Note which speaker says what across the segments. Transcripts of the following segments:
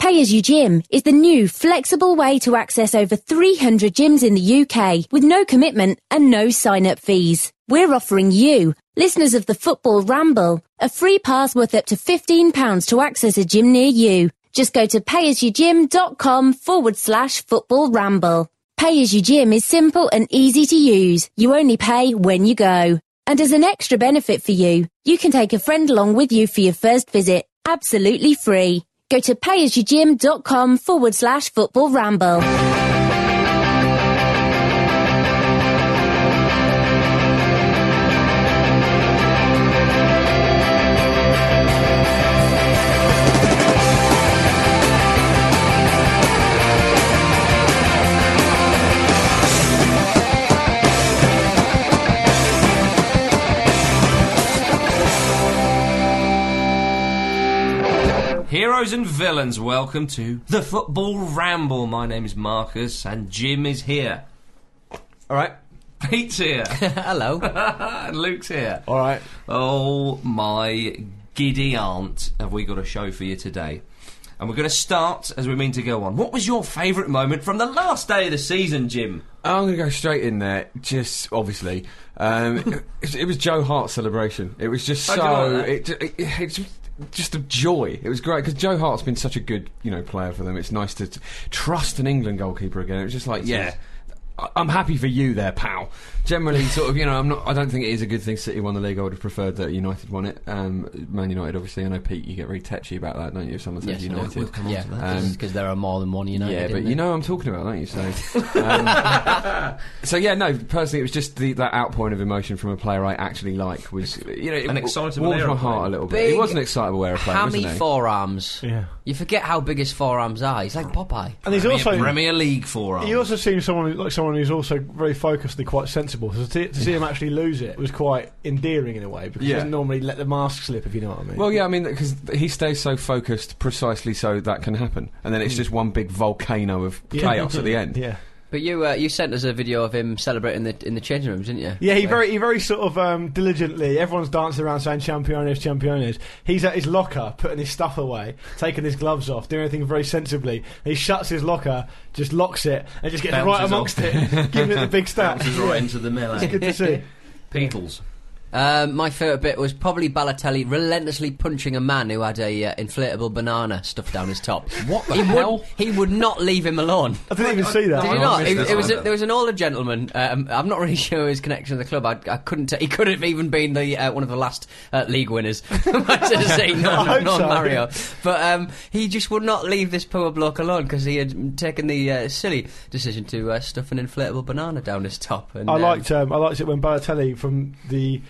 Speaker 1: Pay as you gym is the new flexible way to access over 300 gyms in the UK with no commitment and no sign up fees. We're offering you, listeners of the Football Ramble, a free pass worth up to £15 to access a gym near you. Just go to payasyourgym.com forward slash football ramble. Pay as you gym is simple and easy to use. You only pay when you go. And as an extra benefit for you, you can take a friend along with you for your first visit, absolutely free. Go to payasyourgym.com forward slash football ramble.
Speaker 2: Heroes and villains, welcome to the Football Ramble. My name is Marcus, and Jim is here.
Speaker 3: All right.
Speaker 2: Pete's here.
Speaker 4: Hello.
Speaker 2: and Luke's here.
Speaker 3: All right.
Speaker 2: Oh my giddy aunt, have we got a show for you today? And we're going to start as we mean to go on. What was your favourite moment from the last day of the season, Jim?
Speaker 3: I'm going to go straight in there. Just obviously, um, it, it was Joe Hart's celebration. It was just
Speaker 2: I do like
Speaker 3: so
Speaker 2: that.
Speaker 3: it, it, it's just a joy. It was great because Joe Hart's been such a good you know player for them. It's nice to t- trust an England goalkeeper again. It was just like yeah. I- I'm happy for you there, pal. Generally, sort of, you know, I'm not. I don't think it is a good thing City won the league. I would have preferred that United won it. Um, Man United, obviously. I know Pete, you get very tetchy about that, don't you? If someone says
Speaker 4: Yes, I know.
Speaker 3: United,
Speaker 4: We'll come on
Speaker 2: Yeah.
Speaker 4: to that because there are more than one United.
Speaker 3: Um, yeah, but
Speaker 4: isn't
Speaker 3: you
Speaker 4: there?
Speaker 3: know what I'm talking about, don't you? So, um, so yeah, no. Personally, it was just the, that outpouring of emotion from a player I actually like was, you know, it
Speaker 2: An
Speaker 3: w-
Speaker 2: excitable
Speaker 3: warmed my
Speaker 2: aeroplane.
Speaker 3: heart a little bit.
Speaker 4: Big
Speaker 3: it was an excitable aeroplane,
Speaker 4: hammy
Speaker 3: wasn't it?
Speaker 4: forearms.
Speaker 5: Yeah.
Speaker 4: You forget how big his forearms are. He's like Popeye.
Speaker 5: And he's also
Speaker 2: Premier League forearm.
Speaker 5: he also seems someone like someone who's also very focused and quite sensible. So to, to see him actually lose it was quite endearing in a way because he
Speaker 3: Yeah.
Speaker 5: doesn't normally let the mask slip if you know what I mean.
Speaker 3: well, yeah, I mean, because he stays so focused, precisely so that can happen, and then it's just one big volcano of
Speaker 5: Yeah.
Speaker 3: chaos at the end.
Speaker 5: Yeah.
Speaker 4: But you uh, you sent us a video of him celebrating the, in the changing rooms, didn't you?
Speaker 5: Yeah, he very, he very sort of um, diligently. Everyone's dancing around saying "Championes, Championes." He's at his locker, putting his stuff away, taking his gloves off, doing everything very sensibly. he shuts his locker, just locks it, and just gets right
Speaker 2: Bounces
Speaker 5: amongst
Speaker 2: off.
Speaker 5: it, giving it the big stat.
Speaker 2: Bounces right into the eh?
Speaker 5: It's
Speaker 2: melee.
Speaker 5: good to see.
Speaker 2: Peedles.
Speaker 4: Um, my favourite bit was probably Balotelli relentlessly punching a man who had a uh, inflatable banana stuffed down his top.
Speaker 3: What the
Speaker 4: he
Speaker 3: hell?
Speaker 4: Would, he would not leave him alone.
Speaker 5: I didn't even see that.
Speaker 4: Did
Speaker 2: Oh, I
Speaker 4: you not?
Speaker 2: missed
Speaker 4: It,
Speaker 2: this
Speaker 4: it was
Speaker 2: one.
Speaker 4: a, there was an older gentleman. Um, I'm not really sure his connection to the club. I, I couldn't. T- he could have even been the uh, one of the last uh, league winners. I should have seen,
Speaker 5: I
Speaker 4: no, no,
Speaker 5: hope
Speaker 4: no
Speaker 5: so.
Speaker 4: Mario. But um, he just would not leave this poor bloke alone because he had taken the uh, silly decision to uh, stuff an inflatable banana down his top. And,
Speaker 5: I
Speaker 4: um,
Speaker 5: liked um, I liked it when Balotelli from the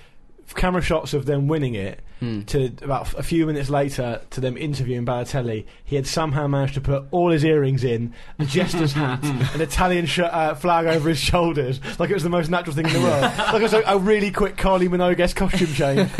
Speaker 5: camera shots of them winning it
Speaker 4: hmm.
Speaker 5: to about a few minutes later to them interviewing Balotelli. He had somehow managed to put all his earrings in, a jester's hat, an Italian sh- uh, flag over his shoulders, like it was the most natural thing in the world. like it was a, a really quick Carly Minogue's costume change.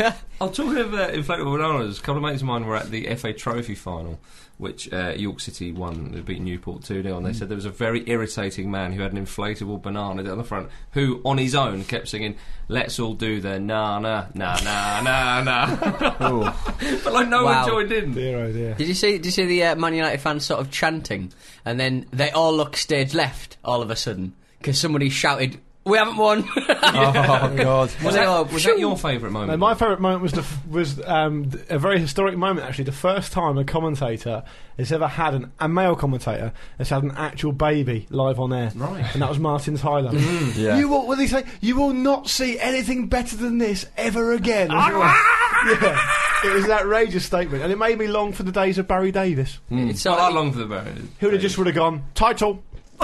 Speaker 2: I'm talking of uh, inflatable bananas. A couple of mates of mine were at the FA Trophy final, which uh, York City won. They beat Newport 2 0, and they said there was a very irritating man who had an inflatable banana down the front, who on his own kept singing, Let's all do the na na, na na, na na. but like no
Speaker 4: Wow.
Speaker 2: one joined in.
Speaker 5: dear, oh dear.
Speaker 4: Did you see? Did you see the uh, Man United fans sort of chanting, and then they all look stage left all of a sudden because somebody shouted, "We haven't won."
Speaker 3: Oh God!
Speaker 2: Was,
Speaker 4: They all-
Speaker 2: that, was that your favourite
Speaker 5: No,
Speaker 2: moment?
Speaker 5: my favourite moment was the f- was um, th- a very historic moment actually. The first time a commentator has ever had an, a male commentator has had an actual baby live on air,
Speaker 2: Right. Mm.
Speaker 5: And that was Martin Tyler.
Speaker 3: Yeah.
Speaker 5: You will, what did he say? You will not see anything better than this ever again. was it like-
Speaker 2: Ah!
Speaker 5: yeah. It was an outrageous statement, and it made me long for the days of Barry Davis.
Speaker 2: Mm.
Speaker 4: It's
Speaker 2: well,
Speaker 4: all-
Speaker 2: I long for the banana.
Speaker 5: Who would have just would have gone title.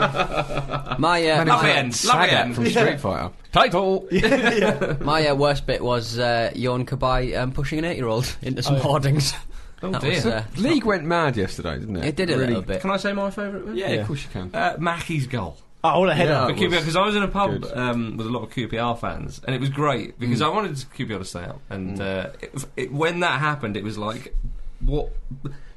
Speaker 4: My uh,
Speaker 2: Lovely
Speaker 4: my,
Speaker 2: end, lovely
Speaker 3: Sagat
Speaker 2: end.
Speaker 3: from Street Fighter. Title.
Speaker 4: my uh, worst bit was uh, Yon Kabai um, pushing an eight-year-old into some hoardings.
Speaker 2: Oh
Speaker 4: That
Speaker 2: dear.
Speaker 4: was, uh,
Speaker 3: League went mad yesterday, didn't it?
Speaker 4: It did a
Speaker 3: Really-
Speaker 4: little bit.
Speaker 2: Can I say my favourite? bit?
Speaker 3: Yeah,
Speaker 5: Yeah.
Speaker 3: of course you can.
Speaker 2: Uh, Mackie's goal.
Speaker 5: Oh, what a header!
Speaker 3: Yeah.
Speaker 2: for
Speaker 3: That
Speaker 2: QPR
Speaker 3: was
Speaker 2: because I was in a pub
Speaker 3: good.
Speaker 2: um, with a lot of QPR fans, and it was great because I wanted QPR to stay up. And uh, it, it, when that happened, it was like what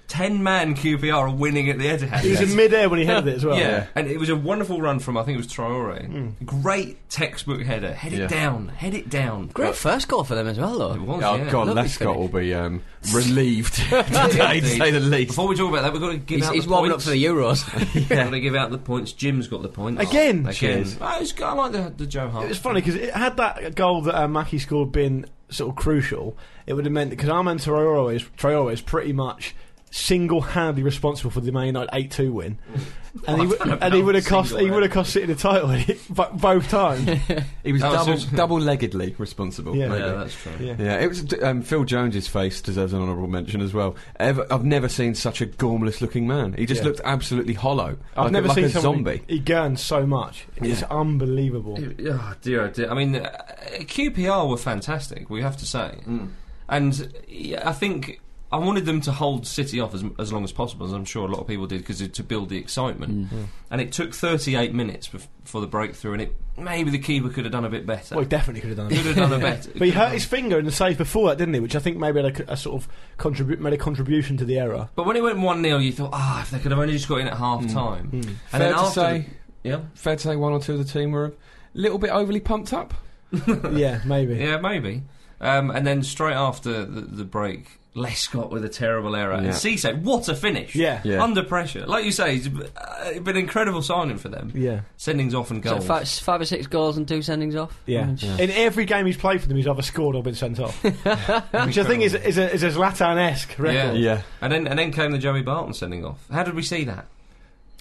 Speaker 2: ten man QPR are winning at the Etihad.
Speaker 5: He was in midair when he headed it as well.
Speaker 2: Yeah. and it was a wonderful run from I think it was Traore. Great textbook header. Head it
Speaker 3: Yeah.
Speaker 2: down. Head it down.
Speaker 4: Great first goal for them as well,
Speaker 2: It
Speaker 4: though.
Speaker 2: was.
Speaker 3: Oh
Speaker 2: yeah.
Speaker 3: God,
Speaker 4: lovely
Speaker 3: Lescott
Speaker 4: finish.
Speaker 3: will be um, relieved today, to
Speaker 2: Indeed.
Speaker 3: say the least.
Speaker 2: Before we talk about that, we've got to give
Speaker 4: He's,
Speaker 2: out
Speaker 4: he's
Speaker 2: the
Speaker 4: warming up
Speaker 2: points.
Speaker 4: for the Euros.
Speaker 2: Got to give out the points. Jim's got the point
Speaker 5: Again?
Speaker 2: Oh, again.
Speaker 3: Cheers.
Speaker 2: Oh, it's- I like the, the Joe Hart.
Speaker 5: It was funny because had that goal that uh, Mackie scored been sort of crucial, it would have meant because Armand Traore is, Traore is pretty much single-handedly responsible for the Man United eight-two win, and he,
Speaker 2: don't know
Speaker 5: would- and he
Speaker 2: about
Speaker 5: would have cost he
Speaker 2: single-handed.
Speaker 5: would have cost City the title bo- both times.
Speaker 3: He was
Speaker 2: Oh,
Speaker 3: double,
Speaker 2: so-
Speaker 3: double-leggedly responsible.
Speaker 5: Yeah.
Speaker 3: maybe.
Speaker 2: Yeah, that's true.
Speaker 5: Yeah.
Speaker 3: Yeah, it was um, Phil Jones's face deserves an honourable mention as well. Ever, I've never seen such a gormless-looking man. He just
Speaker 5: Yeah.
Speaker 3: looked absolutely hollow.
Speaker 5: I've
Speaker 3: like
Speaker 5: never
Speaker 3: a, like
Speaker 5: seen
Speaker 3: a
Speaker 5: someone
Speaker 3: zombie.
Speaker 5: He gurns so much; it's unbelievable.
Speaker 2: Oh dear, oh dear. I mean, uh, QPR were fantastic. We have to say,
Speaker 5: Mm.
Speaker 2: and yeah, I think I wanted them to hold City off as, as long as possible, as I'm sure a lot of people did, because to build the excitement.
Speaker 5: Mm.
Speaker 2: And it took 38 minutes bef- for the breakthrough, and it maybe the keeper could have done a bit better.
Speaker 5: Well, he definitely could have done. it.
Speaker 2: could have done a better.
Speaker 5: But he hurt his finger in the save before that, didn't he? Which I think maybe had a, a sort of contribute made a contribution to the error.
Speaker 2: But when it went one 0 you thought, ah, if they could have only just got in at
Speaker 5: Mm.
Speaker 2: half time. And
Speaker 3: Fair to
Speaker 2: after
Speaker 3: say,
Speaker 2: the- yeah,
Speaker 3: fair to say, one or two of the team were a little bit overly pumped up.
Speaker 5: yeah, maybe.
Speaker 2: Yeah, maybe. Um, and then straight after the, the break, Lescott with a terrible error. And
Speaker 3: Yeah.
Speaker 2: Cisse, what a finish!
Speaker 5: Yeah.
Speaker 3: Yeah.
Speaker 2: Under pressure. Like you say, it's uh, been an incredible signing for them.
Speaker 5: yeah.
Speaker 2: Sendings off and
Speaker 4: so
Speaker 2: goals.
Speaker 4: five, five or six goals and two sendings off. Mm.
Speaker 5: Yeah.
Speaker 3: Yeah.
Speaker 5: In every game he's played for them, he's either scored or been sent off. Which I think is, is, a, is a Zlatan esque record.
Speaker 3: Yeah,
Speaker 2: and then and then came the Joey Barton sending off. How did we see that?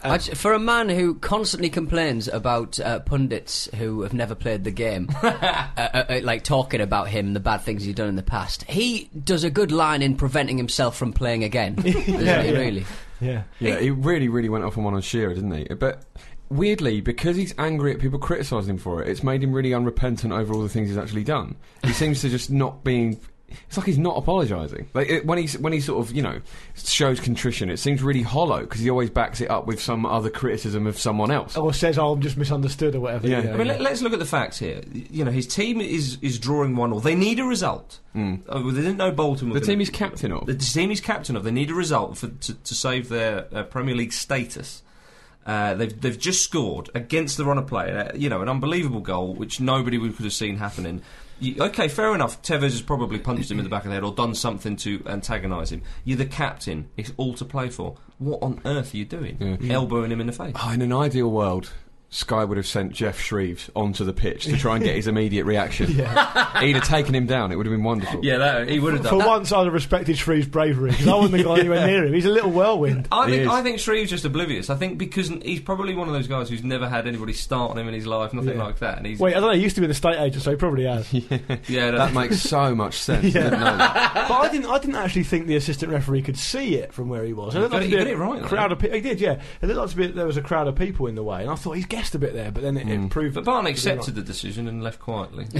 Speaker 4: I j- for a man who constantly complains about uh, pundits who have never played the game, uh, uh, uh, like talking about him, the bad things he's done in the past, he does a good line in preventing himself from playing again. doesn't he,
Speaker 5: Yeah, yeah.
Speaker 4: really.
Speaker 5: Yeah.
Speaker 3: yeah. He really, really went off on one on Shearer, didn't he? But weirdly, because he's angry at people criticising him for it, it's made him really unrepentant over all the things he's actually done. He seems to just not being. It's like he's not apologising. Like it, when he when he sort of you know shows contrition, it seems really hollow because he always backs it up with some other criticism of someone else.
Speaker 5: Or says, oh, I'm just misunderstood or whatever.
Speaker 3: Yeah.
Speaker 5: you know.
Speaker 2: I mean, let, us look at the facts here. You know, his team is is drawing one all. They need a result. Uh, well, they didn't know Bolton. Were
Speaker 3: Hmm. The
Speaker 2: gonna-
Speaker 3: team he's captain of.
Speaker 2: The team he's captain of. They need a result for, to, to save their uh, Premier League status. Uh, they've they've just scored against the run of play. Uh, you know, an unbelievable goal which nobody would could have seen happening. You, okay, fair enough. Tevez has probably punched him in the back of the head or done something to antagonise him. You're the captain. It's all to play for. What on earth are you doing? Elbowing him in the face.
Speaker 3: Oh, in an ideal world, Sky would have sent Jeff Shreves onto the pitch to try and get his immediate reaction. He'd have taken him down. It would have been wonderful.
Speaker 2: Yeah, that, he would have done.
Speaker 5: For once, I'd have respected Shreve's bravery because I wouldn't have gone anywhere near him. He's a little whirlwind.
Speaker 2: I
Speaker 3: He
Speaker 2: think
Speaker 3: is.
Speaker 2: I think Shreve's just oblivious. I think because n- he's probably one of those guys who's never had anybody start on him in his life, nothing
Speaker 5: Yeah.
Speaker 2: like that. And he's
Speaker 5: Wait, I don't know. He used to be an estate agent, so he probably has.
Speaker 2: yeah, no,
Speaker 3: That makes so much sense. I didn't know that.
Speaker 5: but I didn't. I didn't actually think the assistant referee could see it from where he was. It looked
Speaker 2: He got
Speaker 5: like
Speaker 2: it-
Speaker 5: to be
Speaker 2: he got
Speaker 5: a
Speaker 2: it right, though.
Speaker 5: Crowd of pe- he did, yeah. It looked like to be, there was a crowd of people in the way, and I thought he's guessed a bit there, but then it,
Speaker 2: Mm.
Speaker 5: it proved.
Speaker 2: but Barton accepted the decision and left quietly.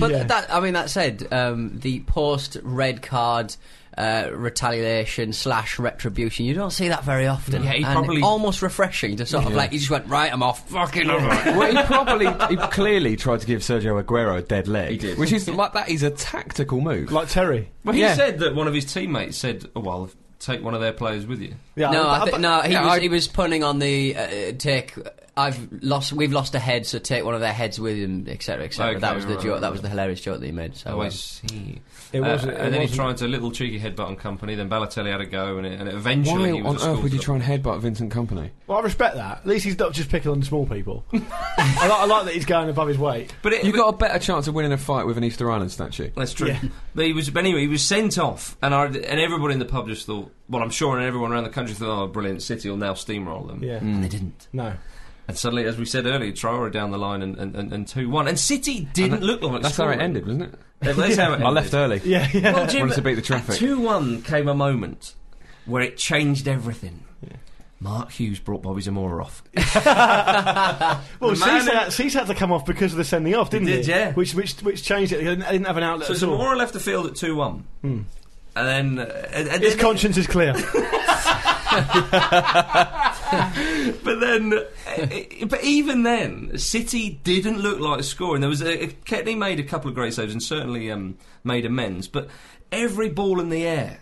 Speaker 4: but
Speaker 5: Yeah.
Speaker 4: that, I mean, that said, um, the post red card. Uh, retaliation slash retribution. You don't see that very often.
Speaker 2: Yeah, he
Speaker 4: And
Speaker 2: probably-
Speaker 4: almost refreshing to sort of like he just went right. I'm off. Fucking all right.
Speaker 3: Well, he probably, he clearly tried to give Sergio Aguero a dead leg.
Speaker 2: He did.
Speaker 3: Which is like that is a tactical move.
Speaker 5: like Terry.
Speaker 2: Well, he
Speaker 3: Yeah.
Speaker 2: said that one of his teammates said, oh, "Well, take one of their players with you."
Speaker 5: Yeah,
Speaker 4: No,
Speaker 5: I-
Speaker 4: I
Speaker 5: I-
Speaker 4: th- no. He
Speaker 3: yeah,
Speaker 4: was
Speaker 3: I-
Speaker 4: he was punning on the uh, take. I've lost. We've lost a head, so take one of their heads with him, etc. etc.
Speaker 2: Okay,
Speaker 4: that was the
Speaker 2: right,
Speaker 4: joke.
Speaker 2: right,
Speaker 4: That was the hilarious joke that he made. So
Speaker 2: Oh, I
Speaker 4: um,
Speaker 2: see.
Speaker 5: It
Speaker 2: Uh,
Speaker 5: wasn't- it
Speaker 2: and then he
Speaker 5: wasn't-
Speaker 2: tried to little cheeky headbutt on company. Then Balotelli had a go, and, it, and
Speaker 3: Why
Speaker 2: eventually he
Speaker 3: on
Speaker 2: was
Speaker 3: earth would you
Speaker 2: escorted
Speaker 3: try and headbutt Vincent Company?
Speaker 5: Well, I respect that. At least he's not just picking on small people. I, like, I like that he's going above his weight.
Speaker 2: off. But it,
Speaker 3: You got a better chance of winning a fight with an Easter Island statue.
Speaker 2: That's true.
Speaker 5: Yeah.
Speaker 2: But he was, but anyway, he was sent off, and I, and everybody in the pub just thought, well, I'm sure, and everyone around the country thought, oh, brilliant, City will now steamroll them.
Speaker 4: um,
Speaker 5: Yeah.
Speaker 2: and they didn't.
Speaker 5: No.
Speaker 2: And suddenly, as we said earlier, Traore down the line and, and, and, and 2 1. And City didn't look like
Speaker 3: That's how
Speaker 2: scoring.
Speaker 3: it ended, wasn't it?
Speaker 2: Yeah, That's how it ended.
Speaker 3: I left early.
Speaker 5: Yeah, yeah.
Speaker 2: Well, Jim,
Speaker 3: Wanted to beat the traffic.
Speaker 2: 2 1 came a moment where it changed everything. Mark Hughes brought Bobby Zamora off.
Speaker 5: Well,
Speaker 2: The man
Speaker 5: Cease had, Cease had to come off because of the sending off, didn't
Speaker 2: He
Speaker 5: he?
Speaker 2: did, yeah.
Speaker 5: Which which which changed it. I didn't- I didn't have an outlet.
Speaker 2: So
Speaker 5: at all.
Speaker 2: Zamora left the field at 2 1. And then. Uh, and- and
Speaker 5: His
Speaker 2: then-
Speaker 5: conscience is clear.
Speaker 2: But then, uh, but even then, City didn't look like scoring. There was a, Ketney made a couple of great saves and certainly um, made amends. But every ball in the air,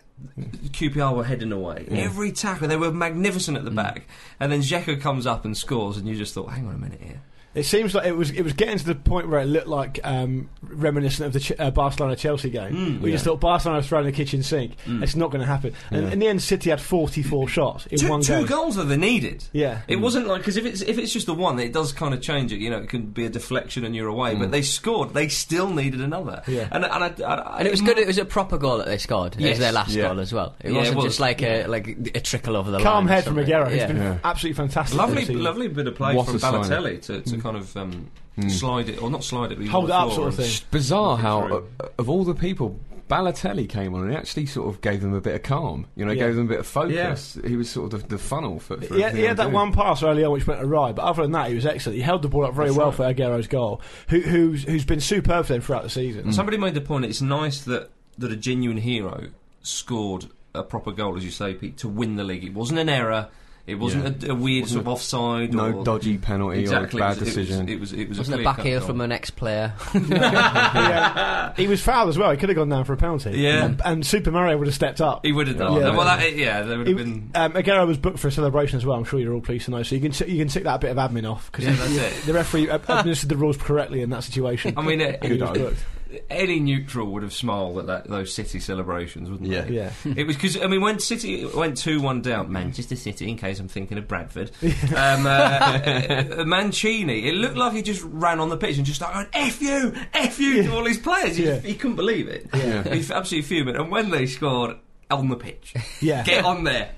Speaker 2: QPR were heading away. Every tackle, they were magnificent at the back. And then Zeka comes up and scores, and you just thought, hang on a minute here.
Speaker 5: It seems like it was it was getting to the point where it looked like um, reminiscent of the Ch- uh, Barcelona Chelsea game.
Speaker 2: Hmm.
Speaker 5: we just thought Barcelona was throwing the kitchen sink. It's not going to happen. And in the end, City had 44 shots in
Speaker 2: Two,
Speaker 5: one
Speaker 2: two
Speaker 5: game.
Speaker 2: goals that they needed.
Speaker 5: Yeah. Hmm.
Speaker 2: It wasn't like because if it's if it's just the one, it does kind of change it. You know, it can be a deflection and you're away. But they scored. They still needed another.
Speaker 5: Hmm. Yeah.
Speaker 2: And and, I, I, I-
Speaker 4: And it was good. It was a proper goal that they scored. It
Speaker 2: Yes.
Speaker 4: was their last
Speaker 3: Yeah.
Speaker 4: goal as well. It
Speaker 2: Yeah, it
Speaker 4: wasn't
Speaker 2: was.
Speaker 4: just like a like a trickle over the
Speaker 5: Calm
Speaker 2: Oh,
Speaker 4: line. or
Speaker 5: head from
Speaker 4: something.
Speaker 5: Aguero. He's
Speaker 4: Yeah.
Speaker 5: been
Speaker 3: Yeah.
Speaker 5: absolutely fantastic.
Speaker 2: Lovely,
Speaker 5: this season.
Speaker 2: lovely bit of play
Speaker 3: What
Speaker 2: from
Speaker 3: a signing.
Speaker 2: Balotelli to, to kind of um, slide it, or not slide it, but he
Speaker 5: Hmm. Hold
Speaker 2: was
Speaker 5: it
Speaker 2: on
Speaker 5: up
Speaker 2: the
Speaker 5: sort of
Speaker 2: floor
Speaker 5: thing.
Speaker 3: It's bizarre
Speaker 2: Looking
Speaker 3: how,
Speaker 2: through.
Speaker 3: uh, of all the people, Balotelli came on and actually sort of gave them a bit of calm. You know,
Speaker 5: Yeah.
Speaker 3: gave them a bit of focus. He was sort of the, the funnel for. for
Speaker 5: He had,
Speaker 3: everything
Speaker 5: he
Speaker 3: they
Speaker 5: had
Speaker 3: were
Speaker 5: that
Speaker 3: doing.
Speaker 5: one pass early on which went awry, but other than that, he was excellent. He held the ball up very well for Aguero's goal, who, who's who's been superb for them throughout the season.
Speaker 2: And Somebody made the point. It's nice that that a genuine hero scored a proper goal, as you say, Pete, to win the league. It wasn't an error. It wasn't a, a weird sort of offside.
Speaker 3: No
Speaker 2: or,
Speaker 3: dodgy penalty
Speaker 2: exactly,
Speaker 3: or
Speaker 2: it
Speaker 3: a
Speaker 2: was-
Speaker 3: bad decision.
Speaker 2: It was. It was, it was
Speaker 4: Wasn't
Speaker 2: a
Speaker 4: a
Speaker 2: clear-cut
Speaker 4: back heel
Speaker 2: goal.
Speaker 4: from an ex-player?
Speaker 5: Yeah. he was fouled as well. He could have gone down for a penalty.
Speaker 2: Mm. Yeah.
Speaker 5: and, and Super Mario would have stepped up.
Speaker 2: He would have done.
Speaker 5: Yeah.
Speaker 2: that. Well, that, yeah, there would
Speaker 5: He-
Speaker 2: have been.
Speaker 5: um, Aguero was booked for a celebration as well. I'm sure you're all pleased to know. So you can t- you can tick that bit of admin off because
Speaker 2: Yeah, that's it.
Speaker 5: the referee ad- administered the rules correctly in that situation.
Speaker 2: I mean,
Speaker 5: And he
Speaker 2: it,
Speaker 5: was booked.
Speaker 2: any neutral would have smiled at that, those city celebrations, wouldn't
Speaker 3: Yeah.
Speaker 2: they?
Speaker 5: Yeah.
Speaker 2: It was because I mean when City went two one down, Manchester City. In case I'm thinking of Bradford, um, uh, uh, Mancini. It looked like he just ran on the pitch and just started going "f you, f you" to all his players. He,
Speaker 5: Yeah.
Speaker 2: he couldn't believe it.
Speaker 3: Yeah.
Speaker 2: He was absolutely fuming. And when they scored on the pitch,
Speaker 5: Yeah.
Speaker 2: get on there.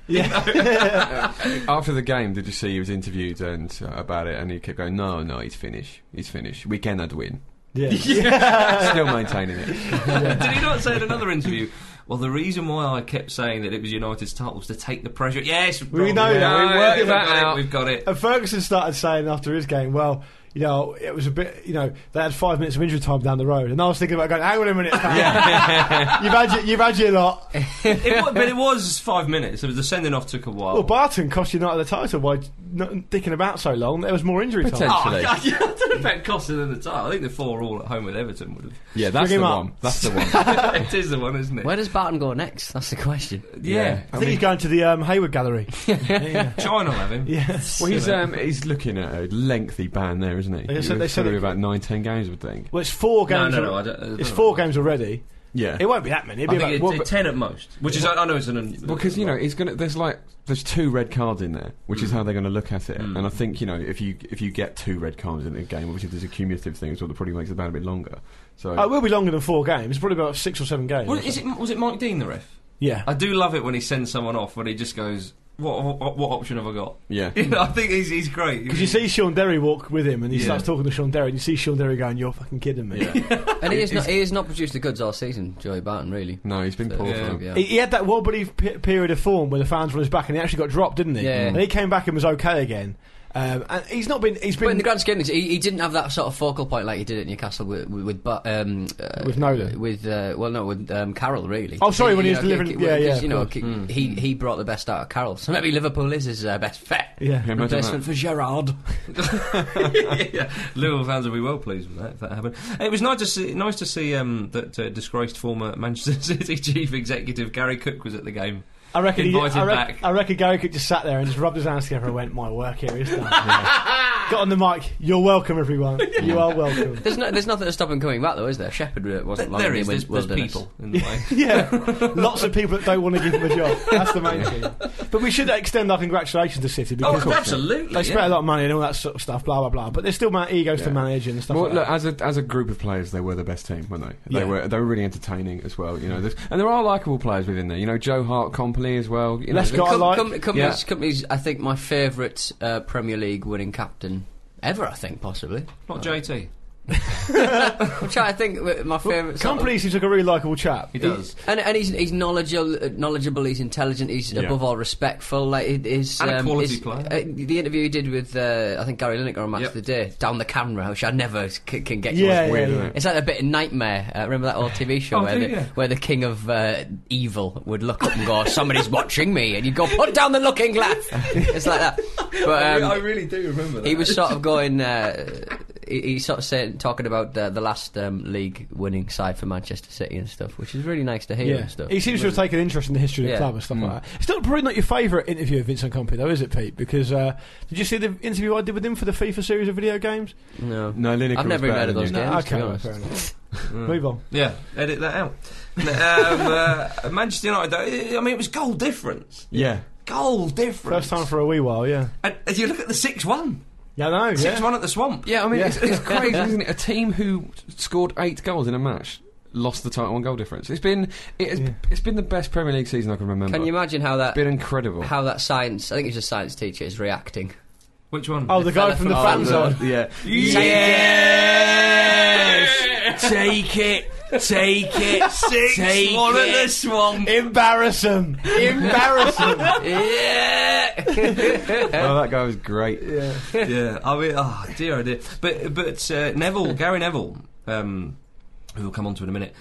Speaker 3: After the game, did you see he was interviewed and uh, about it, and he kept going, "No, no, he's finished. He's finished. We cannot win."
Speaker 5: Yeah.
Speaker 3: Still maintaining it.
Speaker 2: Did he not say in another interview? Well, the reason why I kept saying that it was United's title was to take the pressure. Yes, Rob,
Speaker 5: know that. We
Speaker 2: know.
Speaker 5: worked
Speaker 2: We've
Speaker 3: that
Speaker 2: got it,
Speaker 3: out.
Speaker 2: We've got it.
Speaker 5: And Ferguson started saying after his game, well, you know, it was a bit, you know, they had five minutes of injury time down the road, and I was thinking about going, hang on a minute, pal. you've had your, you've had your lot.
Speaker 2: it wa- but it was five minutes. It was the sending off took a while.
Speaker 5: Well, Barton cost United the title by not dicking about so long. There was more injury time.
Speaker 3: Potential.
Speaker 2: Oh,
Speaker 3: actually.
Speaker 2: I, I don't know about costing them the title. I think the four all at home with Everton would
Speaker 3: Yeah, that's
Speaker 5: Bring him
Speaker 3: the
Speaker 5: up.
Speaker 3: one. That's the one.
Speaker 2: have. it is the one, isn't it?
Speaker 4: Where does Barton go next? That's the question.
Speaker 2: yeah.
Speaker 5: I think he's going to the um, Hayward Gallery.
Speaker 2: China will have him.
Speaker 5: Yes.
Speaker 3: Well, he's um, he's looking at a lengthy ban there, isn't he?
Speaker 5: They said-
Speaker 3: It
Speaker 5: they
Speaker 3: was
Speaker 5: said
Speaker 3: probably
Speaker 5: it-
Speaker 3: about nine, ten games, I would think.
Speaker 5: Well, it's four
Speaker 2: No,
Speaker 5: games.
Speaker 2: no, no.
Speaker 5: al-
Speaker 2: I don't, I don't
Speaker 5: it's
Speaker 2: know.
Speaker 5: four games already.
Speaker 3: Yeah,
Speaker 5: It won't be that many.
Speaker 2: I
Speaker 5: It'll be
Speaker 2: think
Speaker 5: about,
Speaker 2: it's
Speaker 5: well,
Speaker 2: it's
Speaker 5: but-
Speaker 2: ten at most, which is I I know it's an
Speaker 3: because you know it's gonna. There's like there's two red cards in there, which
Speaker 5: Mm.
Speaker 3: is how they're going to look at it. And I think you know if you if you get two red cards in the game, obviously there's a cumulative thing as well that probably makes the ban a bit longer. So
Speaker 5: oh, it will be longer than four games. It's probably about six or seven games.
Speaker 2: Well, is it, was it Mike Dean the ref?
Speaker 5: yeah.
Speaker 2: I do love it when he sends someone off when he just goes, "What what, what option have I got?"
Speaker 3: yeah,
Speaker 2: You know, I think he's he's great
Speaker 5: Because you see Sean Derry walk with him, and he
Speaker 2: Yeah.
Speaker 5: starts talking to Sean Derry, and you see Sean Derry going, "You're fucking kidding me."
Speaker 4: And he is not. He has not produced the goods all season, Joey Barton. Really.
Speaker 3: no, he's been
Speaker 4: So,
Speaker 3: poor.
Speaker 2: yeah,
Speaker 3: for him.
Speaker 4: yeah.
Speaker 5: He, he had that wobbly p- period of form where the fans were on his back, and he actually got dropped, didn't he?
Speaker 4: Yeah.
Speaker 5: And he came back and was okay again. Um, and he's not been. He's
Speaker 4: But in
Speaker 5: been.
Speaker 4: the grand scheme, of things, he, he didn't have that sort of focal point like he did at Newcastle with with, with Ba- um, uh,
Speaker 5: With Nolan?
Speaker 4: with uh, well, no, with um, Carroll really.
Speaker 5: Oh, sorry, when he
Speaker 4: you
Speaker 5: was
Speaker 4: know,
Speaker 5: delivering-
Speaker 4: c-
Speaker 5: yeah, yeah,
Speaker 4: because,
Speaker 5: of
Speaker 4: You know,
Speaker 5: course.
Speaker 4: c- he
Speaker 2: Hmm.
Speaker 4: he brought the best out of Carroll, so maybe Liverpool is his uh, best bet.
Speaker 5: yeah.
Speaker 3: Yeah, imagine
Speaker 4: Replacement
Speaker 3: that.
Speaker 4: for Gerard.
Speaker 2: yeah. Liverpool fans will be well pleased with that if that happened. It was nice to see, nice to see um, that uh, disgraced former Manchester City chief executive Gary Cook was at the game.
Speaker 5: I reckon. He,
Speaker 2: Invited
Speaker 5: I, rec-
Speaker 2: back.
Speaker 5: I reckon Gary Cook just sat there and just rubbed his hands together and went, "My work here is done." Got on the mic. You're welcome, everyone. You are welcome.
Speaker 4: There's no, there's nothing to stop him coming back though, is there? Shepherd uh, wasn't long.
Speaker 2: there
Speaker 4: in
Speaker 2: is
Speaker 4: the
Speaker 2: there's, there's
Speaker 4: wilderness.
Speaker 2: people in the way.
Speaker 5: Yeah, lots of people that don't want to give him a job. That's the main thing. But we should extend our congratulations to City
Speaker 2: Oh,
Speaker 5: because
Speaker 2: absolutely.
Speaker 5: they spent a lot of money and all that sort of stuff. Blah blah blah. But there's still ma- egos to
Speaker 3: Yeah.
Speaker 5: manage and stuff.
Speaker 3: Well,
Speaker 5: like
Speaker 3: look,
Speaker 5: that.
Speaker 3: as a as a group of players, they were the best team, weren't they? They
Speaker 5: Yeah.
Speaker 3: were they were really entertaining as well. You know, There's- and there are likable players within there. You know, Joe Hart, Company as well. You know,
Speaker 5: Les
Speaker 3: they-
Speaker 5: Scott- I like-
Speaker 4: companies,
Speaker 3: Yeah.
Speaker 4: companies, I think my favourite uh, Premier League winning captain ever. I think possibly.
Speaker 2: Not JT.
Speaker 4: Which I think my
Speaker 2: uh,
Speaker 4: favourite. sort of-
Speaker 5: Company seems like a really likable chap.
Speaker 2: He does.
Speaker 4: And, and he's he's knowledgeable, uh, knowledgeable. He's intelligent. He's
Speaker 3: Yeah.
Speaker 4: above all respectful. Like he- his
Speaker 2: And a quality
Speaker 4: his-
Speaker 2: player.
Speaker 4: uh, the interview he did with uh, I think Gary Lineker on Match
Speaker 2: Yep.
Speaker 4: of the Day down the camera, which I never c- can get.
Speaker 5: Yeah,
Speaker 4: used to.
Speaker 5: yeah,
Speaker 3: weird,
Speaker 5: yeah.
Speaker 3: isn't it?
Speaker 4: It's like a bit of nightmare. Uh, remember that old TV show
Speaker 2: Oh,
Speaker 4: where,
Speaker 2: do
Speaker 4: the,
Speaker 2: you?
Speaker 4: where the king of uh, evil would look up and go, "Oh, "Somebody's watching me," and you go, "Put down the looking glass." It's like that.
Speaker 2: I,
Speaker 4: But
Speaker 2: re- I
Speaker 4: um,
Speaker 2: really do remember that.
Speaker 4: he was sort of going. Uh, he, he sort of saying, talking about uh, the last um, league winning side for Manchester City and stuff, which is really nice to hear and stuff.
Speaker 5: He seems to have taken interest in the history of the
Speaker 4: Yeah.
Speaker 5: club and stuff like that. It's not probably not your favourite interview of Vincent Company though, is it, Pete? Because uh, did you see the interview I did with him for the FIFA series of video games?
Speaker 4: No.
Speaker 3: No, Lineker
Speaker 4: I've
Speaker 3: was
Speaker 4: never even
Speaker 3: better
Speaker 4: heard of
Speaker 3: than
Speaker 4: those
Speaker 3: you.
Speaker 4: games. to
Speaker 5: okay,
Speaker 4: be
Speaker 5: well,
Speaker 4: honest.
Speaker 5: fair enough. Move on.
Speaker 2: Yeah, edit that out. um, uh, Manchester United, though, I mean, it was goal difference.
Speaker 3: Yeah.
Speaker 2: Goal difference.
Speaker 5: First time for a wee while, yeah.
Speaker 2: And, and you look at the 6 1.
Speaker 5: Yeah, no,
Speaker 2: 6
Speaker 5: yeah.
Speaker 2: 1 at the Swamp.
Speaker 3: Yeah, I mean,
Speaker 5: Yeah.
Speaker 3: It's, it's crazy, isn't it? A team who scored eight goals in a match lost the title on goal difference. It's been it has,
Speaker 5: Yeah.
Speaker 3: it's been the best Premier League season I can remember.
Speaker 4: Can you imagine how that
Speaker 3: It's been incredible.
Speaker 4: how that science? I think it's a science teacher is reacting.
Speaker 2: Which one?
Speaker 5: Oh, the guy
Speaker 4: fella
Speaker 5: from the
Speaker 4: from-
Speaker 5: fan
Speaker 4: oh,
Speaker 5: zone.
Speaker 3: yeah.
Speaker 2: Yes!
Speaker 3: Take it. Take it.
Speaker 2: 6
Speaker 3: Take
Speaker 2: 1
Speaker 3: it.
Speaker 2: at the Swamp.
Speaker 5: Embarrass him. Embarrass him.
Speaker 4: yeah.
Speaker 3: Oh, that guy was great.
Speaker 5: Yeah.
Speaker 2: yeah, I mean, oh dear, oh dear. But but uh, Neville, Gary Neville, um, who we'll come on to in a minute,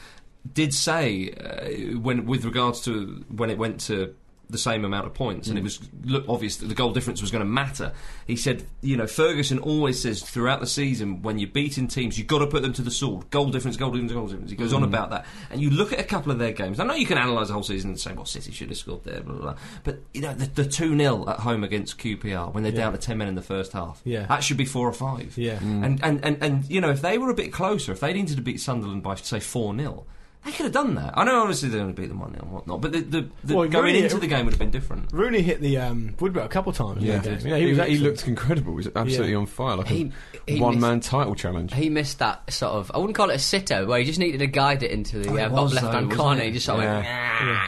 Speaker 2: did say uh, when with regards to when it went to the same amount of points, and it was look, obvious that the goal difference was going to matter. He said, you know, Ferguson always says throughout the season when you're beating teams, you've got to put them to the sword. Goal difference, goal difference, goal difference. He goes on about that, and you look at a couple of their games. I know you can analyse the whole season and say, well, City should have scored there, blah blah. blah. But you know, the two 0 at home against QPR when they're down to ten men in the first half,
Speaker 5: Yeah.
Speaker 2: that should be four or five.
Speaker 5: Yeah.
Speaker 3: Mm.
Speaker 2: And, and, and, and, you know, if they were a bit closer, if they needed to beat Sunderland by, say, 4 0, they could have done that. I know, obviously, they only beat them 1 0 and whatnot, but the, the, the
Speaker 5: Well,
Speaker 2: going
Speaker 5: really-
Speaker 2: into the game would have been different.
Speaker 5: Rooney hit the um, Woodrow a couple times. Yeah,
Speaker 3: Yeah.
Speaker 5: game. You know, he,
Speaker 3: he,
Speaker 5: was
Speaker 3: he
Speaker 5: excellent.
Speaker 3: looked incredible. He was absolutely on fire, like
Speaker 4: He-
Speaker 3: a
Speaker 4: he
Speaker 3: one man title challenge.
Speaker 4: He missed that sort of. I wouldn't call it a sitter, where he just needed to guide it into the
Speaker 2: Oh, it
Speaker 4: uh,
Speaker 2: was,
Speaker 4: left hand
Speaker 2: though,
Speaker 4: corner.
Speaker 2: wasn't it?
Speaker 4: He just sort of went. "Nah."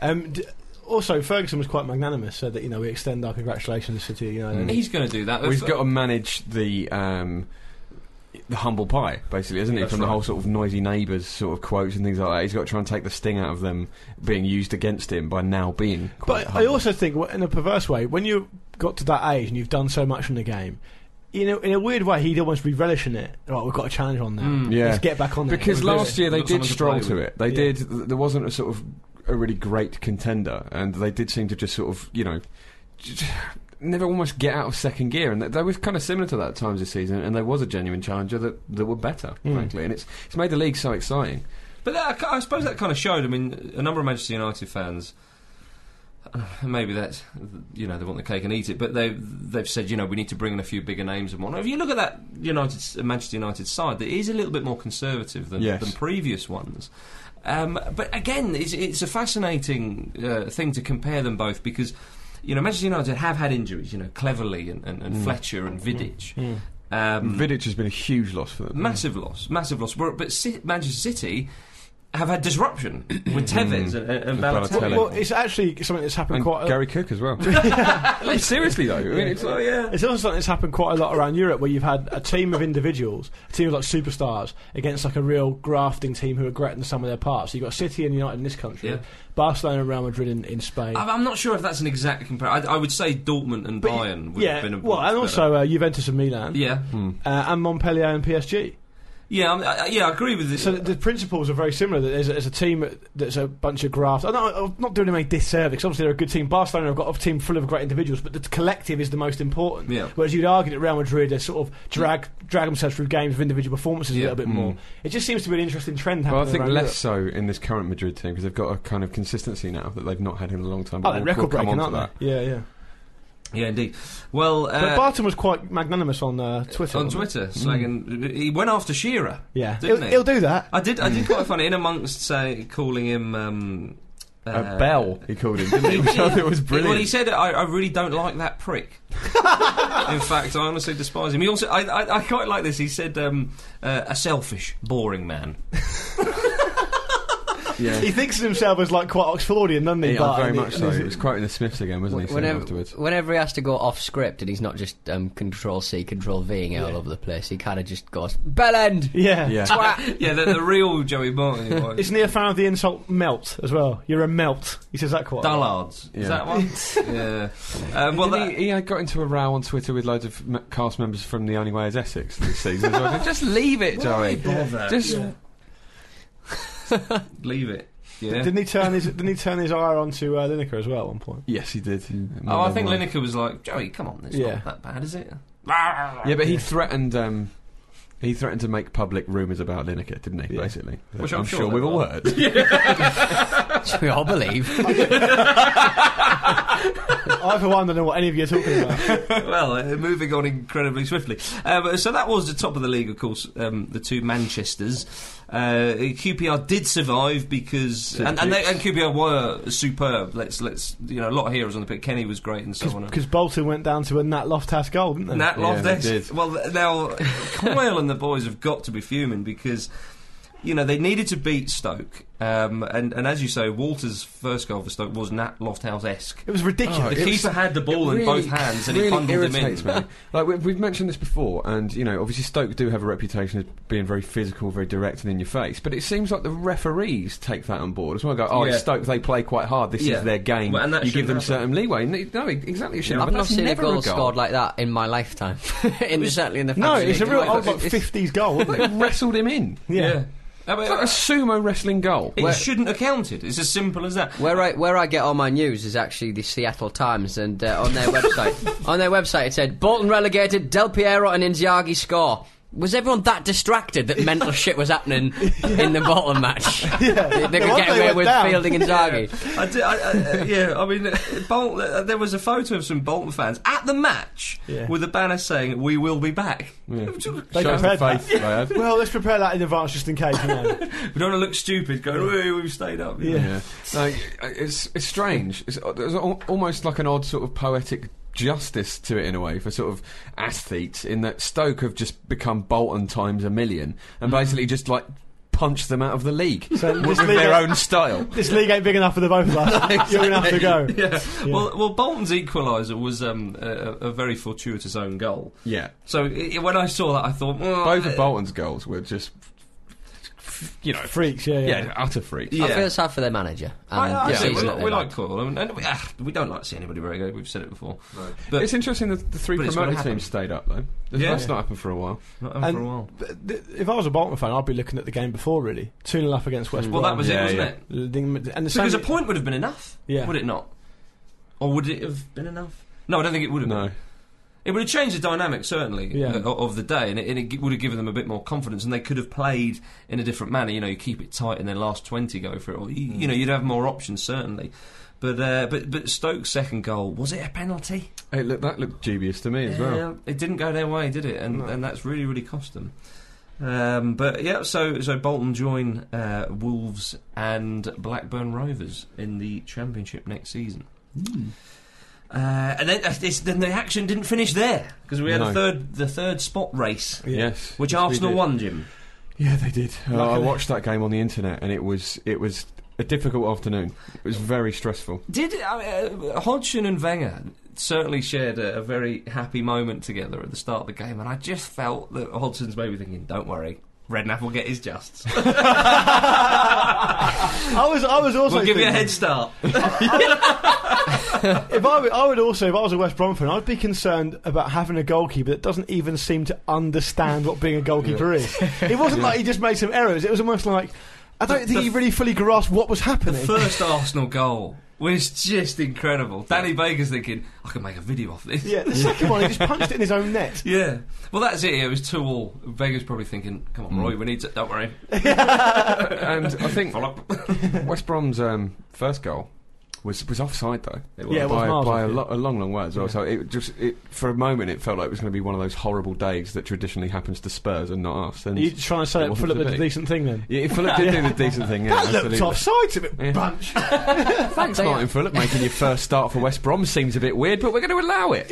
Speaker 5: Um, d- also, Ferguson was quite magnanimous, said that you know we extend our congratulations to City United.
Speaker 2: He's going to do that.
Speaker 3: Mm. Well, he's got to manage the um, the humble pie, basically, isn't he?
Speaker 2: That's
Speaker 3: From the
Speaker 2: right.
Speaker 3: whole sort of noisy neighbours sort of quotes and things like that. He's got to try and take the sting out of them being used against him by now being. Quite
Speaker 5: But I
Speaker 3: humble.
Speaker 5: also think, w- in a perverse way, when you got to that age and you've done so much in the game, you know, in a weird way, he'd almost be relishing it. Right, we've got a challenge on now.
Speaker 3: Hmm. Yeah.
Speaker 5: Let's get back on there. Let's
Speaker 3: because
Speaker 5: do
Speaker 3: last
Speaker 5: it.
Speaker 3: year they
Speaker 2: Got
Speaker 3: did
Speaker 2: someone to
Speaker 3: stroll
Speaker 2: play
Speaker 3: to
Speaker 2: with.
Speaker 3: it. They
Speaker 5: Yeah.
Speaker 3: did. th- There wasn't a sort of a really great contender, and they did seem to just sort of you know. j- Never almost get out of second gear, and th- they were kind of similar to that at times this season. And there was a genuine challenger that, that were better, frankly. And it's it's made the league so exciting.
Speaker 2: But that, I suppose that kind of showed. I mean, a number of Manchester United fans. uh, Maybe that's you know they want the cake and eat it, but they they've said you know we need to bring in a few bigger names and whatnot. If you look at that United Manchester United side, that is a little bit more conservative than,
Speaker 3: Yes.
Speaker 2: than previous ones. Um, but again, it's, it's a fascinating uh, thing to compare them both because you know Manchester United have had injuries, you know Cleverly and, and, and Fletcher and Vidic. Um,
Speaker 3: Vidic has been a huge loss for them.
Speaker 2: Massive
Speaker 5: Mm.
Speaker 2: loss, massive loss. But, but Ci- Manchester City have had disruption with Tevez and, and, and
Speaker 3: Balotelli.
Speaker 2: Balotelli.
Speaker 5: Mm. Well, it's actually something that's happened
Speaker 3: and
Speaker 5: quite.
Speaker 3: Gary Cook as well. Seriously though, I mean, it's
Speaker 2: Oh
Speaker 3: like,
Speaker 2: yeah.
Speaker 5: It's also something that's happened quite a lot around Europe, where you've had a team of individuals, a team of like superstars, against like a real grafting team who are great in some of their parts. So you've got City and United in this country,
Speaker 2: Yeah.
Speaker 5: Barcelona and Real Madrid in, in Spain.
Speaker 2: I'm I'm not sure if that's an exact comparison. I, I would say Dortmund and Bayern would
Speaker 5: yeah,
Speaker 2: have been a
Speaker 5: well, and
Speaker 2: better.
Speaker 5: also uh, Juventus and Milan,
Speaker 2: yeah,
Speaker 5: uh, and Montpellier and PSG.
Speaker 2: yeah, I'm, I, yeah. I agree with this.
Speaker 5: So the, the principles are very similar. That there's, a- there's a team that's a bunch of graft. I'm not, I'm not doing them a disservice. Obviously, they're a good team. Barcelona have got a team full of great individuals, but the collective is the most important.
Speaker 2: Yeah.
Speaker 5: Whereas you'd argue that Real Madrid are sort of drag drag themselves through games of individual performances
Speaker 2: Yeah.
Speaker 5: a little bit more. It just seems to be an interesting trend.
Speaker 3: Hmm. Well,
Speaker 5: Happening
Speaker 3: I think
Speaker 5: around
Speaker 3: less so in this current Madrid team because they've got a kind of consistency now that they've not had in a long time.
Speaker 5: Europe. Oh, they're
Speaker 3: we'll- we'll
Speaker 5: record
Speaker 3: come
Speaker 5: breaking,
Speaker 3: on to
Speaker 5: aren't they? Yeah, yeah.
Speaker 2: yeah, indeed. Well,
Speaker 5: But
Speaker 2: uh,
Speaker 5: Barton was quite magnanimous on uh, Twitter.
Speaker 2: on
Speaker 5: wasn't he?
Speaker 2: Twitter, slagging, he went after Shearer.
Speaker 5: Yeah,
Speaker 2: Didn't
Speaker 5: he'll,
Speaker 2: he?
Speaker 5: he'll do that.
Speaker 2: I did. I did quite funny in amongst say calling him. Um, uh,
Speaker 3: A bell, he called him, didn't he? Which I thought was brilliant.
Speaker 2: Well, he said, I, I really don't like that prick. In fact, I honestly despise him. He also, I, I, I quite like this. He said, um, uh, a selfish, boring man.
Speaker 3: Yeah.
Speaker 5: He thinks of himself as like quite Oxfordian, doesn't he?
Speaker 3: Yeah,
Speaker 5: Bart?
Speaker 3: very
Speaker 5: And he-
Speaker 3: much
Speaker 5: and
Speaker 3: so.
Speaker 5: he's-
Speaker 3: He was quoting the Smiths again, wasn't he? Soon
Speaker 4: Whenever,
Speaker 3: afterwards.
Speaker 4: whenever he has to go off script and he's not just um, control C, control Ving all over the place, he kind of just goes, Bellend!
Speaker 5: Yeah.
Speaker 3: Yeah.
Speaker 4: Twat!
Speaker 2: yeah, the, the real Joey Martin. was-
Speaker 5: Isn't he a fan of the insult melt as well? You're a melt. He says that quite. a lot.
Speaker 2: Dullards.
Speaker 3: Yeah.
Speaker 2: Is that one? yeah. Um, well,
Speaker 3: Well,
Speaker 2: that,
Speaker 3: he, he had got into a row on Twitter with loads of m- cast members from The Only Way Is Essex this season. So I said, just leave it, Joey. Just
Speaker 2: leave it. Yeah.
Speaker 5: Didn't he turn his Didn't he turn his ire onto uh, Lineker as well at one point?
Speaker 3: yes, he did.
Speaker 2: oh, I think
Speaker 3: More than
Speaker 2: Lineker was like, Joey, come on, it's
Speaker 5: Yeah.
Speaker 2: not that bad, is it?
Speaker 3: one. Yeah, but he threatened. Um, he threatened to make public rumours about Lineker, didn't he?
Speaker 5: Yeah.
Speaker 3: Basically,
Speaker 2: Which
Speaker 3: I'm,
Speaker 2: I'm
Speaker 3: sure,
Speaker 2: sure
Speaker 3: we've
Speaker 2: they
Speaker 3: all
Speaker 2: were.
Speaker 3: heard.
Speaker 4: we all believe.
Speaker 5: I for one don't know what any of you are talking about.
Speaker 2: well, uh, moving on incredibly swiftly. Um, so that was the top of the league, of course. Um, the two Manchesters, uh, QPR did survive because and, and, they, and QPR were superb. Let's let's you know a lot of heroes on the pitch. Kenny was great and so on.
Speaker 5: Because Bolton went down to a Nat Loftus goal, didn't they?
Speaker 2: Nat
Speaker 3: Yeah, they
Speaker 2: Loftus.
Speaker 3: did.
Speaker 2: Well, th- now Coyle and the boys have got to be fuming because you know they needed to beat Stoke, um, and and as you say, Walter's first goal for Stoke was Nat Loftus esque.
Speaker 5: It was
Speaker 3: Oh,
Speaker 5: ridiculous.
Speaker 2: The
Speaker 3: it was-
Speaker 2: keeper had the ball in
Speaker 3: It
Speaker 2: both
Speaker 3: really-
Speaker 2: hands and
Speaker 3: really
Speaker 2: he bundled him
Speaker 3: irritates
Speaker 2: in.
Speaker 3: me. Like we, we've mentioned this before, and you know, obviously Stoke do have a reputation as being very physical, very direct, and in your face. But it seems like the referees take that on board as well. Go, oh,
Speaker 2: Yeah.
Speaker 3: it's Stoke. They play quite hard. This
Speaker 2: Yeah.
Speaker 3: is their game.
Speaker 2: Well, and that
Speaker 3: you give them certain
Speaker 2: shouldn't happen.
Speaker 3: leeway. N- No, e- exactly. It shouldn't
Speaker 4: I've
Speaker 3: happen.
Speaker 4: not
Speaker 3: That's
Speaker 4: seen a
Speaker 3: never
Speaker 4: goal, scored like that in my lifetime. in the, certainly in the
Speaker 5: no,
Speaker 4: fantasy
Speaker 5: it's a
Speaker 4: league.
Speaker 5: real
Speaker 4: Like,
Speaker 5: old like
Speaker 4: Oh, it's-
Speaker 5: fifties goal, wasn't
Speaker 3: They
Speaker 5: it?
Speaker 3: wrestled him in.
Speaker 2: Yeah. I mean,
Speaker 3: It's like a sumo wrestling goal.
Speaker 2: It
Speaker 3: Where-
Speaker 2: shouldn't have counted. It's as simple as that.
Speaker 4: Where I where I get all my news is actually the Seattle Times, and uh, on their website on their website it said Bolton relegated, Del Piero and Inzaghi score. Was everyone that distracted that mental shit was happening in the Bolton match? They, they
Speaker 5: No wonder
Speaker 4: could get
Speaker 5: they
Speaker 4: away
Speaker 5: went
Speaker 4: with
Speaker 5: down.
Speaker 4: fielding Inzaghi.
Speaker 2: I did, I, I, yeah, I mean, Bolton, uh, there was a photo of some Bolton fans at the match
Speaker 5: Yeah.
Speaker 2: with a banner saying "We will be back."
Speaker 3: Yeah.
Speaker 2: we
Speaker 5: They
Speaker 3: Shows the
Speaker 5: prepared that.
Speaker 3: faith they have.
Speaker 5: Well, let's prepare that in advance just in case. You know.
Speaker 2: don't want to look stupid going, "Hey, "We've stayed up." you know.
Speaker 5: Yeah.
Speaker 3: Yeah. No, y- uh, it's it's strange. It's, uh, there's al- almost like an odd sort of poetic justice to it in a way for sort of athletes in that Stoke have just become Bolton times a million
Speaker 2: Mm-hmm.
Speaker 3: and basically just like punched them out of the league
Speaker 5: So
Speaker 3: with,
Speaker 5: this
Speaker 3: with
Speaker 5: league-
Speaker 3: their own style.
Speaker 5: this league ain't big enough for the both of us. You're gonna have to go.
Speaker 2: Yeah. Well, well, Bolton's equaliser was um, a, a very fortuitous own goal.
Speaker 3: Yeah.
Speaker 2: So i when I saw that, I thought, well,
Speaker 3: Both
Speaker 2: uh,
Speaker 3: of Bolton's goals were just you know
Speaker 5: Freaks, yeah, yeah.
Speaker 3: yeah, utter freaks.
Speaker 4: I
Speaker 2: Yeah.
Speaker 4: feel sad for their manager. And
Speaker 2: I, I
Speaker 4: the
Speaker 3: yeah,
Speaker 2: see,
Speaker 4: season
Speaker 2: we,
Speaker 4: that
Speaker 2: we
Speaker 4: they've
Speaker 2: like
Speaker 4: had.
Speaker 2: Coyle, I mean, and we, ah, we don't like to see anybody relegated. We've said it before. But
Speaker 3: It's interesting that the three
Speaker 2: But it's
Speaker 3: promoted
Speaker 2: gonna happen.
Speaker 3: teams stayed up though.
Speaker 2: Yeah.
Speaker 3: That's not happened for a while.
Speaker 2: not on
Speaker 5: And-
Speaker 2: for a while.
Speaker 5: But th- If I was a Bolton fan, I'd be looking at the game before really. Two 0 up against West
Speaker 2: Well, that
Speaker 5: Brom.
Speaker 2: was
Speaker 3: Yeah,
Speaker 2: it, wasn't
Speaker 3: yeah.
Speaker 2: it?
Speaker 5: Ding- and the same,
Speaker 2: Because a point would have been enough,
Speaker 5: Yeah.
Speaker 2: would it not? Or would it have been enough? No, I don't think it would have.
Speaker 3: No.
Speaker 2: Been. It would have changed the dynamic certainly
Speaker 5: Yeah.
Speaker 2: uh, of the day, and it, and it gi- would have given them a bit more confidence, and they could have played in a different manner. You know, you keep it tight, and their last twenty go for it, or you,
Speaker 5: Mm.
Speaker 2: you know, you'd have more options certainly. But uh, but but Stoke's second goal was it a penalty?
Speaker 3: It looked, that looked dubious to me as well.
Speaker 2: Yeah, it didn't go their way, did it? And and that's really really cost them. Um, but yeah, so so Bolton join uh, Wolves and Blackburn Rovers in the Championship next season.
Speaker 3: Hmm.
Speaker 2: Uh, and then uh, this, then the action didn't finish there because we had
Speaker 3: No.
Speaker 2: a third the third spot race,
Speaker 3: Yes.
Speaker 2: which
Speaker 3: yes, we
Speaker 2: Arsenal
Speaker 3: did.
Speaker 2: won, Jim.
Speaker 3: Yeah, they did. Oh, I watched that game on the internet, and it was it was a difficult afternoon. It was very stressful.
Speaker 2: Did uh, uh, Hodgson and Wenger certainly shared a, a very happy moment together at the start of the game, and I just felt that Hodgson's maybe thinking, "Don't worry, Redknapp will get his justs.
Speaker 5: I was, I was also.
Speaker 2: we'll give you a
Speaker 5: thinking-
Speaker 2: head start."
Speaker 5: If I, were- I would also, if I was a West Brom fan, I'd be concerned about having a goalkeeper that doesn't even seem to understand what being a goalkeeper is. It wasn't like he just made some errors. It was almost like I don't think
Speaker 2: the-
Speaker 5: he really fully grasped what was
Speaker 2: The
Speaker 5: happening.
Speaker 2: first Arsenal goal was just incredible. Danny Baker's thinking, "I can make a video off this."
Speaker 5: yeah, the second one, he just punched it in his own net.
Speaker 2: Yeah. Well, that's it. It was two all. Vega's probably thinking, "Come
Speaker 5: Mm.
Speaker 2: on, Roy, we need to." Don't worry.
Speaker 3: and I think
Speaker 2: Follow up.
Speaker 3: West Brom's um, first goal was was offside though.
Speaker 2: It
Speaker 5: Yeah, it was
Speaker 3: by,
Speaker 5: miles
Speaker 3: by a,
Speaker 5: off, yeah.
Speaker 3: lo- a long, long way as well. So it just it, for a moment it felt like it was going to be one of those horrible days that traditionally happens to Spurs and not us. And
Speaker 5: Are you trying to
Speaker 3: It
Speaker 5: say that
Speaker 3: wasn't
Speaker 5: Philip
Speaker 3: to
Speaker 5: did a
Speaker 3: be.
Speaker 5: decent thing then?
Speaker 3: yeah, if Philip did do the decent thing. Yeah,
Speaker 5: That
Speaker 3: absolutely.
Speaker 5: looked offside to it,
Speaker 3: Yeah.
Speaker 5: bunch.
Speaker 3: Thanks, Martin Phillip, making your first start for West Brom seems a bit weird, but we're going to allow it.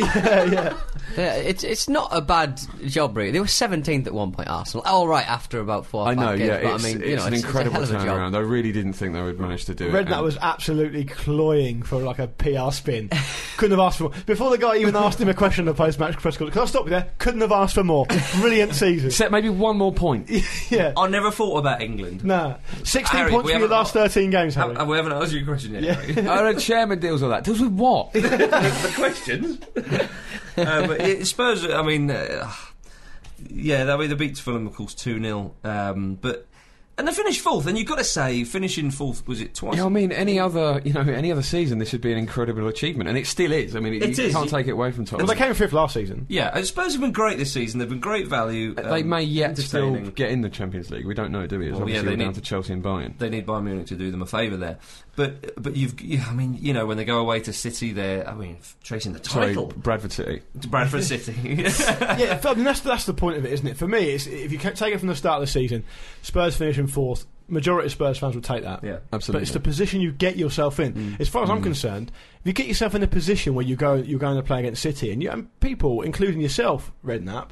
Speaker 4: Yeah, it's it's not a bad job, really. They were 17th at one point, Arsenal. All right, after about four. or
Speaker 3: I
Speaker 4: five
Speaker 3: know,
Speaker 4: games,
Speaker 3: yeah,
Speaker 4: but
Speaker 3: it's,
Speaker 4: I mean,
Speaker 3: it's
Speaker 4: you know,
Speaker 3: an
Speaker 4: it's,
Speaker 3: incredible
Speaker 4: it's a hell of a job.
Speaker 3: turnaround. I really didn't think they would manage to do it.
Speaker 5: Redknapp
Speaker 3: and-
Speaker 5: was absolutely cloying for like a PR spin. Couldn't have asked for more. Before the guy even asked him a question in the post-match press conference, can I stop you there? Couldn't have asked for more. Brilliant season.
Speaker 3: except maybe one more point.
Speaker 5: yeah.
Speaker 2: I never thought about England.
Speaker 5: Nah. 16
Speaker 2: Harry,
Speaker 5: points
Speaker 2: we
Speaker 5: for your
Speaker 2: haven't-
Speaker 5: last 13 games, Harry.
Speaker 2: Have, have we haven't asked you a question yet.
Speaker 5: Yeah.
Speaker 2: Harry?
Speaker 3: oh, no, chairman deals with that. Deals with what?
Speaker 2: the questions. uh, but it, Spurs, I mean, uh, yeah, they, I mean, they beat Fulham, of course, 2 0. Um, but. And they finished fourth, and you've got to say, finishing fourth, was it twice?
Speaker 3: Yeah, I mean, any other, you know, any other season, this would be an incredible achievement, and it still is. I mean, it,
Speaker 2: It
Speaker 3: you
Speaker 2: is.
Speaker 3: can't take it away from
Speaker 5: well,
Speaker 3: Tottenham.
Speaker 5: they came fifth last season.
Speaker 2: yeah, and Spurs have been great this season. They've been great value.
Speaker 3: they
Speaker 2: um,
Speaker 3: may yet still
Speaker 2: entertaining.
Speaker 3: get in the Champions League. We don't know, do we? It's
Speaker 2: Well, yeah,
Speaker 3: obviously
Speaker 2: they
Speaker 3: all down
Speaker 2: need-
Speaker 3: to Chelsea and Bayern.
Speaker 2: They need Bayern Munich to do them a favour there. But but you've, you, I mean, you know, when they go away to City, they're, I mean, f- chasing the
Speaker 3: Sorry,
Speaker 2: title.
Speaker 3: Bradford City.
Speaker 2: to Bradford City.
Speaker 5: yeah, I mean, that's, that's the point of it, isn't it? For me, it's, if you ca- take it from the start of the season, Spurs finishing fourth, majority of Spurs fans will take that.
Speaker 2: yeah. Mm.
Speaker 5: But
Speaker 3: Absolutely.
Speaker 5: it's the position you get yourself in. As far as I'm concerned, if you get yourself in a position where you go, you're going to play against City, and, you, and people, including yourself, Redknapp,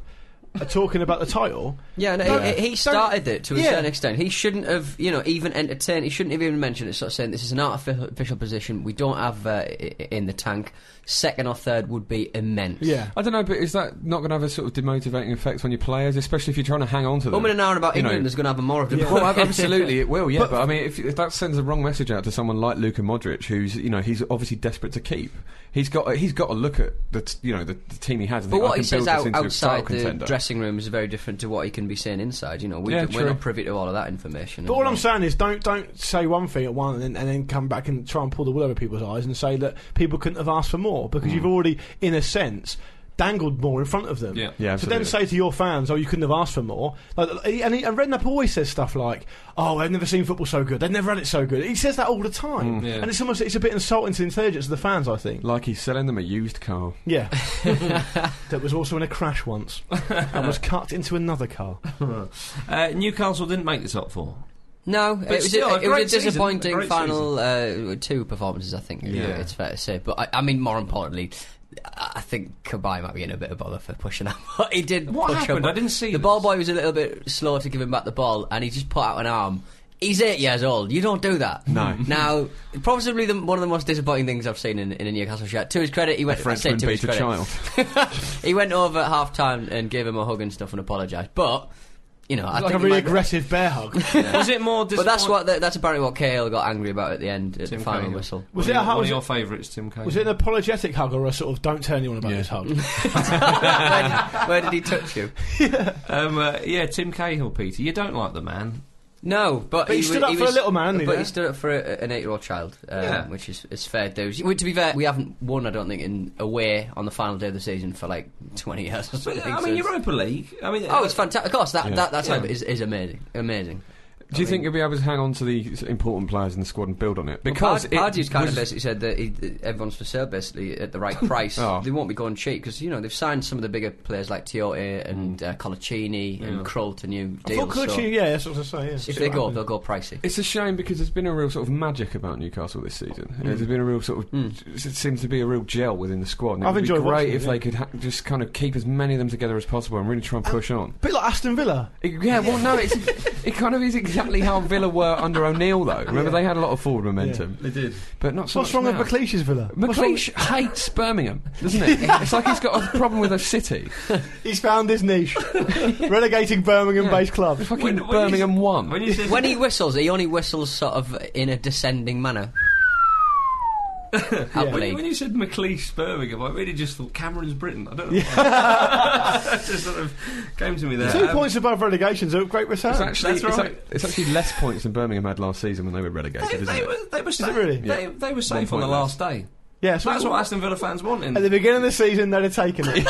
Speaker 5: are talking about the title.
Speaker 4: Yeah, and
Speaker 5: Don't-
Speaker 4: he- he,
Speaker 5: don't-
Speaker 4: started it to a
Speaker 5: yeah.
Speaker 4: certain extent. He shouldn't have, you know, even entertained. He shouldn't have even mentioned it. Sort of saying this is an artificial position we don't have uh, i- i- in the tank. Second or third would be immense.
Speaker 5: Yeah,
Speaker 3: I don't know, but is that not going to have a sort of demotivating effect on your players, especially if you're trying to hang on to them?
Speaker 4: Woman and hour about
Speaker 3: You know-
Speaker 4: England is going to have a more of them.
Speaker 3: Well, Oh, ab- absolutely, it will. Yeah, but, I mean, if, if that sends a wrong message out to someone like Luka Modric, who's you know he's obviously desperate to keep. He's got he's got to look at the t- you know the, the team he has. And
Speaker 4: But
Speaker 3: think, I
Speaker 4: what
Speaker 3: can
Speaker 4: he says
Speaker 3: build this
Speaker 4: out,
Speaker 3: into a
Speaker 4: outside
Speaker 3: title
Speaker 4: the
Speaker 3: contender.
Speaker 4: dressing room is very different to what he can be saying inside. You know, we,
Speaker 3: Yeah,
Speaker 4: we're
Speaker 3: true.
Speaker 4: not privy to all of that information.
Speaker 5: But all I'm saying is, don't don't say one thing at one and then, and then come back and try and pull the wool over people's eyes and say that people couldn't have asked for more because you've already, in a sense, dangled more in front of them.
Speaker 2: Mm. Yeah.
Speaker 3: Yeah,
Speaker 5: so then
Speaker 3: absolutely.
Speaker 5: say to your fans, "Oh, you couldn't have asked for more." Like, and, he, and Redknapp always says stuff like, "Oh, they've never seen football so good. They've never had it so good." He says that all the time,
Speaker 2: Mm. Yeah.
Speaker 5: and it's almost it's a bit insulting to the intelligence of the fans. I think.
Speaker 3: Like he's selling them a used car.
Speaker 5: Yeah, that was also in a crash once and was cut into another car.
Speaker 2: uh, Newcastle didn't make the top four.
Speaker 4: No, it was,
Speaker 2: still,
Speaker 4: a,
Speaker 2: a
Speaker 4: it
Speaker 2: great
Speaker 4: was a
Speaker 2: season, a
Speaker 4: disappointing
Speaker 2: great
Speaker 4: final uh, two performances. I think yeah.
Speaker 2: Yeah.
Speaker 4: it's fair to say. But I, I mean, more importantly, I I think Kabay might be in a bit of bother for pushing up. he did.
Speaker 2: What
Speaker 4: push
Speaker 2: happened?
Speaker 4: Up.
Speaker 2: I didn't see
Speaker 4: The
Speaker 2: this.
Speaker 4: ball boy was a little bit slow to give him back the ball, and he just put out an arm. He's eight years old. You don't do that.
Speaker 3: No.
Speaker 4: Now, probably the, one of the most disappointing things I've seen in, in a Newcastle shirt. To his credit, he went. I say
Speaker 3: Frenchman
Speaker 4: to his
Speaker 3: beat a
Speaker 4: credit,
Speaker 3: child.
Speaker 4: he went over at half time and gave him a hug and stuff and apologised. But you know, I
Speaker 5: like
Speaker 4: think
Speaker 5: a
Speaker 4: he
Speaker 5: really
Speaker 4: might-
Speaker 5: aggressive bear hug.
Speaker 2: Was it more
Speaker 4: But that's what that, that's apparently what Cahill got angry about at the end at
Speaker 2: Tim
Speaker 4: the final
Speaker 2: Cahill.
Speaker 4: whistle.
Speaker 5: Was
Speaker 2: one
Speaker 5: it a
Speaker 2: of your-
Speaker 5: hug?
Speaker 2: one
Speaker 5: Was
Speaker 2: of
Speaker 5: it-
Speaker 2: your favourites, Tim Cahill?
Speaker 5: Was it an apologetic hug or a sort of don't tell anyone about
Speaker 3: Yeah.
Speaker 5: this hug?
Speaker 4: where, where did he touch you?
Speaker 2: Um, uh, yeah, Tim Cahill, Peter. You don't like the man.
Speaker 4: No, but,
Speaker 5: But he
Speaker 4: wa-
Speaker 5: stood up for a
Speaker 4: was-
Speaker 5: little man, didn't he,
Speaker 4: But
Speaker 5: there?
Speaker 4: he stood up for a, an eight-year-old child, um,
Speaker 2: Yeah.
Speaker 4: which is, is fair. Those. Well, to be fair, we haven't won, I don't think, in away on the final day of the season for like twenty years. Or
Speaker 2: But,
Speaker 4: something,
Speaker 2: uh, I
Speaker 4: so
Speaker 2: mean,
Speaker 4: it's-
Speaker 2: Europa League. I mean,
Speaker 4: Oh, it's fantastic! Of course, that
Speaker 3: Yeah.
Speaker 4: that, that type
Speaker 2: Yeah.
Speaker 4: is, is amazing, amazing.
Speaker 3: Do you think you'll be able to hang on to the s- important players in the squad and build on it?
Speaker 4: Because
Speaker 3: Because it
Speaker 4: Ardew's kind of
Speaker 3: was-
Speaker 4: basically said that he, that everyone's for sale basically at the right price.
Speaker 3: Oh.
Speaker 4: They won't be going cheap because you know they've signed some of the bigger players like Tiote and uh, Colaccini
Speaker 2: Yeah.
Speaker 4: and Krull to new
Speaker 5: I thought
Speaker 4: deals. so
Speaker 5: Colucci- yeah, that's what I was saying.
Speaker 4: if they go up, they'll go pricey.
Speaker 3: It's a shame because there's been a real sort of magic about Newcastle this season.
Speaker 4: Hmm.
Speaker 3: There's been a real sort of it seems to be a real gel within the squad. And it
Speaker 5: I've
Speaker 3: would be
Speaker 5: enjoyed
Speaker 3: great
Speaker 5: watching it,
Speaker 3: if
Speaker 5: yeah.
Speaker 3: they could ha- just kind of keep as many of them together as possible and really try
Speaker 4: Oh.
Speaker 3: and push on.
Speaker 5: bit like Aston Villa.
Speaker 3: It- yeah, well, no, it's, it kind of is exactly how Villa were under O'Neill, though. Remember, they had a lot of forward momentum,
Speaker 2: They did.
Speaker 3: but not so
Speaker 5: What's
Speaker 3: much
Speaker 5: wrong
Speaker 3: now.
Speaker 5: with McLeish's Villa? What's wrong
Speaker 3: McLeish hates Birmingham, doesn't it? it's like he's got a problem with a city.
Speaker 5: with- He's found his niche. Relegating Birmingham-based clubs.
Speaker 3: Fucking
Speaker 2: When- when you-
Speaker 3: Birmingham won.
Speaker 2: When you said
Speaker 4: When he whistles, he only whistles sort of in a descending manner. I
Speaker 2: when, you- when
Speaker 4: believe.
Speaker 2: you said McLeish Birmingham, I really just thought Cameron's Britain. I don't know. why. That just sort of came to me there.
Speaker 5: Two
Speaker 2: Um,
Speaker 5: points above relegation's a great return.
Speaker 3: It's actually,
Speaker 2: That's
Speaker 3: it's,
Speaker 2: right.
Speaker 3: ac- it's actually less points than Birmingham had last season when they were relegated,
Speaker 2: They,
Speaker 3: isn't
Speaker 2: they,
Speaker 3: it?
Speaker 2: were, they were safe.
Speaker 5: really?
Speaker 2: They, they were safe on
Speaker 3: point
Speaker 2: the
Speaker 3: less.
Speaker 2: last day.
Speaker 5: yeah, so
Speaker 2: That's what Aston Villa fans want. in-
Speaker 5: at the beginning of the season, they'd have taken it.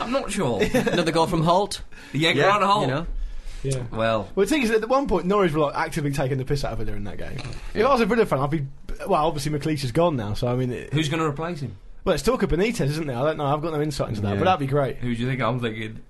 Speaker 2: I'm not sure.
Speaker 4: Another goal from Holt.
Speaker 2: yeah,
Speaker 3: Yeah,
Speaker 2: Grant Hall.
Speaker 4: You know,
Speaker 5: yeah.
Speaker 2: Well,
Speaker 5: Well, the thing is, that at one point, Norwich were like actively taking the piss out of Villa in that game. If I was a Villa fan, I'd be well, obviously McLeish is gone now, so I mean, it,
Speaker 2: Who's going to replace him?
Speaker 5: well, it's Talker Benitez, isn't it? I don't know. I've got no insight into that,
Speaker 3: Yeah.
Speaker 5: but that'd be great.
Speaker 2: Who do you think I'm thinking?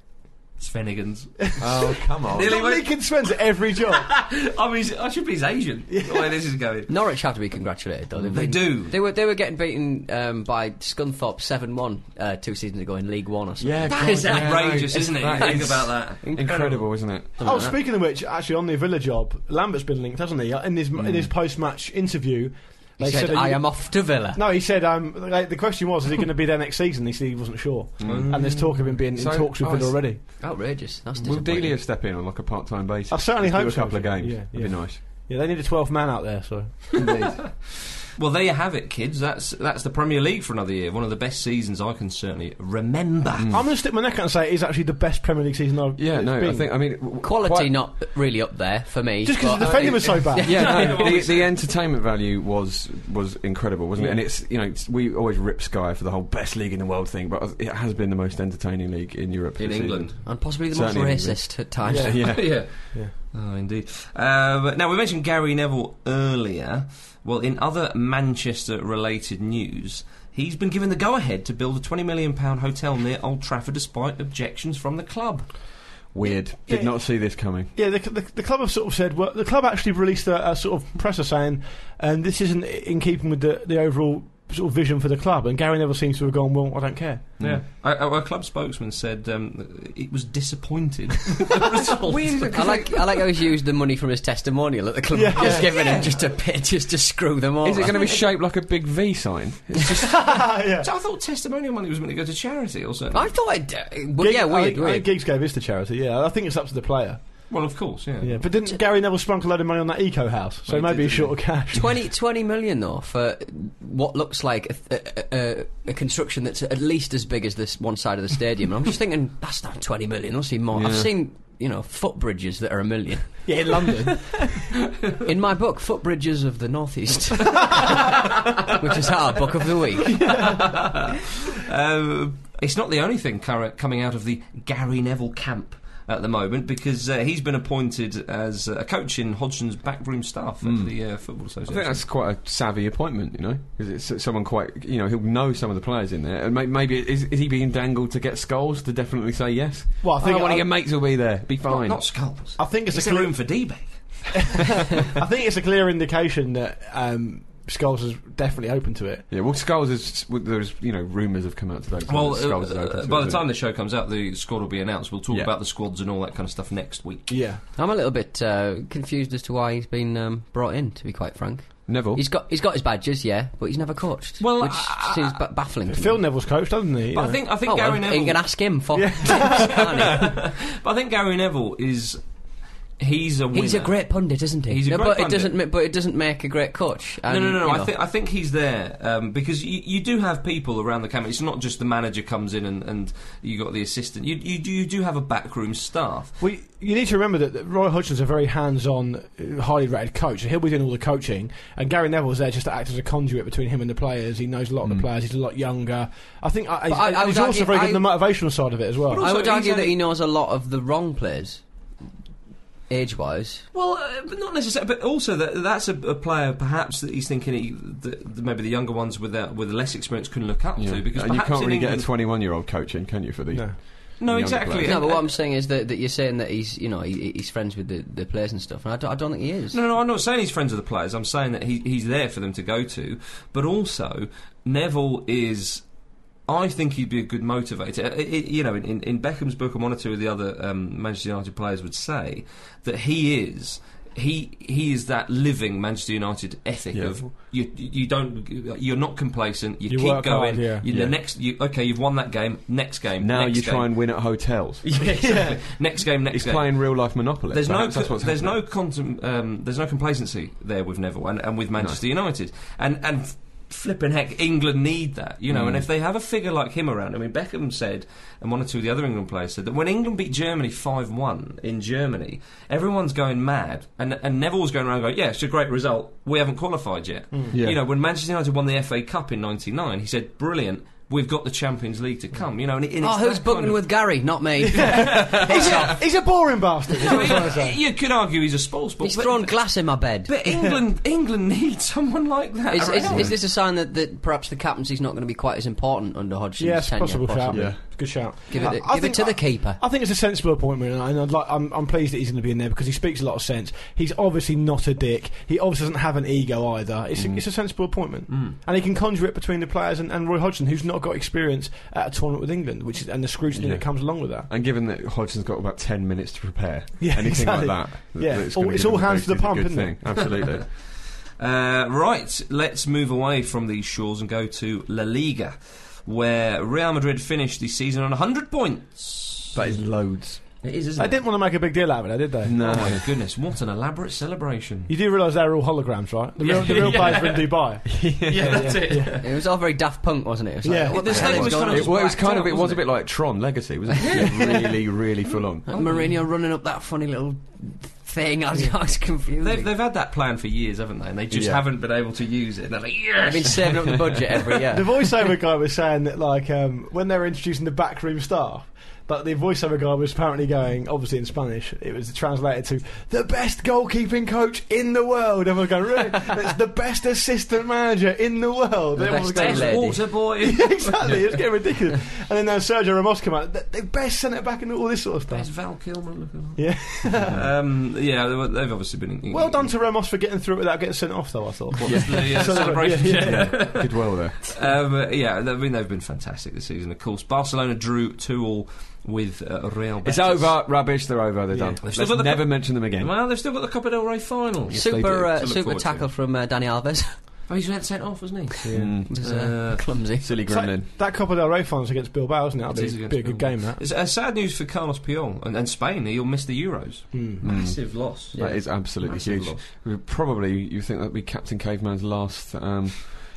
Speaker 2: Svenigans.
Speaker 6: Oh, come on.
Speaker 2: Nearly
Speaker 5: Dominic
Speaker 2: went-
Speaker 5: Lincoln Swen's at every job.
Speaker 2: I mean, I should be his agent. The way this is going.
Speaker 4: Norwich have to be congratulated though. They've
Speaker 2: They
Speaker 4: been-
Speaker 2: do.
Speaker 4: They were they were getting beaten um, by Scunthorpe seven one uh, two seasons ago in League One or something.
Speaker 3: Yeah,
Speaker 2: That
Speaker 3: God,
Speaker 2: is
Speaker 3: yeah,
Speaker 2: outrageous,
Speaker 3: no,
Speaker 2: isn't it?
Speaker 3: that
Speaker 2: You think
Speaker 3: is
Speaker 2: about that.
Speaker 3: Incredible, isn't it?
Speaker 5: Oh, speaking of which, actually, on the Villa job, Lambert's been linked, hasn't he? In his in his post match interview,
Speaker 4: He said,
Speaker 5: "Are
Speaker 4: "I
Speaker 5: you-"
Speaker 4: am off to Villa."
Speaker 5: No, he said. Um, like, the question was, is he going to be there next season? He said he wasn't sure, and there's talk of him being
Speaker 3: So-
Speaker 5: in talks with
Speaker 3: oh,
Speaker 5: Villa
Speaker 3: it's-
Speaker 5: already.
Speaker 4: Outrageous. That's
Speaker 3: Will
Speaker 4: disappointing.
Speaker 3: Delia step in on like a part-time basis?
Speaker 5: I certainly
Speaker 3: Just do
Speaker 5: hope
Speaker 3: a couple
Speaker 5: so.
Speaker 3: of games.
Speaker 5: Yeah,
Speaker 3: That'd be
Speaker 5: yeah.
Speaker 3: nice.
Speaker 5: Yeah, they need a 12th man out there. So
Speaker 2: Well, there you have it, kids. That's that's the Premier League for another year. One of the best seasons I can certainly remember.
Speaker 3: Mm.
Speaker 5: I'm going to stick my neck out and say it is actually the best Premier League season I've.
Speaker 3: Yeah,
Speaker 5: it's
Speaker 3: no, I
Speaker 5: been.
Speaker 3: think I mean w-
Speaker 4: Quality
Speaker 3: quite-
Speaker 4: not really up there for me.
Speaker 5: just because
Speaker 4: but-
Speaker 5: the defending was so bad.
Speaker 3: Yeah, no, the, the entertainment value was was incredible, wasn't it?
Speaker 5: Yeah.
Speaker 3: And it's you know it's, we always rip Sky for the whole best league in the world thing, but it has been the most entertaining league in Europe
Speaker 2: In
Speaker 3: this
Speaker 2: England.
Speaker 3: season.
Speaker 4: and possibly the most
Speaker 3: Certainly in England.
Speaker 4: racist at times.
Speaker 5: Yeah.
Speaker 3: Yeah.
Speaker 2: yeah.
Speaker 5: Yeah.
Speaker 2: Oh, indeed. Um, now, we mentioned Gary Neville earlier. Well, in other Manchester related news, he's been given the go ahead to build a £20 million hotel near Old Trafford despite objections from the club.
Speaker 3: Weird. Did
Speaker 5: Yeah.
Speaker 3: not see this coming.
Speaker 5: Yeah, the, the, the club have sort of said, well, the club actually released a, a sort of presser saying, and this isn't in keeping with the, the overall sort of vision for the club. And Gary Neville seems to have gone, well, I don't care.
Speaker 2: Yeah. Our, our club spokesman said um, it was disappointed. the result.
Speaker 4: I like I like how he's used the money from his testimonial at the club.
Speaker 5: Yeah.
Speaker 4: Just giving him just to pit, just to screw them
Speaker 5: Oh,
Speaker 4: all.
Speaker 3: Is it going to be shaped like a big V sign?
Speaker 5: yeah.
Speaker 2: So I thought testimonial money was meant to go to charity or something.
Speaker 4: I thought it. Uh, well,
Speaker 5: Gig-
Speaker 4: yeah,
Speaker 5: I
Speaker 4: weird,
Speaker 5: think, I think
Speaker 4: weird.
Speaker 5: Gigs gave this to charity. Yeah, I think it's up to the player.
Speaker 2: Well, of course, yeah.
Speaker 5: Yeah, but didn't Gary Neville spunk a load of money on that eco house? So
Speaker 2: Well, he
Speaker 5: maybe
Speaker 2: did,
Speaker 5: he's short
Speaker 2: didn't
Speaker 5: of cash.
Speaker 4: 20, 20 million though for what looks like a, th- a, a, a construction that's at least as big as this one side of the stadium. And I'm just thinking that's not twenty million. I've seen more. I've
Speaker 3: Yeah.
Speaker 4: seen you know footbridges that are a million.
Speaker 5: yeah, in London.
Speaker 4: In my book, Footbridges of the Northeast, which is our book of the week.
Speaker 2: Um, it's not the only thing cur- coming out of the Gary Neville camp at the moment because uh, he's been appointed as a coach in Hodgson's backroom staff at the uh, Football
Speaker 3: I think
Speaker 2: Association.
Speaker 3: that's quite a savvy appointment, you know, because it's s- someone quite, you know, he'll know some of the players in there, and may- maybe is, is he being dangled to get skulls to definitely say yes?
Speaker 5: Well, I think
Speaker 3: oh, one
Speaker 5: I-
Speaker 3: of your mates will be there. Be fine.
Speaker 2: not, not skulls.
Speaker 5: I think it's,
Speaker 2: Is
Speaker 5: a
Speaker 2: there
Speaker 5: clear,
Speaker 2: room for D-Bag?
Speaker 5: I think it's a clear indication that um, Scholes is definitely open to it.
Speaker 3: yeah, well, skulls is well, there's you know rumours have come out today.
Speaker 2: Well, uh,
Speaker 3: skulls is open
Speaker 2: uh,
Speaker 3: to
Speaker 2: by
Speaker 3: it,
Speaker 2: the
Speaker 3: isn't
Speaker 2: time
Speaker 3: it?
Speaker 2: the show comes out, the squad will be announced. We'll talk
Speaker 3: Yeah.
Speaker 2: about the squads and all that kind of stuff next week.
Speaker 5: Yeah.
Speaker 4: I'm a little bit uh, confused as to why he's been um, brought in. To be quite frank,
Speaker 3: Neville,
Speaker 4: he's got he's got his badges, yeah, but he's never coached.
Speaker 2: Well,
Speaker 4: which
Speaker 2: I-
Speaker 4: seems ba- baffling. To
Speaker 5: Phil
Speaker 4: me.
Speaker 5: Neville's coach, doesn't he? You
Speaker 2: But I
Speaker 5: know.
Speaker 2: think I think
Speaker 4: Oh, well,
Speaker 2: Gary
Speaker 4: you
Speaker 2: Neville.
Speaker 4: can ask him for.
Speaker 2: but I think Gary Neville is he's a winner.
Speaker 4: He's a great pundit, isn't he?
Speaker 2: He's a
Speaker 4: No,
Speaker 2: great
Speaker 4: but
Speaker 2: pundit.
Speaker 4: it doesn't. ma- But it doesn't make a great coach.
Speaker 2: No,
Speaker 4: and,
Speaker 2: no, no,
Speaker 4: you
Speaker 2: no. I
Speaker 4: know.
Speaker 2: think I think he's there um, because you, you do have people around the camp. It's not just the manager comes in and, and you got the assistant. You, you do you do have a backroom staff.
Speaker 5: Well, you- you need to remember that that Roy Hodgson's a very hands-on, uh, highly rated coach. He'll be doing all the coaching, and Gary Neville's there just to act as a conduit between him and the players. He knows a lot of the players. He's a lot younger. I think I, he's,
Speaker 4: I- I
Speaker 5: he's
Speaker 4: would
Speaker 5: also
Speaker 4: argue-
Speaker 5: very good
Speaker 4: I-
Speaker 5: on the motivational side of it as well.
Speaker 2: But also
Speaker 4: I would
Speaker 2: he's
Speaker 4: argue that
Speaker 2: only-
Speaker 4: he knows a lot of the wrong players, age-wise.
Speaker 2: Well, uh, but not necessarily. But also that that's a, a player perhaps that he's thinking he, that maybe the younger ones with uh, with less experience can look up
Speaker 3: Yeah.
Speaker 2: to because
Speaker 3: and you
Speaker 2: perhaps
Speaker 3: can't
Speaker 2: in
Speaker 3: really get
Speaker 2: England-
Speaker 3: a 21 year old coaching, can you? For the
Speaker 5: No.
Speaker 2: no
Speaker 3: younger
Speaker 2: exactly
Speaker 3: players.
Speaker 4: No,
Speaker 2: And-
Speaker 4: but what I'm saying is that, that you're saying that he's, you know, he, he's friends with the, the players and stuff, and I don't, I don't think he is.
Speaker 2: No, no, I'm not saying he's friends with the players. I'm saying that he, he's there for them to go to. But also, Neville is. I think he'd be a good motivator. I- I- you know, in, in Beckham's book and one or two of the other um, Manchester United players would say that he is. He he is that living Manchester United ethic
Speaker 3: Yeah.
Speaker 2: of you you don't you're not complacent you,
Speaker 5: You
Speaker 2: keep
Speaker 5: work
Speaker 2: going
Speaker 5: hard, yeah.
Speaker 2: you,
Speaker 3: Yeah.
Speaker 2: the next you, okay you've won that game next game
Speaker 3: Now
Speaker 2: next
Speaker 3: you
Speaker 2: game.
Speaker 3: try and win at hotels.
Speaker 2: yeah, exactly. next game next
Speaker 3: He's
Speaker 2: game
Speaker 3: playing real life Monopoly.
Speaker 2: there's no
Speaker 3: Perhaps that's what's
Speaker 2: there's
Speaker 3: happening.
Speaker 2: no contem- um, there's no complacency there with Neville and, and with Manchester United and and f- flipping heck England need that you know
Speaker 4: Mm.
Speaker 2: and if they have a figure like him around I mean Beckham said and one or two of the other England players said that when England beat Germany 5-1 in Germany everyone's going mad and and Neville's going around going yeah it's a great result we haven't qualified yet
Speaker 4: Mm.
Speaker 3: Yeah.
Speaker 2: you know when Manchester United won the FA Cup in 99 he said brilliant we've got the Champions League to come. You know, and, it- and
Speaker 4: Oh,
Speaker 2: it's
Speaker 4: who's
Speaker 2: that kind
Speaker 4: booking
Speaker 2: of-
Speaker 4: with Gary? Not me.
Speaker 5: he's, a, he's a boring bastard. is what I'm trying to
Speaker 2: I mean,
Speaker 5: say.
Speaker 2: you could argue he's a sports book,
Speaker 4: He's
Speaker 2: but,
Speaker 4: thrown glass in my bed.
Speaker 2: but England England needs someone like that.
Speaker 4: Is, is,
Speaker 2: around.
Speaker 4: is this a sign that, that perhaps the captaincy's not going to be quite as important under Hodgson's
Speaker 5: Yes,
Speaker 4: tenure?
Speaker 5: possible shout.
Speaker 4: possibly?
Speaker 3: Yeah.
Speaker 5: Good shout.
Speaker 4: Give it,
Speaker 5: I- I
Speaker 4: give it
Speaker 5: think-
Speaker 4: to
Speaker 5: I-
Speaker 4: the keeper.
Speaker 5: I think it's a sensible appointment, and I'd like, I'm, I'm pleased that he's going to be in there because he speaks a lot of sense. He's obviously not a dick. He obviously doesn't have an ego either. It's,
Speaker 3: Mm.
Speaker 5: a, it's a sensible appointment, and he can conjure it between the players and, and Roy Hodgson, who's not got experience at a tournament with England, which is, and the scrutiny
Speaker 3: Yeah.
Speaker 5: that comes along with that.
Speaker 3: And given that Hodgson's got about 10 minutes to prepare
Speaker 5: Yeah,
Speaker 3: anything
Speaker 5: exactly.
Speaker 3: like that, th-
Speaker 5: Yeah,
Speaker 3: that's
Speaker 5: all-
Speaker 3: gonna
Speaker 5: it's
Speaker 3: give
Speaker 5: all
Speaker 3: him a
Speaker 5: hands to the
Speaker 3: boost is a
Speaker 5: pump,
Speaker 3: good
Speaker 5: isn't it?
Speaker 3: thing. Absolutely.
Speaker 2: Uh, right, let's move away from these shores and go to La Liga, where Real Madrid finished the season on 100 points.
Speaker 3: that is loads.
Speaker 2: It is, isn't
Speaker 5: They
Speaker 2: it?
Speaker 5: didn't want to make a big deal out of it, did they?
Speaker 2: Oh
Speaker 3: No.
Speaker 2: my goodness, what an elaborate celebration.
Speaker 5: You do realise they're all holograms, right? The
Speaker 2: Yeah.
Speaker 5: real, the real
Speaker 2: Yeah.
Speaker 5: players were in Dubai.
Speaker 2: yeah, that's it.
Speaker 4: It was all very Daft Punk, wasn't it? it was like,
Speaker 5: Yeah.
Speaker 4: what the
Speaker 2: This
Speaker 4: hell
Speaker 2: thing
Speaker 4: is
Speaker 2: was
Speaker 4: going
Speaker 2: kind
Speaker 4: on?
Speaker 3: It, well, it was
Speaker 2: whacked
Speaker 3: kind of.
Speaker 2: out,
Speaker 3: It was a
Speaker 2: wasn't
Speaker 3: bit like Tron Legacy, wasn't it? It was really, really full on.
Speaker 4: And Mourinho running up that funny little thing. I was, I was confused.
Speaker 2: They've, they've had that plan for years, haven't they? And they just
Speaker 3: Yeah.
Speaker 2: haven't been able to use it. They're like, yes!
Speaker 4: They've been saving up the budget every
Speaker 5: The
Speaker 4: year.
Speaker 5: voiceover guy was saying that, like, um, when they were introducing the backroom staff, but the voiceover guy was apparently going, obviously in Spanish, it was translated to the best goalkeeping coach in the world. Everyone going, really? That's the best assistant manager in the world.
Speaker 4: The
Speaker 5: Everyone was going,
Speaker 4: best
Speaker 2: Best
Speaker 4: lady.
Speaker 2: water boy.
Speaker 5: exactly, it's getting ridiculous. And then now Sergio Ramos came out, the, the best centre back and all this sort of
Speaker 2: Best
Speaker 5: stuff.
Speaker 2: Val Kilmer. look at
Speaker 5: Yeah.
Speaker 2: that. um, yeah, they were- they've obviously been. In,
Speaker 5: Well done to Ramos for getting through it without getting sent off, though, I thought.
Speaker 2: What, the, uh,
Speaker 5: Celebrate-
Speaker 2: celebration.
Speaker 5: yeah, yeah.
Speaker 3: Yeah, did well there.
Speaker 2: um, uh, yeah, I mean they've been fantastic this season. Of course, Barcelona drew two all with uh, Real.
Speaker 3: It's
Speaker 2: Betis.
Speaker 3: over, rubbish. They're over. They're
Speaker 5: Yeah.
Speaker 3: done.
Speaker 2: They've
Speaker 3: Let's
Speaker 2: still got the-
Speaker 3: never mention them again.
Speaker 2: Well, they've still got the Copa del Rey final.
Speaker 3: Yes, they
Speaker 4: super
Speaker 3: do.
Speaker 4: uh,
Speaker 2: To look
Speaker 4: super
Speaker 2: forward to.
Speaker 4: tackle from uh, Danny Alves.
Speaker 2: Oh, he's had sent off, wasn't he?
Speaker 3: Mm.
Speaker 4: Just, uh,
Speaker 2: Uh,
Speaker 4: clumsy.
Speaker 3: Silly
Speaker 5: It's
Speaker 3: gremlin.
Speaker 5: like that Copa del Rey finals against Bilbao, isn't it?
Speaker 2: It is
Speaker 5: That'd be,
Speaker 2: against
Speaker 5: be a good
Speaker 2: Bilbao.
Speaker 5: game, that.
Speaker 2: It's uh, sad news for Carlos Puyol and, and Spain. He'll miss the Euros.
Speaker 5: Mm.
Speaker 2: Massive loss.
Speaker 3: That is absolutely
Speaker 2: Massive
Speaker 3: huge.
Speaker 2: loss.
Speaker 3: We Probably you think that'd be Captain Caveman's last um,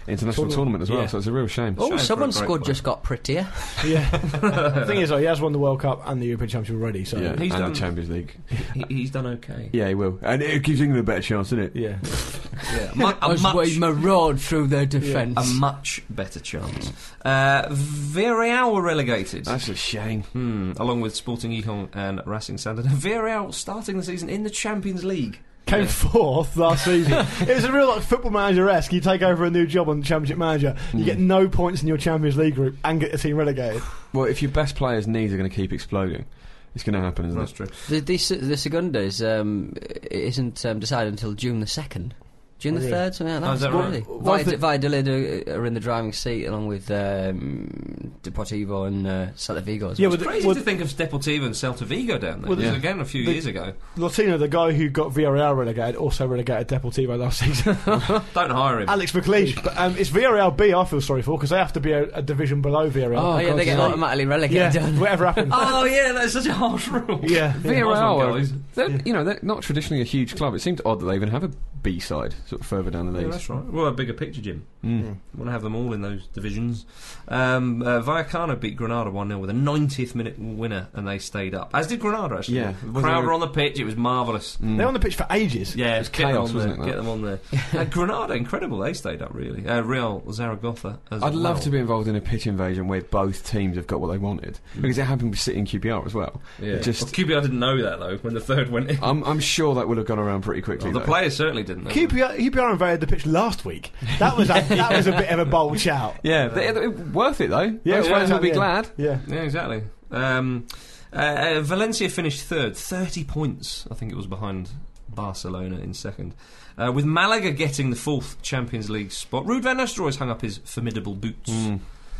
Speaker 3: international
Speaker 5: Tournament.
Speaker 3: tournament, as well.
Speaker 5: Yeah.
Speaker 3: So it's a real shame.
Speaker 2: Shame for
Speaker 4: Oh,
Speaker 2: a
Speaker 4: someone's
Speaker 2: great
Speaker 4: squad
Speaker 2: player.
Speaker 4: just got prettier.
Speaker 5: Yeah. the thing is, though, he has won the World Cup and the European Championship already, so.
Speaker 3: yeah,
Speaker 2: He's
Speaker 3: and
Speaker 2: done-
Speaker 3: the Champions League.
Speaker 2: He, he's done okay.
Speaker 3: Yeah, he will, and it gives England a better chance, doesn't it?
Speaker 5: Yeah.
Speaker 2: Yeah. Mu- a
Speaker 4: As
Speaker 2: much-
Speaker 4: we maraud through their defence.
Speaker 2: a much better chance. Uh, Villarreal were relegated.
Speaker 3: That's a shame.
Speaker 2: Hmm, along with Sporting Gijon and Racing Santander. Villarreal starting the season in the Champions League.
Speaker 5: Came
Speaker 2: Yeah.
Speaker 5: fourth last season. it was a real like football manager esque. You take over a new job on the Championship manager, you
Speaker 4: Mm.
Speaker 5: get no points in your Champions League group and get the team relegated.
Speaker 3: Well, if your best players' knees are going to keep exploding, it's going to happen, isn't
Speaker 2: That's
Speaker 3: it?
Speaker 2: true.
Speaker 4: The, the, se- the Segunda is, um, isn't um, decided until June the 2nd. June the
Speaker 5: Oh, really?
Speaker 4: 3rd, something like that.
Speaker 2: Oh, is that
Speaker 4: Well,
Speaker 2: right?
Speaker 4: Via- Valladolid are- are in the driving seat along with um, Deportivo and uh, Celta Vigo as
Speaker 5: Yeah, well,
Speaker 4: well.
Speaker 2: It's crazy
Speaker 5: the, well,
Speaker 2: to think of Deportivo and Celta Vigo down there.
Speaker 5: Well,
Speaker 2: This is
Speaker 3: yeah.
Speaker 2: again a few
Speaker 5: The-
Speaker 2: years ago.
Speaker 5: Latino, the guy who got Villarreal relegated, also relegated Deportivo last season.
Speaker 2: Don't hire him.
Speaker 5: Alex McLeish. But um, it's Villarreal B I feel sorry for because they have to be a, a division below Villarreal.
Speaker 4: oh, yeah,
Speaker 5: God,
Speaker 4: they get
Speaker 5: so-
Speaker 4: automatically
Speaker 5: Yeah,
Speaker 4: relegated. don't they?
Speaker 5: whatever happened.
Speaker 2: oh yeah, that's such a harsh rule.
Speaker 5: Yeah.
Speaker 2: Nice one,
Speaker 3: VRL,
Speaker 2: guys.
Speaker 3: are- they're, you know, they're not traditionally a huge club. It seems odd that they even have a B side, sort of further down the
Speaker 2: Yeah,
Speaker 3: league.
Speaker 2: that's right. Well, a bigger picture, Jim.
Speaker 3: Mm.
Speaker 2: Want to have them all in those divisions. Um, uh, Vallecano beat Granada 1 0 with a 90th minute winner, and they stayed up. As did Granada, actually.
Speaker 3: Yeah.
Speaker 2: The crowd were on the pitch, it was marvellous.
Speaker 3: Mm.
Speaker 5: They're on the pitch for ages.
Speaker 2: Yeah, it was get
Speaker 3: chaos,
Speaker 2: them on
Speaker 3: wasn't
Speaker 2: there,
Speaker 3: it,
Speaker 2: Get
Speaker 3: that?
Speaker 2: them on there. uh, Granada, incredible. They stayed up, really. Uh, Real Zaragoza as
Speaker 3: I'd love
Speaker 2: well.
Speaker 3: to be involved in a pitch invasion where both teams have got what they wanted
Speaker 2: Mm.
Speaker 3: because it happened with City and QPR as well.
Speaker 2: Yeah.
Speaker 3: It just-
Speaker 2: Well, QPR didn't know that, though, when the third went in.
Speaker 3: I'm, I'm sure that will have gone around pretty quickly.
Speaker 2: Well, the
Speaker 3: though.
Speaker 2: players certainly didn't. know.
Speaker 5: QPR, QPR invaded the pitch last week. That was a, that was a bit of a bold shout.
Speaker 3: yeah, they- they- worth it though.
Speaker 5: Yeah,
Speaker 3: Those
Speaker 5: it
Speaker 3: players
Speaker 5: was
Speaker 3: will be
Speaker 5: at the end.
Speaker 3: glad.
Speaker 5: Yeah.
Speaker 2: Yeah, exactly. Um, uh, uh, Valencia finished third, 30 points, I think it was behind Barcelona in second. Uh, with Malaga getting the fourth Champions League spot, Ruud van Nistelrooy's hung up his formidable boots.
Speaker 3: Mm.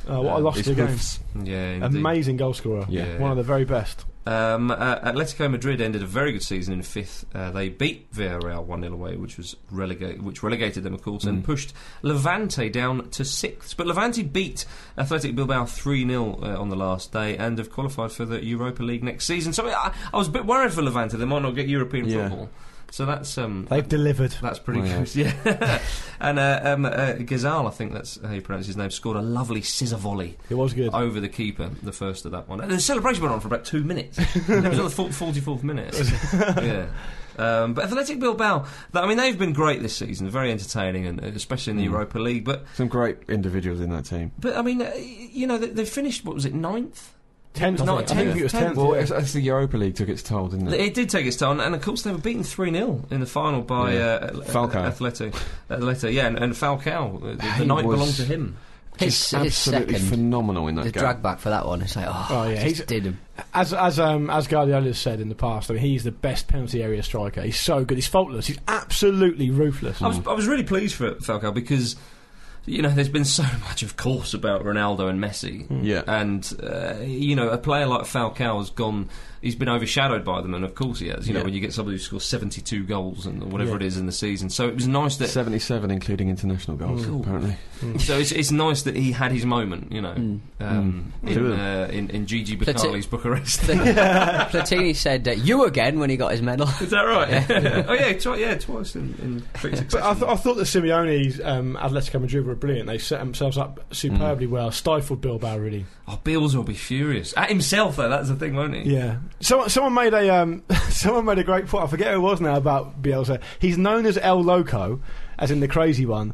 Speaker 5: Uh, what a loss
Speaker 3: It's
Speaker 5: to the game.
Speaker 3: hoofs.
Speaker 2: Yeah, indeed.
Speaker 5: Amazing goal scorer.
Speaker 2: Yeah.
Speaker 5: One of the very best.
Speaker 2: Um, uh, Atletico Madrid ended a very good season in fifth. Uh, they beat Villarreal one 0 away, which was relegate, which relegated them, of course, and
Speaker 3: Mm.
Speaker 2: pushed Levante down to sixth. But Levante beat Athletic Bilbao three 0 uh, on the last day and have qualified for the Europa League next season. So I, I was a bit worried for Levante; they might not get European
Speaker 3: Yeah.
Speaker 2: football. So that's um,
Speaker 5: They've delivered.
Speaker 2: that's pretty
Speaker 3: Oh, yeah.
Speaker 2: good. Yeah. and uh, um, uh, Ghazal, I think that's how you pronounce his name, scored a lovely scissor volley
Speaker 5: It was good.
Speaker 2: over the keeper, the first of that one. And the celebration went on for about two minutes. it was on the fort- 44th minute. yeah. Um, but Athletic Bilbao, th- I mean, they've been great this season, very entertaining, and uh, especially in the
Speaker 3: Mm.
Speaker 2: Europa League. But,
Speaker 3: Some great individuals in that team.
Speaker 2: but I mean, uh, you know, they, they finished, what was it, ninth?
Speaker 5: Tenth,
Speaker 2: No,
Speaker 5: I think. I think
Speaker 2: tenth,
Speaker 5: it was
Speaker 2: oh, tenth.
Speaker 5: tenth.
Speaker 3: Well,
Speaker 5: yeah.
Speaker 3: it's, it's the Europa League took its toll, didn't it?
Speaker 2: It did take its toll, and of course they were beaten three 0 in the final by
Speaker 3: Yeah.
Speaker 2: uh,
Speaker 3: Falcao.
Speaker 2: Athletic, Athletic, yeah, and, and Falcao. uh, The, the
Speaker 3: He
Speaker 2: night
Speaker 3: was-
Speaker 2: belonged to him.
Speaker 4: His,
Speaker 3: Just
Speaker 4: his
Speaker 3: absolutely
Speaker 4: second,
Speaker 3: phenomenal in
Speaker 4: the
Speaker 3: that game.
Speaker 4: drag back for that one. It's like, oh,
Speaker 5: Oh, yeah,
Speaker 4: just
Speaker 5: he's-
Speaker 4: did him.
Speaker 5: As as um as Guardiola's said in the past, I mean he's the best penalty area striker. He's so good. He's faultless. He's absolutely ruthless.
Speaker 2: I was, I was really pleased for Falcao because, you know, there's been so much, of course, about Ronaldo and Messi.
Speaker 3: Yeah.
Speaker 2: And, uh, you know, a player like Falcao has gone, he's been overshadowed by them, and of course he has. You know,
Speaker 3: Yeah.
Speaker 2: when you get somebody who scores 72 goals and whatever
Speaker 5: Yeah.
Speaker 2: it is in the season. So it was nice that.
Speaker 3: 77, including international goals,
Speaker 2: Mm.
Speaker 3: apparently.
Speaker 2: so it's, it's nice that he had his moment, you know,
Speaker 4: Mm.
Speaker 2: um,
Speaker 3: Mm.
Speaker 2: in,
Speaker 3: Two of
Speaker 2: uh, in, in Gigi
Speaker 4: Plati-
Speaker 2: Bacali's Bucharest.
Speaker 4: Platini said, uh, "You again" when he got his medal.
Speaker 2: Is that right? oh yeah, twi- yeah, twice in, in quick
Speaker 5: But I,
Speaker 2: succession.
Speaker 5: th- I thought that Simeone's um, Atletico Madrid were brilliant. They set themselves up
Speaker 2: Mm.
Speaker 5: superbly well, stifled Bilbao really.
Speaker 2: oh, Beals will be furious at himself though. That's the thing, won't he?
Speaker 5: Yeah. Someone someone made a um, someone made a great point. I forget who it was now about Bielsa. He's known as El Loco, as in the crazy one.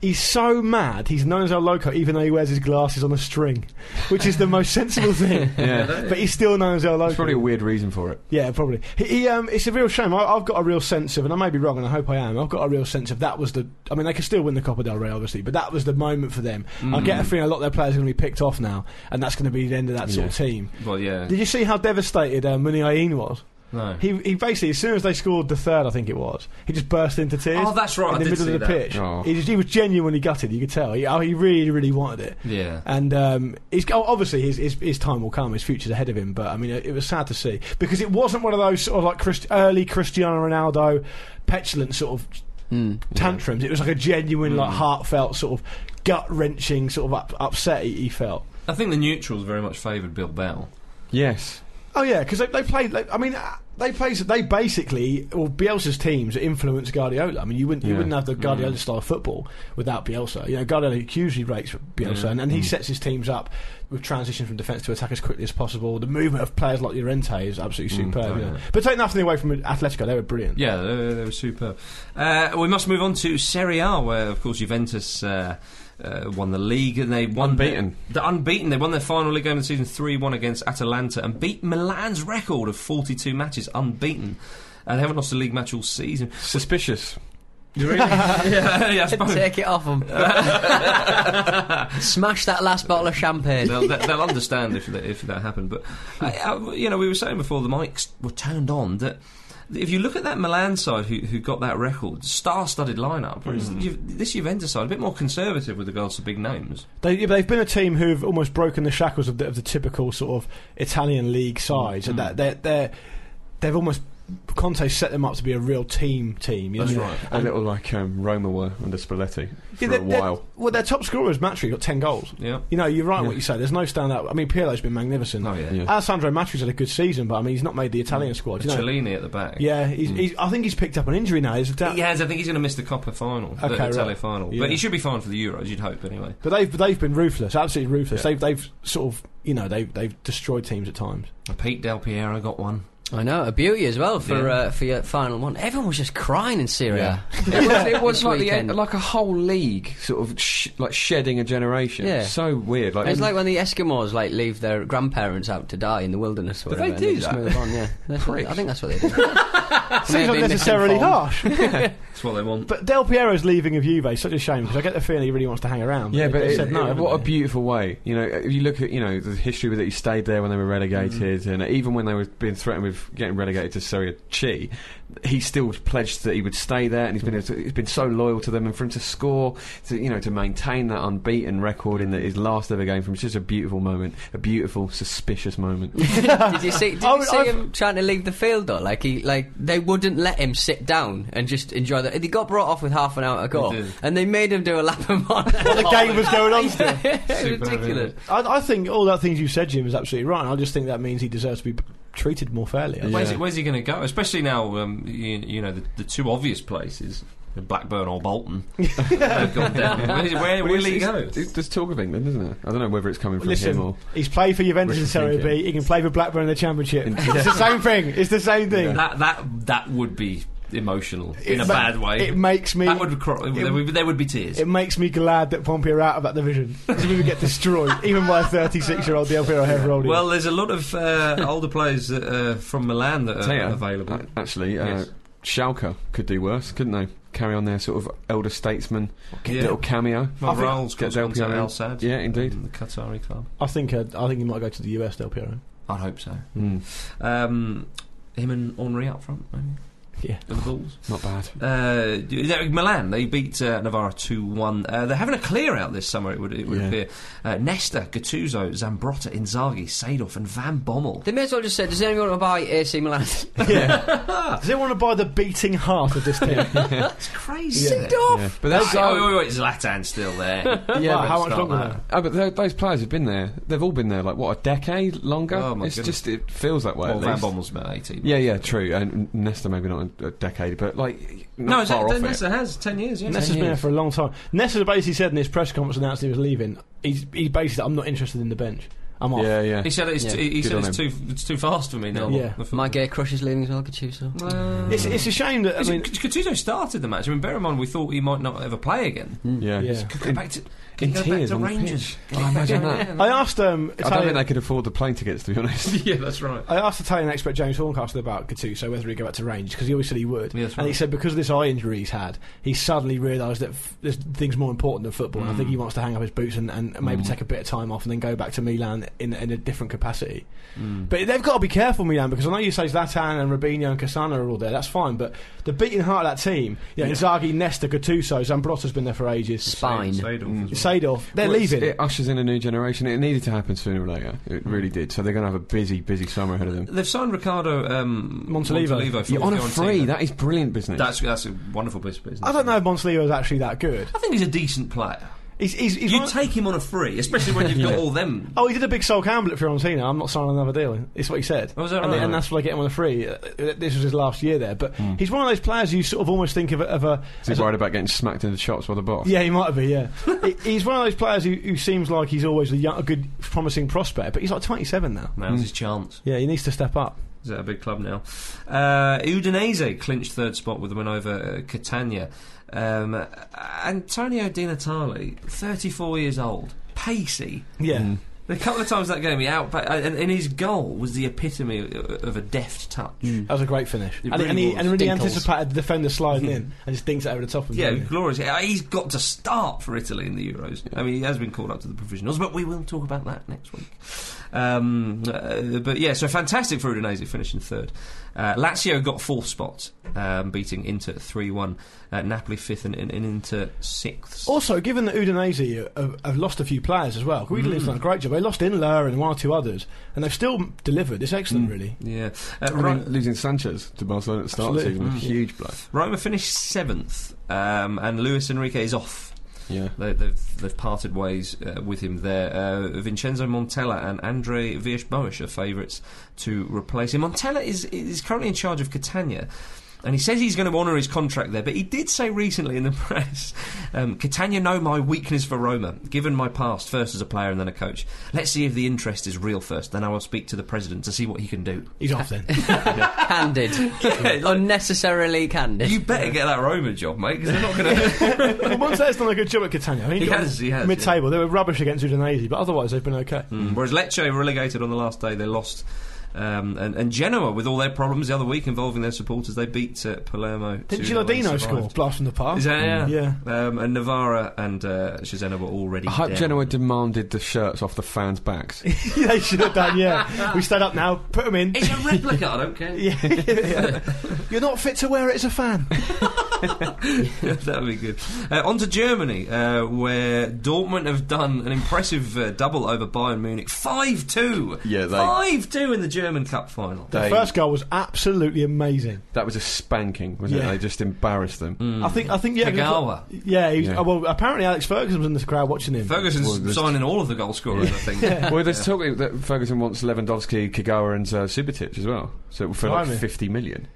Speaker 5: He's so mad. He's known as El Loco, even though he wears his glasses on a string, which is the most sensible thing.
Speaker 3: Yeah.
Speaker 5: But he's still known as El Loco.
Speaker 3: There's probably a weird reason for it.
Speaker 5: Yeah, probably. He, he, um, it's a real shame. I, I've got a real sense of, and I may be wrong, and I hope I am. I've got a real sense of that was the. I mean, they could still win the Copa del Rey, obviously, but that was the moment for them. I get a feeling a lot of their players are going to be picked off now, and that's going to be the end of that sort of team.
Speaker 2: Well, yeah.
Speaker 5: Did you see how devastated uh, Muniain was?
Speaker 2: No.
Speaker 5: He, he basically, as soon as they scored the third, I think it was, he just burst into tears.
Speaker 2: Oh, that's right,
Speaker 5: In
Speaker 2: I
Speaker 5: the
Speaker 2: did
Speaker 5: middle
Speaker 2: see
Speaker 5: of the
Speaker 2: that.
Speaker 5: pitch,
Speaker 3: Oh.
Speaker 5: he, just, he was genuinely gutted. You could tell. He, oh, he really, really wanted it.
Speaker 2: yeah.
Speaker 5: And um, he's oh, obviously his, his his time will come. His future's ahead of him. But I mean, it, it was sad to see because it wasn't one of those sort of like Christ- early Cristiano Ronaldo petulant sort of
Speaker 4: Mm.
Speaker 5: tantrums. It was like a
Speaker 2: Hmm.
Speaker 5: genuine, like heartfelt sort of gut wrenching sort of up, upset he, he felt.
Speaker 2: I think the neutrals very much favoured Bill Bell.
Speaker 3: Yes.
Speaker 5: Oh yeah, because they, they played. Like, I mean, uh, they played. They basically, well, Bielsa's teams influenced Guardiola. I mean, you wouldn't you
Speaker 3: Yeah.
Speaker 5: wouldn't have the Guardiola style of football without Bielsa. You know, Guardiola hugely rates Bielsa, and, and he sets his teams up with transitions from defence to attack as quickly as possible. The movement of players like Llorente is absolutely superb. you know. But take nothing away from Atletico, they were brilliant.
Speaker 2: Yeah, they, were- they were superb. Uh, we must move on to Serie A, where of course Juventus. Uh, uh, won the league and they won
Speaker 3: Unbeaten.
Speaker 2: Their, the unbeaten. They won their final league game of the season three one against Atalanta and beat Milan's record of forty two matches unbeaten. And they haven't lost a league match all season.
Speaker 3: Suspicious.
Speaker 2: yeah, yeah, I suppose.
Speaker 4: Take it off him. Smash that last bottle of champagne.
Speaker 2: they'll, they'll- they'll understand if that, if that happened. But I, I- you know, we were saying before the mics were turned on that if you look at that Milan side who, who got that record, star-studded lineup, whereas Ju- this Juventus side a bit more conservative with regards to big names.
Speaker 5: They, yeah, but they've been a team who've almost broken the shackles of the, of the typical sort of Italian league sides, and that they're, they're they've almost Conte set them up to be a real team team. You know?
Speaker 3: A little like um, Roma were under Spalletti for
Speaker 5: Yeah,
Speaker 3: a
Speaker 5: they're- they're-
Speaker 3: while.
Speaker 5: Well, their top scorer is Matri, got 10 goals.
Speaker 2: Yeah.
Speaker 5: You know, you're right what you say. There's no standout. I mean, Pirlo's been magnificent.
Speaker 2: Oh yeah.
Speaker 3: Yeah. Mm.
Speaker 5: Alessandro Matri's had a good season, but I mean, he's not made the Italian squad. You know?
Speaker 2: Cellini at the back.
Speaker 5: Yeah, he's, he's, I think he's picked up an injury now. Is that,
Speaker 2: He has. I think he's going to miss the Copa final,
Speaker 5: Okay,
Speaker 2: the
Speaker 5: right.
Speaker 2: Italy final.
Speaker 5: Yeah.
Speaker 2: But he should be fine for the Euros, you'd hope, anyway.
Speaker 5: But they've they've been ruthless, absolutely ruthless. They've they've sort of you know they've they've destroyed teams at times.
Speaker 2: Pete Del Piero got one.
Speaker 4: I know a beauty as well for
Speaker 2: Yeah.
Speaker 4: uh, for your final one. Everyone was just crying in Syria.
Speaker 3: it was, it was
Speaker 4: This
Speaker 3: like, the,
Speaker 4: weekend.
Speaker 3: end- like a whole league sort of sh- like shedding a generation.
Speaker 4: Yeah.
Speaker 3: So weird. Like,
Speaker 4: It's like when the Eskimos like leave their grandparents out to die in the wilderness. Or
Speaker 3: Do they
Speaker 4: whatever,
Speaker 3: do
Speaker 4: and just
Speaker 3: that?
Speaker 4: move on, yeah. That's what- I
Speaker 3: Pricks.
Speaker 4: think that's what they do.
Speaker 5: Seems unnecessarily harsh.
Speaker 2: That's what they want.
Speaker 5: but Del Piero is leaving of Juve. Such a shame because I get the feeling he really wants to hang around.
Speaker 3: Yeah,
Speaker 5: they-
Speaker 3: but
Speaker 5: they
Speaker 3: it,
Speaker 5: said no.
Speaker 3: it-
Speaker 5: haven't
Speaker 3: what a
Speaker 5: they?
Speaker 3: beautiful way. You know, if you look at you know the history with it, he stayed there when they were relegated,
Speaker 5: Mm.
Speaker 3: and even when they were being threatened with getting relegated to Serie C, he still pledged that he would stay there, and he's been he's been so loyal to them, and for him to score, to you know, to maintain that unbeaten record in the, his last ever game from it's just a beautiful moment, a beautiful suspicious moment.
Speaker 4: did you see? Did
Speaker 5: I
Speaker 4: you
Speaker 5: was-
Speaker 4: see
Speaker 5: I've-
Speaker 4: him trying to leave the field though? Like he, like they wouldn't let him sit down and just enjoy the. He got brought off with half an hour to go,
Speaker 2: did.
Speaker 4: and they made him do a lap and one.
Speaker 5: the game was going on still.
Speaker 4: It was
Speaker 2: Superb,
Speaker 4: ridiculous.
Speaker 5: I, I think all that things you said, Jim, is absolutely right. and I just think that means he deserves to be treated more fairly. I
Speaker 3: Yeah.
Speaker 5: think.
Speaker 2: Where's, he, where's he going to go? Especially now, um, you, you know, the, the two obvious places, Blackburn or Bolton. They've gone down. Where's- Where,
Speaker 3: Well,
Speaker 2: will he
Speaker 3: it's-
Speaker 2: go?
Speaker 3: it's- it's- There's talk of England, isn't there? I don't know whether it's coming from him
Speaker 5: Listen,
Speaker 3: or.
Speaker 5: he's played for Juventus in
Speaker 3: Richard
Speaker 5: Serie B.
Speaker 3: Finke.
Speaker 5: He can play for Blackburn in the Championship. it's the same thing. It's the same thing.
Speaker 2: That that that would be emotional in
Speaker 5: It
Speaker 2: a
Speaker 5: ma-
Speaker 2: bad way.
Speaker 5: It makes me.
Speaker 2: that would, cro- there would be- there would be tears.
Speaker 5: It makes me glad that Pompey are out of that division. 'Cause we would get destroyed, even by a 36-year-old Del Piero Heveroldi.
Speaker 2: well, there's a lot of uh, older players that, uh, from Milan that are
Speaker 3: Tell you,
Speaker 2: available.
Speaker 3: a- Actually, uh,
Speaker 2: Yes.
Speaker 3: Schalke could do worse, couldn't they? Carry on their sort of elder statesman
Speaker 2: Yeah.
Speaker 3: little cameo.
Speaker 2: Well,
Speaker 5: I think-
Speaker 2: Raul's got
Speaker 3: Get Del
Speaker 2: gone to
Speaker 3: Piero.
Speaker 2: Al Sadd.
Speaker 3: Yeah, indeed.
Speaker 2: from The Qatari club.
Speaker 5: I think uh, I think he might go to the US, Del Piero.
Speaker 2: I'd hope so.
Speaker 3: Mm,
Speaker 2: Um, him and Henri up front, maybe.
Speaker 5: Yeah.
Speaker 2: And the Bulls.
Speaker 3: not bad.
Speaker 2: Uh, yeah, Milan, they beat uh, Navarra 2 1. Uh, they're having a clear out this summer, it would, it would
Speaker 3: Yeah.
Speaker 2: appear. Uh, Nesta, Gattuso, Zambrotta, Inzaghi, Seedorf, and Van Bommel.
Speaker 4: They may as well just say, does anyone want to buy AC Milan?
Speaker 5: Does anyone want to buy the beating heart of this team?
Speaker 2: That's crazy.
Speaker 5: Yeah.
Speaker 3: Yeah. But
Speaker 2: Oh,
Speaker 3: that's
Speaker 2: wait, wait, wait, Zlatan's still there.
Speaker 3: Yeah,
Speaker 5: Wow,
Speaker 3: but
Speaker 5: how much
Speaker 2: it's not
Speaker 5: longer?
Speaker 2: that.
Speaker 5: now?
Speaker 3: Oh, but tho- those players have been there. They've all been there, like what a decade longer.
Speaker 2: Oh, my
Speaker 3: it's
Speaker 2: goodness.
Speaker 3: just it feels that way.
Speaker 2: well,
Speaker 3: at
Speaker 2: Van
Speaker 3: least.
Speaker 2: Bommel's about 18.
Speaker 3: Yeah, yeah, true. And Nesta maybe not a a decade, but like not
Speaker 2: No, is
Speaker 3: far
Speaker 2: that,
Speaker 3: off
Speaker 2: Nesta has 10 years, yeah.
Speaker 5: Nesta's been there for a long time. Nesta basically said in his press conference announcing he was leaving, he's, he basically said, I'm not interested in the bench. I'm
Speaker 3: it.
Speaker 5: off.
Speaker 3: Yeah, yeah.
Speaker 2: He said it's,
Speaker 4: Yeah.
Speaker 2: he he
Speaker 3: Good
Speaker 2: said
Speaker 3: on
Speaker 2: it's too it's too fast for me now.
Speaker 5: Yeah.
Speaker 2: The football.
Speaker 4: My gay crush is leaving as well, Gattuso.
Speaker 2: Uh,
Speaker 5: It's, it's a shame that, I
Speaker 2: Is
Speaker 5: mean,
Speaker 2: it- Gattuso started the match. I mean, bear in mind, we thought he might not ever play again.
Speaker 3: Mm, yeah.
Speaker 5: yeah.
Speaker 2: Go back to,
Speaker 3: in
Speaker 2: go back
Speaker 3: tears
Speaker 2: to
Speaker 3: on the
Speaker 2: Rangers.
Speaker 3: pitch. Oh, imagine that.
Speaker 5: I asked um,
Speaker 3: I don't think
Speaker 5: Italian,
Speaker 3: they could afford the plane tickets, to be honest.
Speaker 2: yeah, that's right.
Speaker 5: I asked Italian expert James Horncastle about Gattuso whether he'd go back to range because he always said he would,
Speaker 2: Yeah, that's
Speaker 5: and he
Speaker 2: right.
Speaker 5: said because of this eye injury he's had, he suddenly realised that f- this thing's more important than football. And I think
Speaker 3: Mm.
Speaker 5: he wants to hang up his boots and, and maybe take a bit of time off and then go back to Milan in, in a different capacity.
Speaker 2: Hmm.
Speaker 5: But they've got to be careful, Milan, because I know you say Zlatan and Robinho and Cassano are all there. That's fine, but the beating heart of that team, you know, Inzaghi, Nesta, Gattuso, Zambrotta's been there for ages.
Speaker 4: Spine.
Speaker 5: Mm. Seydorf, they're
Speaker 3: Well, it's-
Speaker 5: leaving.
Speaker 3: It ushers in a new generation. It needed to happen sooner or later. It really did. So they're going to have a busy, busy summer ahead of them.
Speaker 2: They've signed Ricardo um,
Speaker 5: Montalivo.
Speaker 2: from
Speaker 3: You're on a
Speaker 2: Fiorentina.
Speaker 3: free. That is brilliant business.
Speaker 2: that's that's a wonderful bit of business.
Speaker 5: I don't know if Monsalvo's actually that good.
Speaker 2: I think he's a decent player.
Speaker 5: He's, he's, he's
Speaker 2: You
Speaker 5: one-
Speaker 2: take him on a free, especially when you've got all them.
Speaker 5: Oh, he did a big soul Campbell at Fiorentina. I'm not signing another deal. It's what he said.
Speaker 2: Oh, is that
Speaker 5: and,
Speaker 2: right?
Speaker 5: and that's what I get him on a free. Uh, This was his last year there, but he's one of those players you sort of almost think of, a- of a.
Speaker 3: Hmm. Is he worried about getting smacked in the shots by the boss?
Speaker 5: Yeah, he might be. Yeah, He- he's one of those players who, who seems like he's always a, young, a good, promising prospect, but he's like 27 now.
Speaker 2: Now's his chance.
Speaker 5: Yeah, he needs to step up.
Speaker 2: He's at a big club now. Uh, Udinese clinched third spot with a win over uh, Catania. Um, Antonio Di Natale, 34 years old, pacey.
Speaker 5: Yeah,
Speaker 3: Hmm.
Speaker 2: A couple of times that game, he out, uh, and, and his goal was the epitome of of a deft touch.
Speaker 3: Mm.
Speaker 5: that was a great finish, and,
Speaker 2: It really
Speaker 5: and he
Speaker 2: was.
Speaker 5: and really
Speaker 4: Dinkles.
Speaker 5: anticipated the defender sliding in and just dinks it over the top of him.
Speaker 2: Yeah,
Speaker 5: doesn't he?
Speaker 2: glorious. Uh, He's got to start for Italy in the Euros. I mean, he has been called up to the provisionals, but we will talk about that next week. Um, uh, but yeah, so fantastic for Udinese finishing third. Uh, Lazio got fourth spot, um, beating Inter 3 1. Uh, Napoli fifth and, and, and Inter sixth.
Speaker 5: Also, given that Udinese have, have lost a few players as well,
Speaker 2: Mm.
Speaker 5: Guidoli's done a great job. They lost Inler and one or two others, and they've still delivered. It's excellent, really.
Speaker 2: Yeah. Uh,
Speaker 3: I
Speaker 2: Ro-
Speaker 3: mean, losing Sanchez to Barcelona at the start of the season
Speaker 5: Absolutely.
Speaker 3: was a huge blow.
Speaker 2: Roma finished seventh, um, and Luis Enrique is off.
Speaker 3: Yeah.
Speaker 2: They, they've, they've parted ways uh, with him there. Uh, Vincenzo Montella and Andre Vierge-Boas are favourites to replace him. Montella is, is currently in charge of Catania. And he says he's going to honour his contract there, but he did say recently in the press, um, Catania know my weakness for Roma, given my past, first as a player and then a coach. Let's see if the interest is real first, then I will speak to the president to see what he can do.
Speaker 5: He's off then.
Speaker 4: candid. Unnecessarily candid.
Speaker 2: You better get that Roma job, mate, because they're not going to.
Speaker 5: well, Montella's done a good job at Catania. I mean,
Speaker 2: He
Speaker 5: got
Speaker 2: has, he has, Mm.
Speaker 5: Mid-table, they were rubbish against Udinese, but otherwise they've been okay.
Speaker 3: Mm.
Speaker 2: Whereas Lecce were relegated on the last day, they lost. Um, and, and Genoa, with all their problems the other week involving their supporters, they beat uh, Palermo.
Speaker 5: Didn't
Speaker 2: to- they
Speaker 5: Gilardino
Speaker 2: survived.
Speaker 5: score? Blast from the park.
Speaker 2: Is that yeah?
Speaker 5: Yeah.
Speaker 2: Um, and Navarra and uh, Cesena were already.
Speaker 3: I hope
Speaker 2: down.
Speaker 3: Genoa demanded the shirts off the fans' backs.
Speaker 5: they should have done, yeah. we stand up now, put them in.
Speaker 2: It's a replica. I don't care.
Speaker 5: Yeah, yeah. You're not fit to wear it as a fan.
Speaker 2: that would be good. Uh, on to Germany, uh, where Dortmund have done an impressive uh, double over Bayern Munich, five two.
Speaker 3: Yeah, they-
Speaker 2: five two in the German Cup final.
Speaker 5: The
Speaker 3: They-
Speaker 5: first goal was absolutely amazing.
Speaker 3: that was a spanking, wasn't
Speaker 5: Yeah. Mm.
Speaker 3: it? They just embarrassed them.
Speaker 5: I think. I think. Yeah.
Speaker 2: Mm. Kagawa.
Speaker 5: Yeah, he was,
Speaker 3: Yeah.
Speaker 5: oh, Well, apparently Alex Ferguson was in the crowd watching him.
Speaker 2: Ferguson's
Speaker 3: Well, there's-
Speaker 2: signing all of the goal scorers, I think.
Speaker 3: Well, there's talk that Ferguson wants Lewandowski, Kagawa, and uh, Subotic as well. So for like
Speaker 5: Blimey. Mm.
Speaker 3: 50 million.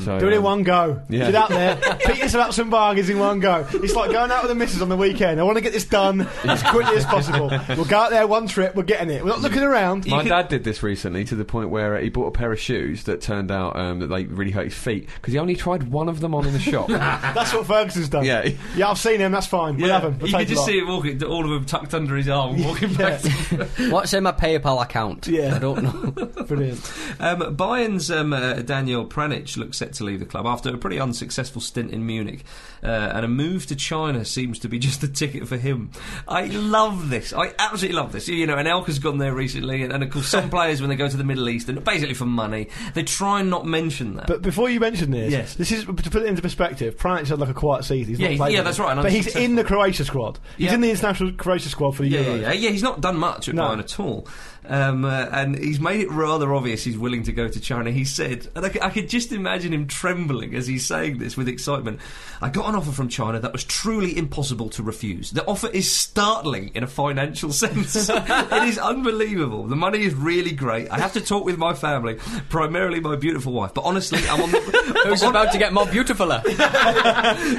Speaker 3: So,
Speaker 5: Do it in
Speaker 3: um,
Speaker 5: one go.
Speaker 3: Yeah.
Speaker 5: Get out there. Beat yourself up some bargains in one go. It's like going out with the missus on the weekend. I want to get this done as quickly as possible. We'll go out there one trip. We're getting it. We're not looking around.
Speaker 3: My dad did this recently to the point where uh, he bought a pair of shoes that turned out um, that they really hurt his feet because he only tried one of them on in the shop.
Speaker 5: That's what Ferguson's done.
Speaker 3: Yeah.
Speaker 5: Yeah, I've seen him. That's fine. We'll have him. We'll
Speaker 2: you
Speaker 5: take
Speaker 2: could just
Speaker 5: lot.
Speaker 2: see him walking, all of them tucked under his arm, walking back.
Speaker 4: What's in my PayPal account?
Speaker 5: Yeah.
Speaker 4: I don't know.
Speaker 5: Brilliant.
Speaker 2: Um, Bayern's um, uh, Daniel Pranic looks set to leave the club after a pretty unsuccessful stint in Munich, uh, and a move to China seems to be just the ticket for him. I love this. I absolutely love this. You know, and Elka's gone there recently, and, and of course, some players when they go to the Middle East, and basically for money, they try and not mention that.
Speaker 5: But before you mention this,
Speaker 2: Yes.
Speaker 5: this is to put it into perspective. Prance had like a quiet season. He's
Speaker 2: Yeah,
Speaker 5: not
Speaker 2: he-
Speaker 5: played
Speaker 2: yeah,
Speaker 5: much.
Speaker 2: that's right, and
Speaker 5: But he's
Speaker 2: unsuccessful.
Speaker 5: in the Croatia squad. He's
Speaker 2: Yeah.
Speaker 5: in the international Croatia squad for the
Speaker 2: yeah,
Speaker 5: Euro.
Speaker 2: yeah, yeah, yeah. He's not done much at
Speaker 5: No.
Speaker 2: Bayern at all, um, uh, and he's made it rather obvious he's willing to go to China. He said, and I, c- I could just imagine him trembling as he's saying this with excitement. I got an offer from China that was truly impossible to refuse. The offer is startling in a financial sense. it is unbelievable. The money is really great. I have to talk with my family, primarily my beautiful wife. But honestly, I'm on the.
Speaker 4: Who's about to get more beautifuler?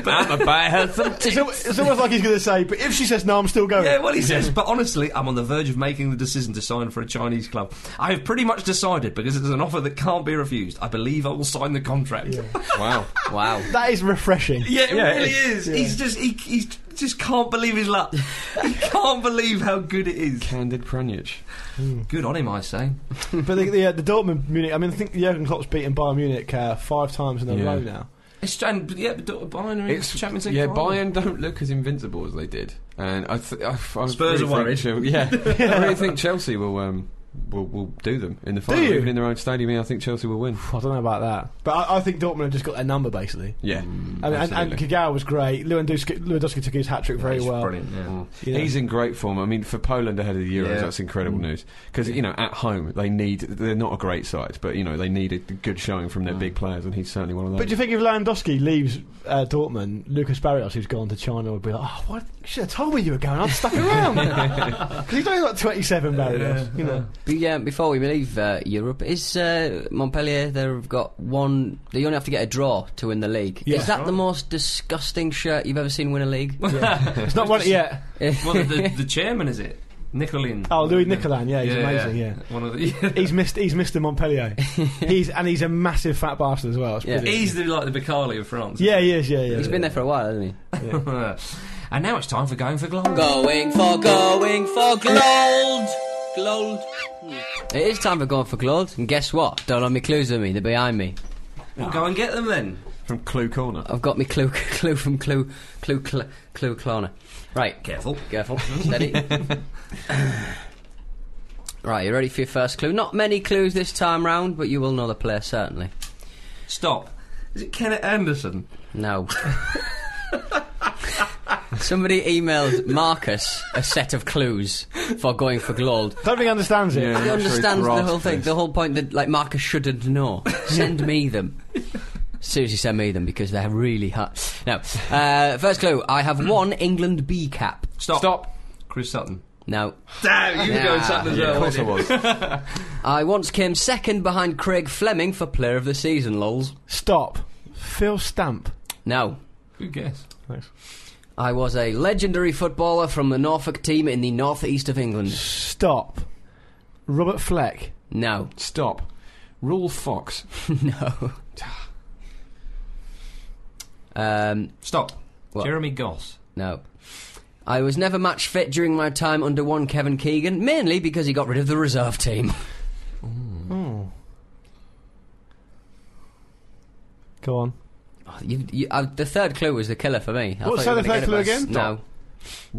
Speaker 3: I'm a buy her some
Speaker 5: It's, al- it's almost like he's going to say, but if she says no, I'm still going.
Speaker 2: Yeah, well, he says, but honestly, I'm on the verge of making the decision to sign for a Chinese club. I have pretty much decided because it's an offer that can't be refused. I believe I will sign the contract. Yeah,
Speaker 3: Wow.
Speaker 4: Wow.
Speaker 5: That is refreshing.
Speaker 2: it
Speaker 3: Yeah,
Speaker 2: really
Speaker 3: it-
Speaker 2: is. He's just he he's just can't believe his luck. he can't believe how good it is.
Speaker 3: Candid Pranic.
Speaker 2: Good on him, I say.
Speaker 5: But the, the, uh, the Dortmund Munich, I mean, I think Jurgen Klopp's beaten Bayern Munich uh, five times in a
Speaker 3: Yeah.
Speaker 5: row now.
Speaker 2: It's, and yeah, but Bayern are in
Speaker 3: It's,
Speaker 2: Mm, Champions League.
Speaker 3: yeah,
Speaker 2: final.
Speaker 3: Bayern don't look as invincible as they did, and I, th- I, I
Speaker 2: Spurs
Speaker 3: really
Speaker 2: are
Speaker 3: think Chel- yeah, I really think Chelsea will um, will will do them in the final,
Speaker 5: you?
Speaker 3: even in their own stadium. Yeah, I think Chelsea will win.
Speaker 5: I don't know about that. Mm, But I, I think Dortmund have just got their number, basically.
Speaker 3: Yeah,
Speaker 5: I mean, and, and
Speaker 3: absolutely.
Speaker 5: Kagawa was great. Lewandowski, Lewandowski took his hat trick very
Speaker 2: It's
Speaker 5: well. Mm.
Speaker 2: Brilliant. Yeah.
Speaker 5: You know.
Speaker 3: He's in great form. I mean, for Poland ahead of the Euros,
Speaker 2: Yeah.
Speaker 3: that's incredible
Speaker 2: Mm.
Speaker 3: news. 'Cause news. Because you know, at home they need—they're not a great side, but you know, they need a good showing from
Speaker 2: Mm.
Speaker 3: their big players, and he's certainly one of those.
Speaker 5: But do you think if Lewandowski leaves uh, Dortmund, Lucas Barrios, who's gone to China, would be like, oh, what? You should have told me you were going. I'd stuck around. Because he's only like 27, Barrios. you know.
Speaker 4: Be- um, before we leave uh, Europe, is uh, Montpellier? They've got one. They only have to get a draw to win the league.
Speaker 5: Yeah.
Speaker 4: is that the most disgusting shirt you've ever seen win a league?
Speaker 5: It's not one yet.
Speaker 2: well, the, the, the chairman is it? Nicolin.
Speaker 5: Oh, Louis Nicolan, yeah, he's amazing, yeah.
Speaker 2: One of the.
Speaker 5: He's missed. He's Mr. Montpellier. he's and he's a massive fat bastard as well. It's
Speaker 4: Yeah.
Speaker 5: brilliant.
Speaker 2: He's the, like the Bicali of France.
Speaker 5: yeah, he is. Yeah, yeah.
Speaker 4: He's
Speaker 5: yeah.
Speaker 4: been there for a while, hasn't he?
Speaker 2: and now it's time for going for glory.
Speaker 4: Going for, going for gold. Gold. It is time for going for gold. And guess what? Don't have me clues with me. They're behind me.
Speaker 2: Well, go and get them then.
Speaker 3: from Clue Corner?
Speaker 2: Oh,
Speaker 4: I've got me clue, clue from clue, clue, clue, clue, Klarna. Right.
Speaker 2: Careful.
Speaker 4: Careful. Steady. right. You ready for your first clue? Not many clues this time round, but you will know the player certainly.
Speaker 2: Stop. Is it Kenneth Anderson?
Speaker 4: No. Somebody emailed Marcus a set of clues for going for gold.
Speaker 5: Don't think he understands it.
Speaker 3: Yeah. I'm
Speaker 4: He
Speaker 3: not sure he
Speaker 4: understands the
Speaker 3: grasped
Speaker 4: whole thing.
Speaker 3: this.
Speaker 4: The whole point that like Marcus shouldn't know. Send me them. Seriously, send me them because they're really hot. Now, uh, first clue. I
Speaker 3: Hmm.
Speaker 4: have one England B cap.
Speaker 2: Stop.
Speaker 3: Stop.
Speaker 2: Chris Sutton.
Speaker 4: Now,
Speaker 2: Damn, you were
Speaker 4: Yeah.
Speaker 2: going Sutton as
Speaker 3: Yeah,
Speaker 2: well.
Speaker 3: of course I
Speaker 2: weren't
Speaker 3: was.
Speaker 4: I once came second behind Craig Fleming for Player of the Season. Lols.
Speaker 5: Stop. Phil Stamp.
Speaker 4: Now,
Speaker 2: you? Good guess.
Speaker 4: I was a legendary footballer from the Norfolk team in the northeast of England.
Speaker 5: Stop. Robert Fleck.
Speaker 4: Now,
Speaker 3: Stop. Rule Fox.
Speaker 4: no. um,
Speaker 2: Stop.
Speaker 4: What?
Speaker 2: Jeremy Goss.
Speaker 4: no. I was never match fit during my time under one Kevin Keegan, mainly because he got rid of the reserve team.
Speaker 5: Go on.
Speaker 4: Oh, you, you, uh, the third clue was the killer for me. I
Speaker 5: What,
Speaker 4: thought
Speaker 5: say
Speaker 4: you were
Speaker 5: the
Speaker 4: gonna
Speaker 5: third
Speaker 4: get
Speaker 5: clue
Speaker 4: it first.
Speaker 5: again?
Speaker 4: No,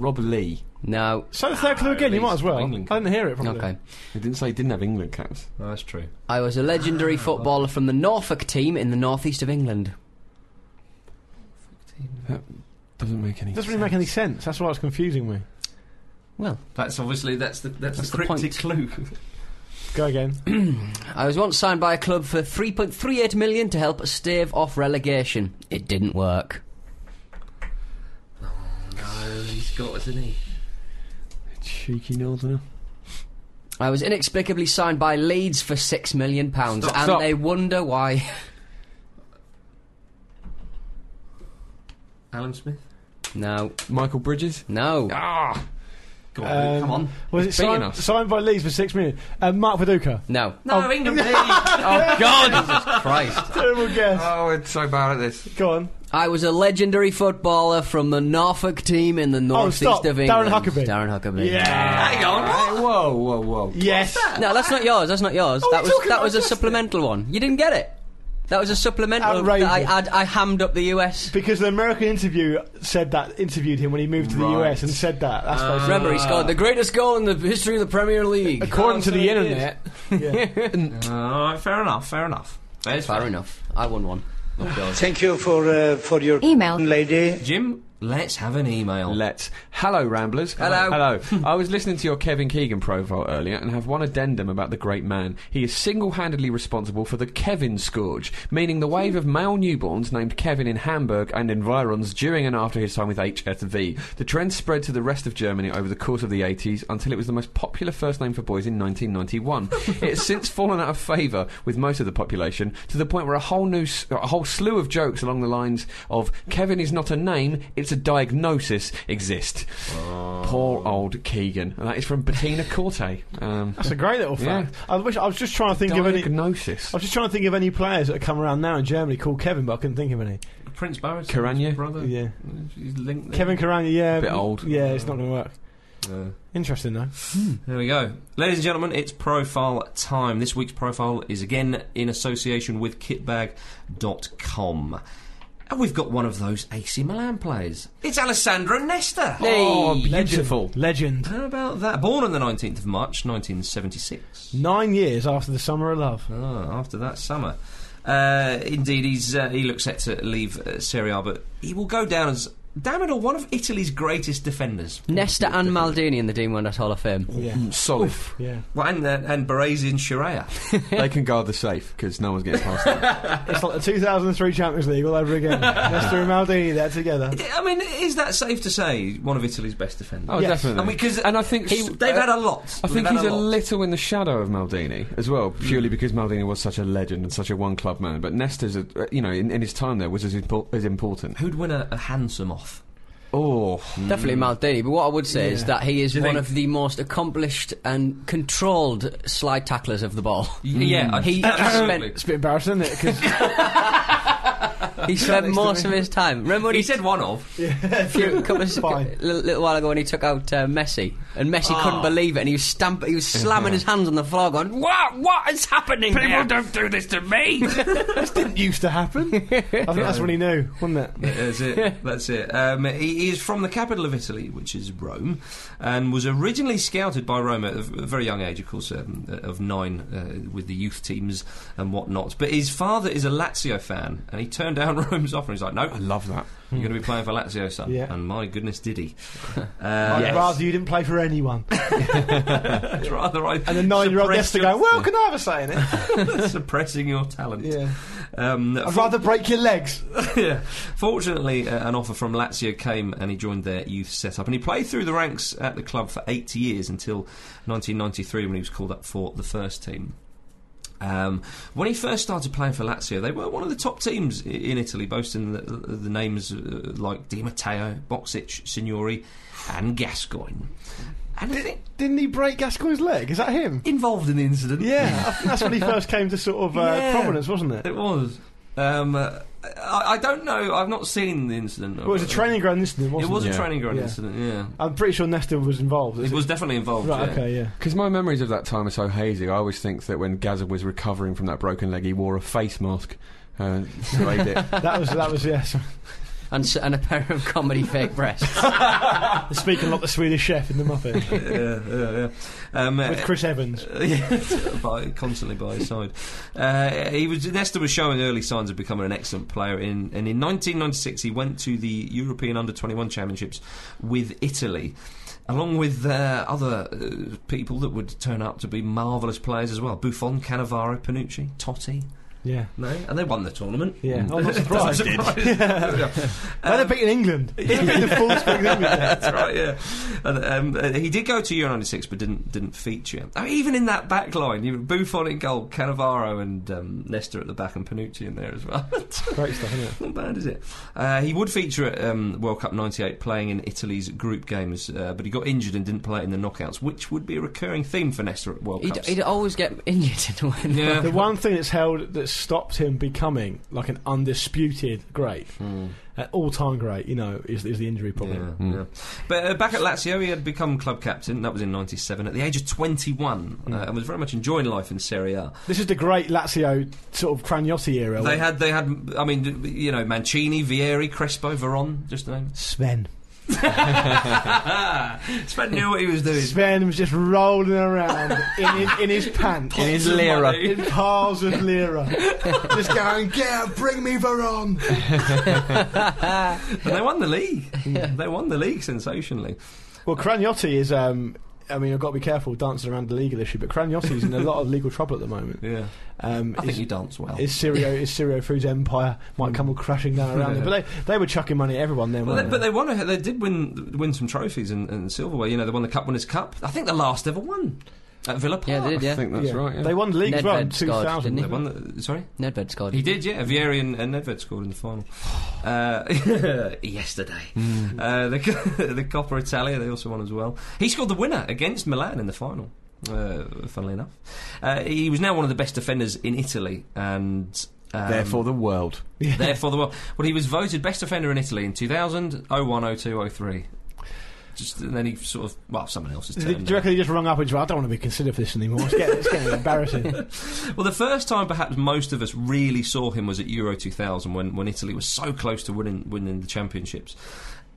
Speaker 3: Rob Lee.
Speaker 4: no.
Speaker 5: So the third clue again. You might as well.
Speaker 2: England.
Speaker 5: I didn't hear it. Probably.
Speaker 4: Okay.
Speaker 3: He didn't say he didn't have England caps.
Speaker 2: No, that's true.
Speaker 4: I was a legendary footballer from the Norfolk team in the northeast of England.
Speaker 3: Doesn't make any
Speaker 5: It doesn't really make any sense. That's why it's confusing me.
Speaker 4: Well,
Speaker 2: That's obviously that's the that's,
Speaker 4: That's
Speaker 2: the
Speaker 4: the point.
Speaker 2: cryptic clue.
Speaker 5: Go again.
Speaker 4: I was once signed by a club for 3.38 million to help stave off relegation. It didn't work.
Speaker 2: no, Uh, he's got, isn't he?
Speaker 3: Cheeky northerner.
Speaker 4: I was inexplicably signed by Leeds for 6 million pounds
Speaker 3: Stop,
Speaker 4: and
Speaker 3: stop.
Speaker 4: they wonder why.
Speaker 2: Alan Smith.
Speaker 4: no.
Speaker 3: Michael Bridges.
Speaker 4: No.
Speaker 3: Ah,
Speaker 2: Go on, Luke,
Speaker 5: Um,
Speaker 2: come on.
Speaker 5: Was it
Speaker 3: beating
Speaker 5: signed,
Speaker 3: us.
Speaker 5: signed by Leeds for six million? Uh, Mark Viduka.
Speaker 4: No.
Speaker 2: No, England. please.
Speaker 4: Oh god. Jesus Christ.
Speaker 5: Terrible
Speaker 4: Uh,
Speaker 5: guess.
Speaker 3: oh, it's so bad at this.
Speaker 5: Go on.
Speaker 4: I was a legendary footballer from the Norfolk team in the northeast
Speaker 5: Oh, stop.
Speaker 4: of
Speaker 5: Darren
Speaker 4: England.
Speaker 5: Huckabee.
Speaker 4: Darren Huckabee.
Speaker 2: Hang on.
Speaker 3: Hey, whoa, Oh, whoa, whoa!
Speaker 5: Yes.
Speaker 4: No, that's not yours. That's not yours. that
Speaker 5: we're
Speaker 4: was
Speaker 5: talking
Speaker 4: that
Speaker 5: about
Speaker 4: was a
Speaker 5: just
Speaker 4: supplemental one. You didn't get it. That was a supplemental. That
Speaker 5: Outrageous.
Speaker 4: I, I I hammed up the US.
Speaker 5: Because the American interview said that interviewed him when he moved to the
Speaker 3: Right.
Speaker 5: US and said that. That's why-
Speaker 4: Remember,
Speaker 2: Ah.
Speaker 4: he scored the greatest goal in the history of the Premier League.
Speaker 5: according to
Speaker 3: so
Speaker 5: the
Speaker 3: it is.
Speaker 5: internet.
Speaker 2: All right, fair enough. Fair enough. There's
Speaker 4: Fair enough. I won one. Oh, God.
Speaker 6: Thank you for uh, for your
Speaker 1: Email.
Speaker 6: lady.
Speaker 2: Jim. Let's have an email.
Speaker 3: Let's. Hello, Ramblers.
Speaker 4: Hello.
Speaker 3: Hello. I was listening to your Kevin Keegan profile earlier and have one addendum about the great man. He is single handedly responsible for the Kevin scourge, meaning the wave of male newborns named Kevin in Hamburg and environs during and after his time with HSV. The trend spread to the rest of Germany over the course of the 80s until it was the most popular first name for boys in 1991. it has since fallen out of favour with most of the population to the point where a whole new, s- a whole slew of jokes along the lines of Kevin is not a name, it's a diagnosis exist.
Speaker 5: Oh.
Speaker 3: Poor old Keegan. And that is from Bettina Corte. Um,
Speaker 5: That's a great little fact. I wish I was just trying to think of any.
Speaker 3: diagnosis.
Speaker 5: I was just trying to think of any players that have come around now in Germany called Kevin, but I couldn't think of any.
Speaker 2: Prince Barrett.
Speaker 3: Karanja.
Speaker 2: brother.
Speaker 5: Yeah.
Speaker 2: He's linked there.
Speaker 5: Kevin Carragher, yeah.
Speaker 3: Bit old.
Speaker 5: Yeah, it's not going to work.
Speaker 2: Yeah.
Speaker 5: Interesting though.
Speaker 2: There we go. Ladies and gentlemen, it's profile time. This week's profile is again in association with kitbag.com. And we've got one of those AC Milan players. It's Alessandro Nesta.
Speaker 3: Oh, beautiful.
Speaker 5: Legend.
Speaker 2: How about that? Born on the 19th of March, 1976.
Speaker 5: Nine years after the summer of love.
Speaker 2: Ah, after that summer. Uh, indeed, he's uh, he looks set to leave uh, Serie A, but he will go down as, damn it all, one of Italy's greatest defenders.
Speaker 4: Nesta and Maldini in the Dean Wenders Hall of Fame.
Speaker 5: Yeah.
Speaker 3: Mm, Solid.
Speaker 5: Yeah.
Speaker 2: Well, and, uh, and Baresi and Shirea.
Speaker 3: they can guard the safe because no one's getting past that.
Speaker 5: It's like the 2003 Champions League all over again. Leicester and Maldini there together.
Speaker 2: I mean, is that safe to say one of Italy's best defenders?
Speaker 3: Oh,
Speaker 5: Yes.
Speaker 3: definitely.
Speaker 2: And because
Speaker 3: and I think
Speaker 2: he-
Speaker 3: s-
Speaker 2: they've
Speaker 3: uh,
Speaker 2: had a lot.
Speaker 3: I
Speaker 2: They've
Speaker 3: think
Speaker 2: had
Speaker 3: he's a,
Speaker 2: lot.
Speaker 3: little in the shadow of Maldini as well, purely because Maldini was such a legend and such a one club man. But Nesta's, a, uh, you know, in, in his time there was as, impor- as important.
Speaker 2: Who'd win a, a handsome off?
Speaker 3: Oh,
Speaker 4: Definitely Maldini. But what I would say is
Speaker 5: Yeah.
Speaker 4: that he is
Speaker 2: Mm. you
Speaker 4: one
Speaker 2: think-
Speaker 4: of the most accomplished and controlled slide tacklers of the ball.
Speaker 2: Yeah, I-
Speaker 4: Mm. He
Speaker 2: absolutely.
Speaker 4: spent
Speaker 5: It's a bit embarrassing, isn't it? 'Cause-
Speaker 4: he spent most of his time. Remember when
Speaker 2: he
Speaker 4: he
Speaker 2: said one of.
Speaker 4: a few, couple of,
Speaker 5: Fine.
Speaker 4: a little, little while ago when he took out uh, Messi, and Messi
Speaker 2: Oh.
Speaker 4: couldn't believe it, and he was stamp, he was slamming his hands on the floor, going, "What? What is happening? People don't do this to me."
Speaker 5: this didn't used to happen. I think that's when he knew, wasn't it?
Speaker 2: That's it. That's it. Um, he, he is from the capital of Italy, which is Rome, and was originally scouted by Rome at a v- a very young age, of course, um, uh, of nine, uh, with the youth teams and whatnot. But his father is a Lazio fan, and he turned down Rome's offer. He's like, no,
Speaker 3: I love that.
Speaker 2: you're going to be playing for Lazio, son.
Speaker 5: Yeah.
Speaker 2: And my goodness, did he? Uh,
Speaker 5: I'd
Speaker 2: yes.
Speaker 5: rather you didn't play for anyone.
Speaker 2: I'd rather I
Speaker 5: And the nine-year-old
Speaker 2: suppressed
Speaker 5: Leicester
Speaker 2: your-
Speaker 5: going, well, can I have a say in it?
Speaker 2: suppressing your talent.
Speaker 5: Yeah.
Speaker 2: Um,
Speaker 5: I'd
Speaker 2: for-
Speaker 5: rather break your legs.
Speaker 2: yeah. Fortunately, uh, an offer from Lazio came and he joined their youth setup. And he played through the ranks at the club for eight years until 1993 when he was called up for the first team. Um, when he first started playing for Lazio, they were one of the top teams i- in Italy, boasting the, the names uh, like Di Matteo, Boxic, Signori, and Gascoigne. And I think
Speaker 5: Didn't he break Gascoigne's leg? Is that him?
Speaker 2: involved in the incident,
Speaker 5: Yeah, I think that's when he first came to sort of uh,
Speaker 2: Yeah.
Speaker 5: prominence, wasn't it?
Speaker 2: It was. Um, uh, I, I don't know. I've not seen the incident.
Speaker 5: Well, it was a training ground incident,
Speaker 2: It
Speaker 5: wasn't it?
Speaker 2: was
Speaker 3: Yeah.
Speaker 2: a training ground
Speaker 5: Yeah.
Speaker 2: incident. Yeah,
Speaker 5: I'm pretty sure Nesta was involved.
Speaker 2: it
Speaker 5: is
Speaker 2: was definitely involved.
Speaker 5: Right,
Speaker 2: yeah.
Speaker 5: okay, yeah.
Speaker 3: Because my memories of that time are so hazy, I always think that when Gazza was recovering from that broken leg, he wore a face mask. Uh, to aid it.
Speaker 5: That was, that was, yes.
Speaker 4: and, s- and a pair of comedy fake breasts.
Speaker 5: Speaking like the Swedish chef in the Muppet
Speaker 2: yeah, yeah, yeah. Um, uh,
Speaker 5: with Chris Evans.
Speaker 2: yeah, by, constantly by his side. Uh, he was Leicester was showing early signs of becoming an excellent player. In and in 1996, he went to the European Under 21 Championships with Italy. Along with uh, other uh, people that would turn out to be marvellous players as well Buffon, Cannavaro, Panucci, Totti.
Speaker 5: Yeah.
Speaker 2: No? And they won the tournament.
Speaker 5: Yeah, I'm not surprised.
Speaker 2: Yeah. Um,
Speaker 5: They'd have beaten England. They'd have beaten the full strength of England.
Speaker 2: That's right, yeah. And, um, uh, he did go to Euro 96, but didn't didn't feature. I mean, even in that back line, you Buffon in goal, Cannavaro and um, Nesta at the back, and Panucci in there as well.
Speaker 5: Great stuff, isn't it?
Speaker 2: Not bad, is it? Uh, he would feature at um, World Cup 98 playing in Italy's group games, uh, but he got injured and didn't play in the knockouts, which would be a recurring theme for Nesta at World
Speaker 4: He'd,
Speaker 2: Cups.
Speaker 4: he'd always get injured in one.
Speaker 2: yeah.
Speaker 5: The one thing that's held that stopped him becoming like an undisputed great,
Speaker 2: Hmm.
Speaker 5: an all-time great, you know, is, is the injury
Speaker 2: Yeah,
Speaker 5: problem.
Speaker 2: yeah. But uh, back at Lazio, he had become club captain. That was in '97 at the age of 21,
Speaker 4: Mm.
Speaker 2: uh, and was very much enjoying life in Serie A.
Speaker 5: This is the great Lazio sort of Craniotti era.
Speaker 4: Oh,
Speaker 2: They
Speaker 5: when-
Speaker 2: had, they had. I mean, d- you know, Mancini, Vieri, Crespo, Veron, just to name.
Speaker 5: Sven.
Speaker 2: Sven knew what he was doing.
Speaker 5: Sven was just rolling around in his, in his pants.
Speaker 3: In his lira.
Speaker 2: money.
Speaker 5: in piles of lira. just going, get out, bring me Veron.
Speaker 2: And they won the league. They won the league sensationally.
Speaker 5: Well, Craniotti is, um, I mean, I've got to be careful dancing around the legal issue, but Craniotti's in a lot of legal trouble at the moment.
Speaker 2: Yeah,
Speaker 5: Um,
Speaker 2: I think
Speaker 5: his-
Speaker 2: you dance well.
Speaker 5: Is Syrio is Syrio Food's empire might come crashing down around it. But they, they were chucking money at everyone then,
Speaker 2: Well, they,
Speaker 5: weren't
Speaker 2: but
Speaker 5: they?
Speaker 2: they won. A, they did win win some trophies and, and silverware. You know, they won the Cup Winners' Cup. I think the last ever one at Villa Park.
Speaker 4: Yeah, they did,
Speaker 3: I
Speaker 4: yeah.
Speaker 3: think that's
Speaker 5: Yeah.
Speaker 3: right. Yeah.
Speaker 5: They won the league as well in
Speaker 4: Nedved scored,
Speaker 5: 2000.
Speaker 4: didn't
Speaker 2: They won the, sorry.
Speaker 4: Nedved scored.
Speaker 2: He did, yeah. Vieri and, and Nedved scored in the final uh, yesterday. Uh, the, the Coppa Italia they also won as well. He scored the winner against Milan in the final. Uh, funnily enough, uh, he was now one of the best defenders in Italy, and um,
Speaker 3: Therefore, the world.
Speaker 2: therefore the world. Well, he was voted best defender in Italy in 2000, 01, 02, 03. Just and then he sort of well, someone else's
Speaker 5: Do you
Speaker 2: turn. now.
Speaker 5: reckon they just rung up and just went, I don't want to be considered for this anymore. It's getting, it's getting embarrassing.
Speaker 2: Well, the first time perhaps most of us really saw him was at Euro 2000 when, when Italy was so close to winning, winning the championships.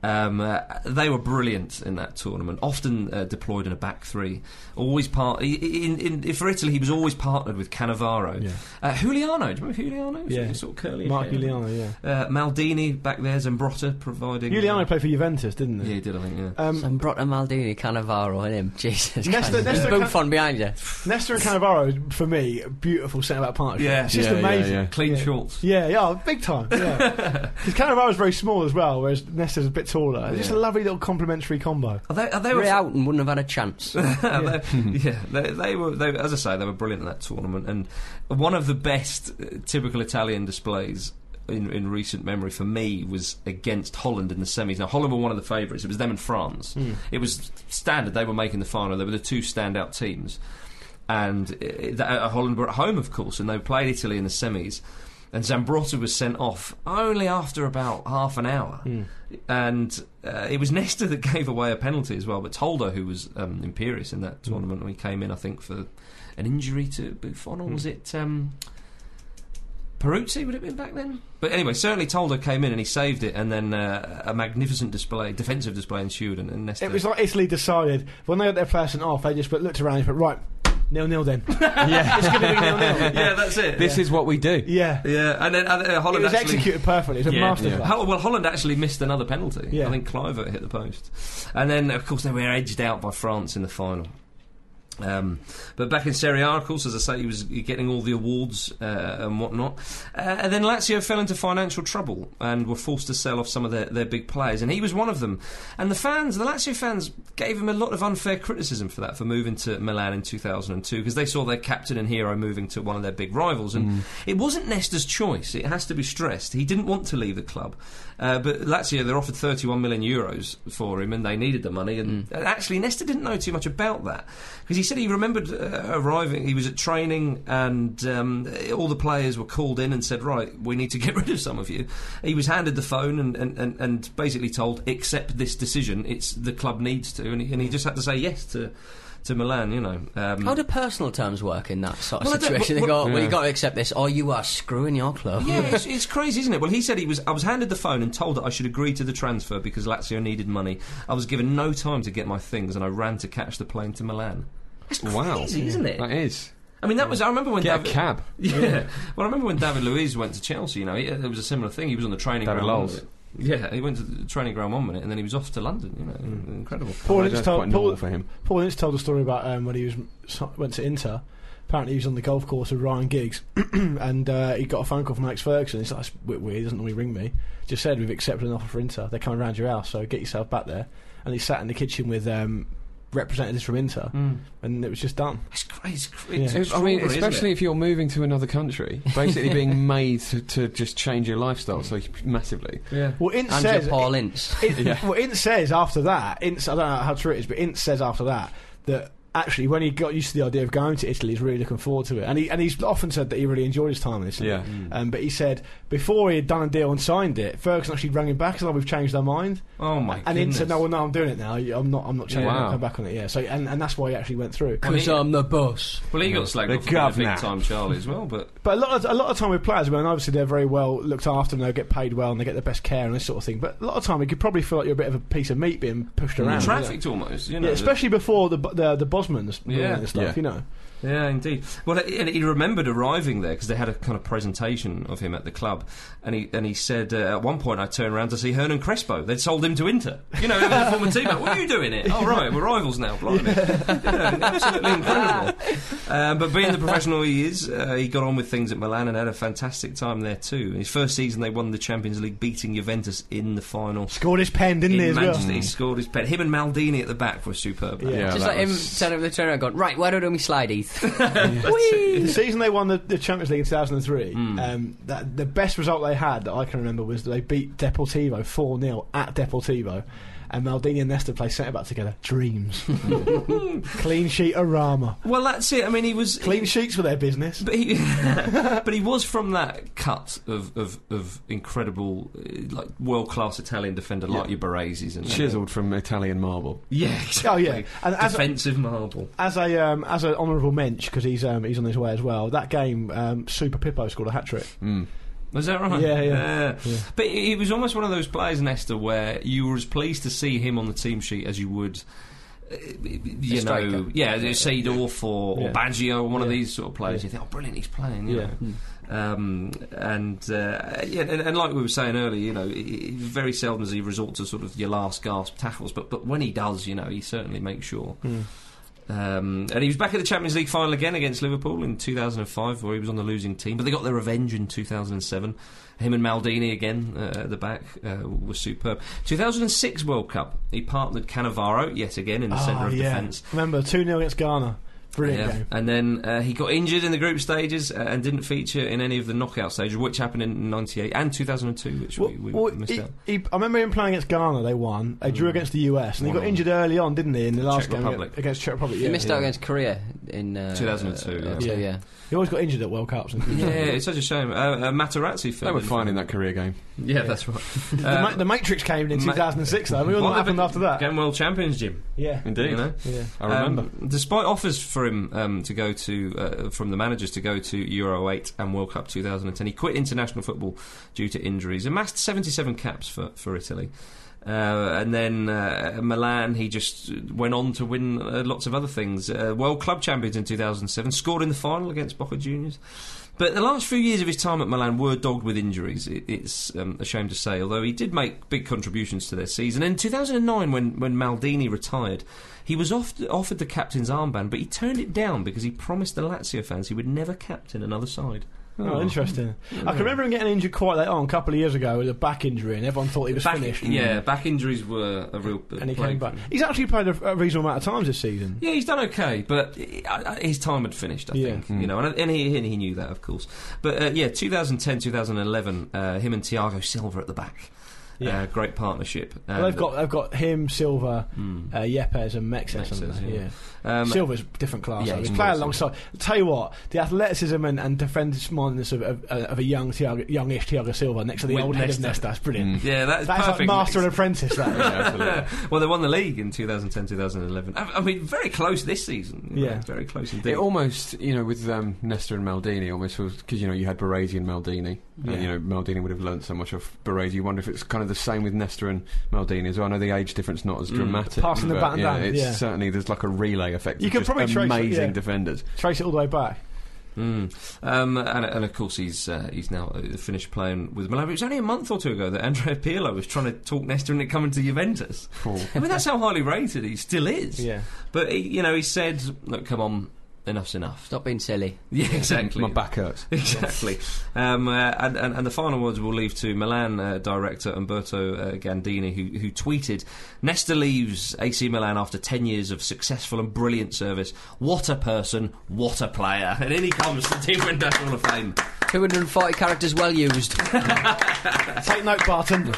Speaker 2: Um, uh, they were brilliant in that tournament, often uh, deployed in a back three. Always part. In, in, in, for Italy, he was always partnered with Cannavaro.
Speaker 5: Yeah.
Speaker 2: Uh, Juliano, do you remember Juliano? Sort of-
Speaker 5: Yeah.
Speaker 2: Sort of curly
Speaker 5: Mark
Speaker 2: hair.
Speaker 5: Giuliano, yeah.
Speaker 2: Uh, Maldini back there, Zambrotta providing. uh,
Speaker 5: Giuliano played for Juventus, didn't
Speaker 2: Yeah,
Speaker 5: he?
Speaker 2: he did, I think, yeah.
Speaker 5: Um,
Speaker 4: Some Brotta Maldini, Cannavaro, and him. Jesus.
Speaker 5: Nesta-
Speaker 4: Christ.
Speaker 5: Nesta
Speaker 4: There's Buffon behind you.
Speaker 5: Nesta and Cannavaro, for me, a beautiful centre-back partnership.
Speaker 2: Yeah.
Speaker 5: It's just
Speaker 3: Yeah, yeah,
Speaker 5: amazing.
Speaker 3: yeah.
Speaker 2: Clean
Speaker 5: yeah.
Speaker 2: shorts.
Speaker 5: Yeah, yeah, oh, big time. Yeah, because Cannavaro's very small as well, whereas Nesta's a bit taller. It's just a
Speaker 2: Yeah.
Speaker 5: lovely little complementary combo.
Speaker 2: Are they, are they
Speaker 4: Ray Houghton wouldn't have had a chance.
Speaker 2: yeah, they, yeah, they, they were. They, as I say, they were brilliant in that tournament, and one of the best uh, typical Italian displays. In, in recent memory, for me, was against Holland in the semis. Now, Holland were one of the favourites. It was them and France. It was standard. They were making the final. They were the two standout teams. And uh, that, uh, Holland were at home, of course, and they played Italy in the semis. And Zambrotta was sent off only after about half an hour. And uh, it was Nesta that gave away a penalty as well, but Toldo, who was um, imperious in
Speaker 5: Mm.
Speaker 2: that tournament, when he came in, I think, for an injury to Buffon,
Speaker 5: Mm.
Speaker 2: or was it um, Peruzzi, would it have been back then? But anyway, certainly Toldo came in and he saved it, and then uh, a magnificent display, defensive display ensued, and, and Nesta.
Speaker 5: It was like Italy decided when they got their person off, they just put, looked around and put right nil nil then.
Speaker 3: yeah.
Speaker 5: It's going to be nil nil.
Speaker 2: yeah, that's it.
Speaker 3: This is what we do.
Speaker 5: Yeah, it
Speaker 2: yeah, and then and, uh, Holland
Speaker 5: was
Speaker 2: actually.
Speaker 5: executed perfectly. It's a
Speaker 2: Yeah.
Speaker 5: masterclass.
Speaker 2: Hol- well, Holland actually missed another penalty.
Speaker 5: Yeah.
Speaker 2: I think Clivert hit the post. And then, of course, they were edged out by France in the final. Um, but back in Serie A, of course, as I say, he was getting all the awards uh, and whatnot. Uh, and then Lazio fell into financial trouble and were forced to sell off some of their, their big players, and he was one of them. And the fans, the Lazio fans, gave him a lot of unfair criticism for that, for moving to Milan in 2002, because they saw their captain and hero moving to one of their big rivals. And it wasn't Nesta's choice, it has to be stressed. He didn't want to leave the club. Uh, but Lazio, they're offered 31 million euros for him, and they needed the money. And, and actually, Nesta didn't know too much about that because he said he remembered uh, arriving. He was at training, and um, all the players were called in and said, "Right, we need to get rid of some of you." He was handed the phone and, and, and, and basically told, "Accept this decision. It's the club needs to," and he, and he just had to say yes to to Milan. You know, um,
Speaker 4: How do personal terms work in that sort of
Speaker 2: Well, I don't-
Speaker 4: situation? They
Speaker 2: well-
Speaker 4: go, well, you got to accept this, or you are screwing your club.
Speaker 2: Yeah, it's, it's crazy, isn't it? Well, he said he was. I was handed the phone and told that I should agree to the transfer because Lazio needed money. I was given no time to get my things, and I ran to catch the plane to Milan. That's crazy,
Speaker 3: Wow.
Speaker 2: isn't it?
Speaker 3: That is.
Speaker 2: I mean, that was. I remember when
Speaker 3: Get a
Speaker 2: David,
Speaker 3: cab.
Speaker 2: Yeah. Well, I remember when David Luiz went to Chelsea. You know, he, it was a similar thing. He was on the training
Speaker 3: David
Speaker 2: ground. one
Speaker 3: Luiz.
Speaker 2: minute. Yeah, he went to the training ground one minute, and then he was off to London. You know, incredible.
Speaker 5: Paul
Speaker 3: That's
Speaker 5: Ince
Speaker 3: quite
Speaker 5: told
Speaker 3: normal
Speaker 5: Paul,
Speaker 3: for him.
Speaker 5: Paul Ince told a story about um, when he was so- went to Inter. Apparently, he was on the golf course with Ryan Giggs, and uh, he got a phone call from Alex Ferguson. He's like, "That's a bit weird. He doesn't normally ring me." Just said we've accepted an offer for Inter. They're coming round your house, so get yourself back there. And he sat in the kitchen with um, representatives from Inter, and it was just done.
Speaker 2: It's crazy.
Speaker 5: Yeah.
Speaker 2: It's
Speaker 3: I mean,
Speaker 2: extraordinary, isn't
Speaker 3: especially
Speaker 2: it?
Speaker 3: if you're moving to another country, basically being made to, to just change your lifestyle so
Speaker 5: Mm.
Speaker 3: massively.
Speaker 2: Yeah.
Speaker 5: Well, Ince
Speaker 4: And
Speaker 5: says
Speaker 4: your Paul Ince.
Speaker 5: It, Well, Ince says after that, Ince, I don't know how true it is, but Ince says after that that actually when he got used to the idea of going to Italy, he's really looking forward to it. And, he, and he's often said that he really enjoyed his time in Italy.
Speaker 3: Yeah.
Speaker 5: Um, but he said before he had done a deal and signed it, Ferguson actually rang him back and said, "Oh, we've changed our mind.
Speaker 2: Oh my.
Speaker 5: And Ince
Speaker 2: goodness.
Speaker 5: said, no, well, no, I'm doing it now. I'm not, I'm not changing I'm
Speaker 3: Yeah.
Speaker 5: not
Speaker 3: Wow.
Speaker 5: coming back on it. Yeah. So, and, and that's why he actually went through.
Speaker 4: Because I'm the boss.
Speaker 2: Well, he got slagged
Speaker 3: The
Speaker 2: off for being a
Speaker 3: governor.
Speaker 2: big time Charlie as well, but
Speaker 5: But a lot of a lot of time with players, I mean, obviously they're very well looked after and they get paid well and they get the best care and this sort of thing. But a lot of time, you could probably feel like you're a bit of a piece of meat being pushed
Speaker 2: Mm.
Speaker 5: around. you know?
Speaker 2: trafficked almost. You know,
Speaker 5: yeah, especially before the the, the Bosmans
Speaker 2: Yeah.
Speaker 5: and stuff,
Speaker 3: Yeah.
Speaker 5: you know.
Speaker 2: Yeah, indeed. Well, he- and he remembered arriving there because they had a kind of presentation of him at the club, and he and he said uh, at one point I turned around to see Hernan Crespo. They'd sold him to Inter. You know, he was a former teammate. What are you doing here? Oh right, we're rivals now. Blimey, yeah, absolutely incredible. Um, but being the professional he is, uh, he got on with things at Milan and had a fantastic time there too. His first season, they won the Champions League, beating Juventus in the final.
Speaker 5: Scored his pen, didn't
Speaker 2: In
Speaker 5: he, as
Speaker 2: Manchester,
Speaker 5: well?
Speaker 2: he scored his pet. Him and Maldini at the back were superb.
Speaker 5: Yeah.
Speaker 3: Yeah,
Speaker 4: Just
Speaker 3: that
Speaker 4: like him
Speaker 3: was-
Speaker 4: turning the turnaround going, right, why don't we slide Heath?
Speaker 5: The season they won the, the Champions League in 2003,
Speaker 2: Hmm.
Speaker 5: um, that, the best result they had that I can remember was they beat Deportivo 4 0 at Deportivo. And Maldini and Nesta play centre back together. Dreams. Clean sheet of Rama.
Speaker 2: Well, that's it. I mean, he was
Speaker 5: Clean sheets were their business.
Speaker 2: But he, but he was from that cut of, of, of incredible, uh, like world class Italian defender, like your Bareses and
Speaker 3: Chiseled from Italian marble.
Speaker 2: Yeah,
Speaker 5: Oh,
Speaker 2: exactly.
Speaker 5: yeah. And as a-
Speaker 2: defensive marble.
Speaker 5: As a um, as an honourable mensch, because he's um, he's on his way as well. That game, um, Super Pippo scored a hat trick.
Speaker 2: Was that right?
Speaker 5: Yeah, yeah.
Speaker 2: Yeah. But he he was almost one of those players, Nesta, where you were as pleased to see him on the team sheet as you would. uh, You
Speaker 4: striker.
Speaker 2: know, yeah, Seedorf or, or
Speaker 5: Yeah.
Speaker 2: Baggio, one of
Speaker 5: Yeah.
Speaker 2: these sort of players. You think, oh, brilliant, he's playing. You
Speaker 5: Yeah. Hmm.
Speaker 2: know? Um, and, uh, yeah, and and like we were saying earlier, you know, i- i- very seldom does he resort to sort of your last gasp tackles, but but when he does, you know, he certainly makes sure. Um, and he was back at the Champions League final again against Liverpool in 2005, where he was on the losing team. But they got their revenge in 2007. Him and Maldini again uh, at the back uh, were superb. 2006 World Cup, he partnered Cannavaro yet again in the centre
Speaker 5: Ah,
Speaker 2: of
Speaker 5: yeah.
Speaker 2: defence.
Speaker 5: Remember, 2 0 against Ghana. Brilliant
Speaker 2: Yeah.
Speaker 5: game.
Speaker 2: And then uh, he got injured in the group stages uh, and didn't feature in any of the knockout stages, which happened in '98 and 2002, which
Speaker 5: Well,
Speaker 2: we, we
Speaker 5: well,
Speaker 2: missed
Speaker 5: he-
Speaker 2: out. Mm.
Speaker 5: he- I remember him playing against Ghana. They won. They drew against the US, and he got injured early on, didn't he? In the last game
Speaker 2: Republic.
Speaker 5: against Czech Republic,
Speaker 4: He
Speaker 5: yeah.
Speaker 4: missed out against Korea in uh,
Speaker 2: 2002,
Speaker 4: uh,
Speaker 2: yeah.
Speaker 4: two,
Speaker 5: Yeah.
Speaker 4: yeah.
Speaker 5: He always got injured at World Cups. And
Speaker 2: Yeah, it's such a shame. Uh, uh, Materazzi.
Speaker 3: They were fine in that career game.
Speaker 2: Yeah, that's right.
Speaker 5: the, Ma- the Matrix came in
Speaker 2: uh, Ma-
Speaker 5: 2006, though. We all know
Speaker 2: Well,
Speaker 5: what happened
Speaker 2: they
Speaker 5: after that.
Speaker 2: Became world champions, Jim.
Speaker 5: Yeah,
Speaker 3: Indeed.
Speaker 2: You know?
Speaker 5: yeah.
Speaker 3: I remember.
Speaker 2: Um, despite offers for him um, to go to uh, from the managers to go to Euro 8 and World Cup 2010, he quit international football due to injuries. Amassed 77 caps for for Italy. Uh, and then uh, Milan, he just went on to win uh, lots of other things. Uh, World Club Champions in 2007, scored in the final against Boca Juniors. But the last few years of his time at Milan were dogged with injuries. It, it's um, a shame to say, although he did make big contributions to their season. In 2009, when, when Maldini retired, he was off, offered the captain's armband, but he turned it down because he promised the Lazio fans he would never captain another side.
Speaker 5: Oh, interesting. I can remember him getting injured quite late on a couple of years ago with a back injury, and everyone thought he was
Speaker 2: Back-
Speaker 5: finished.
Speaker 2: Yeah, back injuries were a real.
Speaker 5: and he came
Speaker 2: plague
Speaker 5: back.
Speaker 2: for him.
Speaker 5: He's actually played a, a reasonable amount of times this season.
Speaker 2: Yeah, he's done okay, but uh, his time had finished. I
Speaker 5: Yeah. Hmm.
Speaker 2: think you know, and, and, he, and he knew that, of course. But uh, yeah, 2010, 2011, uh, him and Thiago Silva at the back.
Speaker 5: Yeah.
Speaker 2: Uh, great partnership.
Speaker 5: Well, they've got they've got him, Silva, uh, Yepes, and Mexes.
Speaker 2: Hmm. Mexes,
Speaker 5: on there.
Speaker 2: yeah.
Speaker 5: yeah.
Speaker 2: um,
Speaker 5: Silver's different class.
Speaker 2: yeah,
Speaker 5: Yeah,
Speaker 2: he's
Speaker 5: he's playing
Speaker 2: awesome.
Speaker 5: alongside. Tell you what, the athleticism and, and defensiveness of, of, of a young Thiago, youngish Thiago Silva next to the
Speaker 2: With
Speaker 5: old head of
Speaker 2: Nesta.
Speaker 5: Nesta, that's brilliant.
Speaker 2: yeah, that's
Speaker 5: That's
Speaker 2: Mm. perfect.
Speaker 5: like master and apprentice. That is.
Speaker 2: well, they won the league in 2010, 2011. I, I mean, very close this season. you know,
Speaker 5: Yeah.
Speaker 2: very close indeed.
Speaker 3: It almost, you know, with um, Nesta and Maldini, almost was because you know you had Baresi and Maldini,
Speaker 5: Yeah.
Speaker 3: and you know Maldini would have learnt so much of Baresi. You wonder if it's kind of the same with Nesta and Maldini as well. I know the age difference not as dramatic,
Speaker 5: Passing Mm. the
Speaker 3: but,
Speaker 5: baton
Speaker 3: yeah,
Speaker 5: down,
Speaker 3: it's
Speaker 5: yeah.
Speaker 3: certainly there's like a relay effect.
Speaker 5: You
Speaker 3: of
Speaker 5: could
Speaker 3: just
Speaker 5: probably trace it,
Speaker 3: amazing
Speaker 5: yeah.
Speaker 3: defenders.
Speaker 5: Trace it all the way back.
Speaker 2: Mm. Um, and, and of course, he's uh, he's now uh, finished playing with Milan. It was only a month or two ago that Andrea Pirlo was trying to talk Nesta into coming to Juventus. I mean, that's how highly rated he still is.
Speaker 5: Yeah.
Speaker 2: But he, you know, he said, "Look, come on, enough's enough."
Speaker 4: Stop being silly.
Speaker 2: Yeah, exactly.
Speaker 3: My back hurts.
Speaker 2: Exactly. Um, uh, and, and, and the final words we'll leave to Milan uh, director Umberto uh, Gandini, who, who tweeted Nesta leaves AC Milan after 10 years of successful and brilliant service. What a person, what a player. And in he comes to the Team Windows Hall of Fame.
Speaker 4: 240 characters well used.
Speaker 5: Take note, Barton.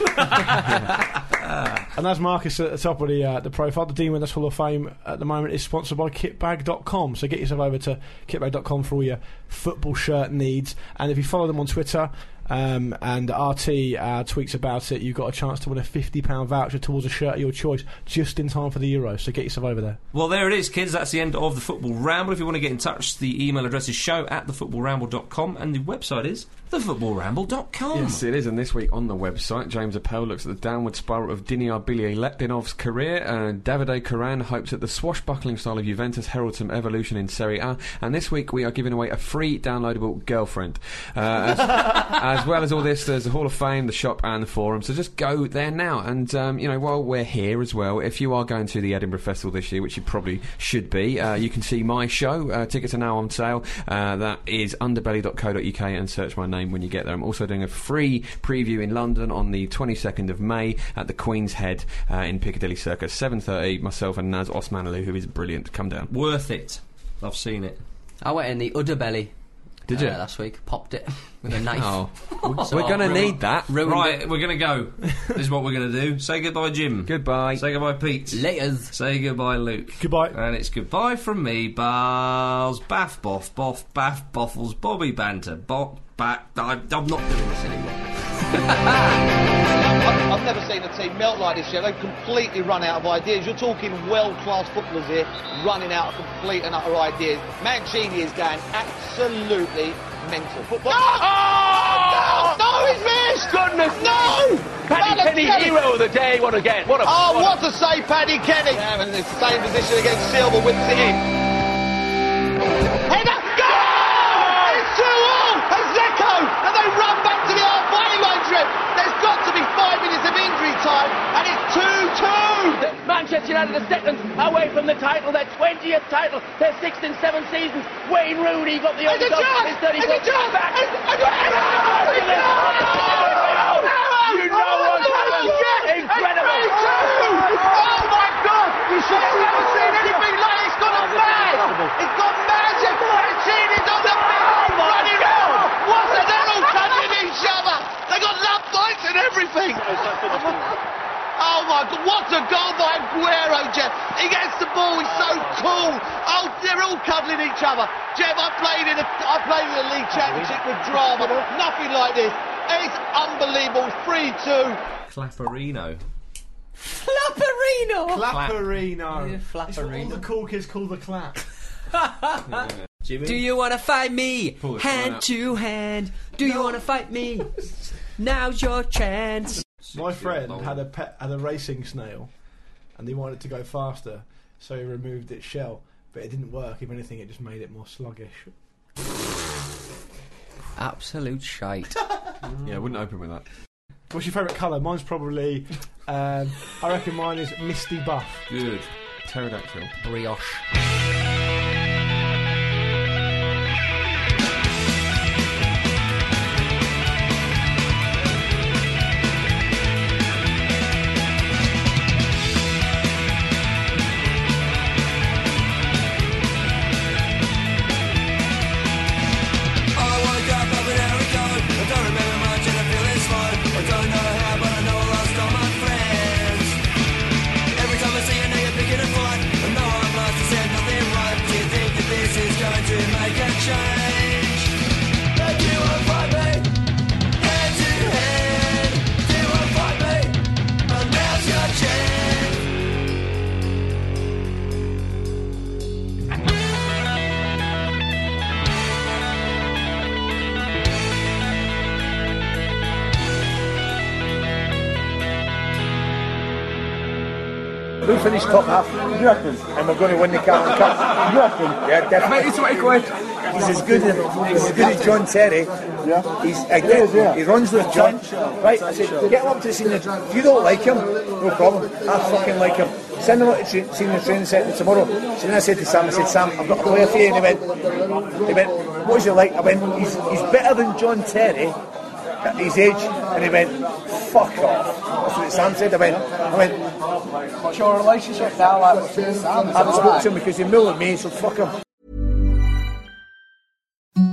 Speaker 5: and as Marcus at the top of the uh, the profile, the Dean Windows Hall of Fame at the moment is sponsored by kitbag.com. So get yourself over to kitbag.com for all your football shirt needs. And if you follow them on Twitter um, and RT uh, tweets about it, you've got a chance to win a £50 voucher towards a shirt of your choice just in time for the Euro. So get yourself over there.
Speaker 2: Well, there it is, kids. That's the end of the Football Ramble. If you want to get in touch, the email address is show at thefootballramble.com and the website is thefootballramble.com.
Speaker 3: Yes, it is. And this week on the website, James Appel looks at the downward spiral of Diniar Bilye Letdinov's career. Uh, Davide Coran hopes that the swashbuckling style of Juventus heralds some evolution in Serie A. And this week, we are giving away a free downloadable girlfriend. Uh, as, as well as all this, there's the Hall of Fame, the shop, and the forum. So just go there now. And, um, you know, while we're here as well, if you are going to the Edinburgh Festival this year, which you probably should be, uh, you can see my show. Uh, tickets are now on sale. Uh, that is underbelly.co.uk and search my name when you get there. I'm also doing a free preview in London on the 22nd of May at the Queen's Head uh, in Piccadilly Circus, 7.30. Myself and Naz Osmanali, who is brilliant. Come down.
Speaker 2: Worth it. I've seen it.
Speaker 4: I went in the underbelly.
Speaker 3: Did you?
Speaker 4: Uh, last week. Popped it with a knife.
Speaker 3: Oh, we're,
Speaker 4: So
Speaker 3: going to
Speaker 4: I'll-
Speaker 3: need that.
Speaker 4: Ruined
Speaker 2: Right, we're going to go. this is what we're going to do. Say goodbye, Jim.
Speaker 3: Goodbye.
Speaker 2: Say goodbye, Pete.
Speaker 4: it. Laters.
Speaker 2: Say goodbye, Luke.
Speaker 5: Goodbye.
Speaker 2: And it's goodbye from me, Bars, Baff, Boff, Boff, Baff, Boffles, Bobby Banter, Bop, Back. I- I'm not doing this anymore.
Speaker 6: I've, I've never seen a team melt like this yet. They've completely run out of ideas. You're talking world-class footballers here, running out of complete and utter ideas. Mancini is going absolutely mental. Football. No! No, he's missed! Goodness no! Paddy Kenny, hero of the day, what again? What a, oh, what, a save, Paddy Kenny! Yeah, and it's the same position against Silver with Ziggy. Header! Goal! It's 2 all! It's Zeko! And they run back to the halfway line trip! There's got to be five minutes of injury time, and it's 2 2!
Speaker 7: Manchester United are seconds away from the title, their 20th title, their sixth in seven seasons. Wayne Rooney got the
Speaker 6: It's a
Speaker 7: overcome.
Speaker 6: chance!
Speaker 7: His 30
Speaker 6: It's a chance!
Speaker 7: back.
Speaker 6: It's a chance!
Speaker 7: You know what's happened. Incredible.
Speaker 6: Oh my God! You should have never seen anything like it. It's gone mad. It's gone mad. Mancini's on the
Speaker 7: Oh
Speaker 6: pitch, running out. What an all touching each other. They got love bites and everything. Oh my God! What a goal by Aguero, Jeff. He gets the ball. He's so cool. Oh, they're all cuddling each other. Jeff, I played in a, I played in the league championship with drama. Nothing like this. It's unbelievable. Three two.
Speaker 2: Clapperino.
Speaker 4: Flapperino.
Speaker 5: Clapperino.
Speaker 4: Flapperino.
Speaker 5: It's what all the cool kids call the clap.
Speaker 2: Jimmy?
Speaker 4: Do you wanna fight me?
Speaker 3: this one
Speaker 4: Hand
Speaker 3: out.
Speaker 4: to hand. Do you wanna fight me? Now's your chance.
Speaker 5: My friend had a pet had a racing snail, and he wanted it to go faster, so he removed its shell. But it didn't work. If anything, it just made it more sluggish.
Speaker 4: Absolute shite.
Speaker 3: Yeah, I wouldn't open with that.
Speaker 5: What's your favourite colour? Mine's probably, um, I reckon mine is misty buff.
Speaker 2: Good.
Speaker 3: Pterodactyl.
Speaker 4: Brioche.
Speaker 8: I woke up up an hour ago. I don't remember much and I feel it's fine. I don't know how, but I know I lost this is going to make a change. But you won't fight me, hand to hand. You won't fight me, but now's your chance.
Speaker 9: We finished top half, you reckon? And we're going to win the Carling Cup, you reckon? Yeah, definitely.
Speaker 3: 20 quid.
Speaker 9: He's as good as, he's as, good as John Terry. Yeah. He's, I get, He runs with John. Right, I said, get him up to the senior. If you don't like him, no problem. I fucking like him. Send him up to tra- senior training session tomorrow. So then I said to Sam, I said, Sam, I've got a player for you. And he went, he went, what was he like? I went, he's, he's better than John Terry at his age. And he went, fuck off. That's what Sam said. I went, I went, What's your relationship now like with Sam? I haven't spoken to him because he's milling me, so fuck him.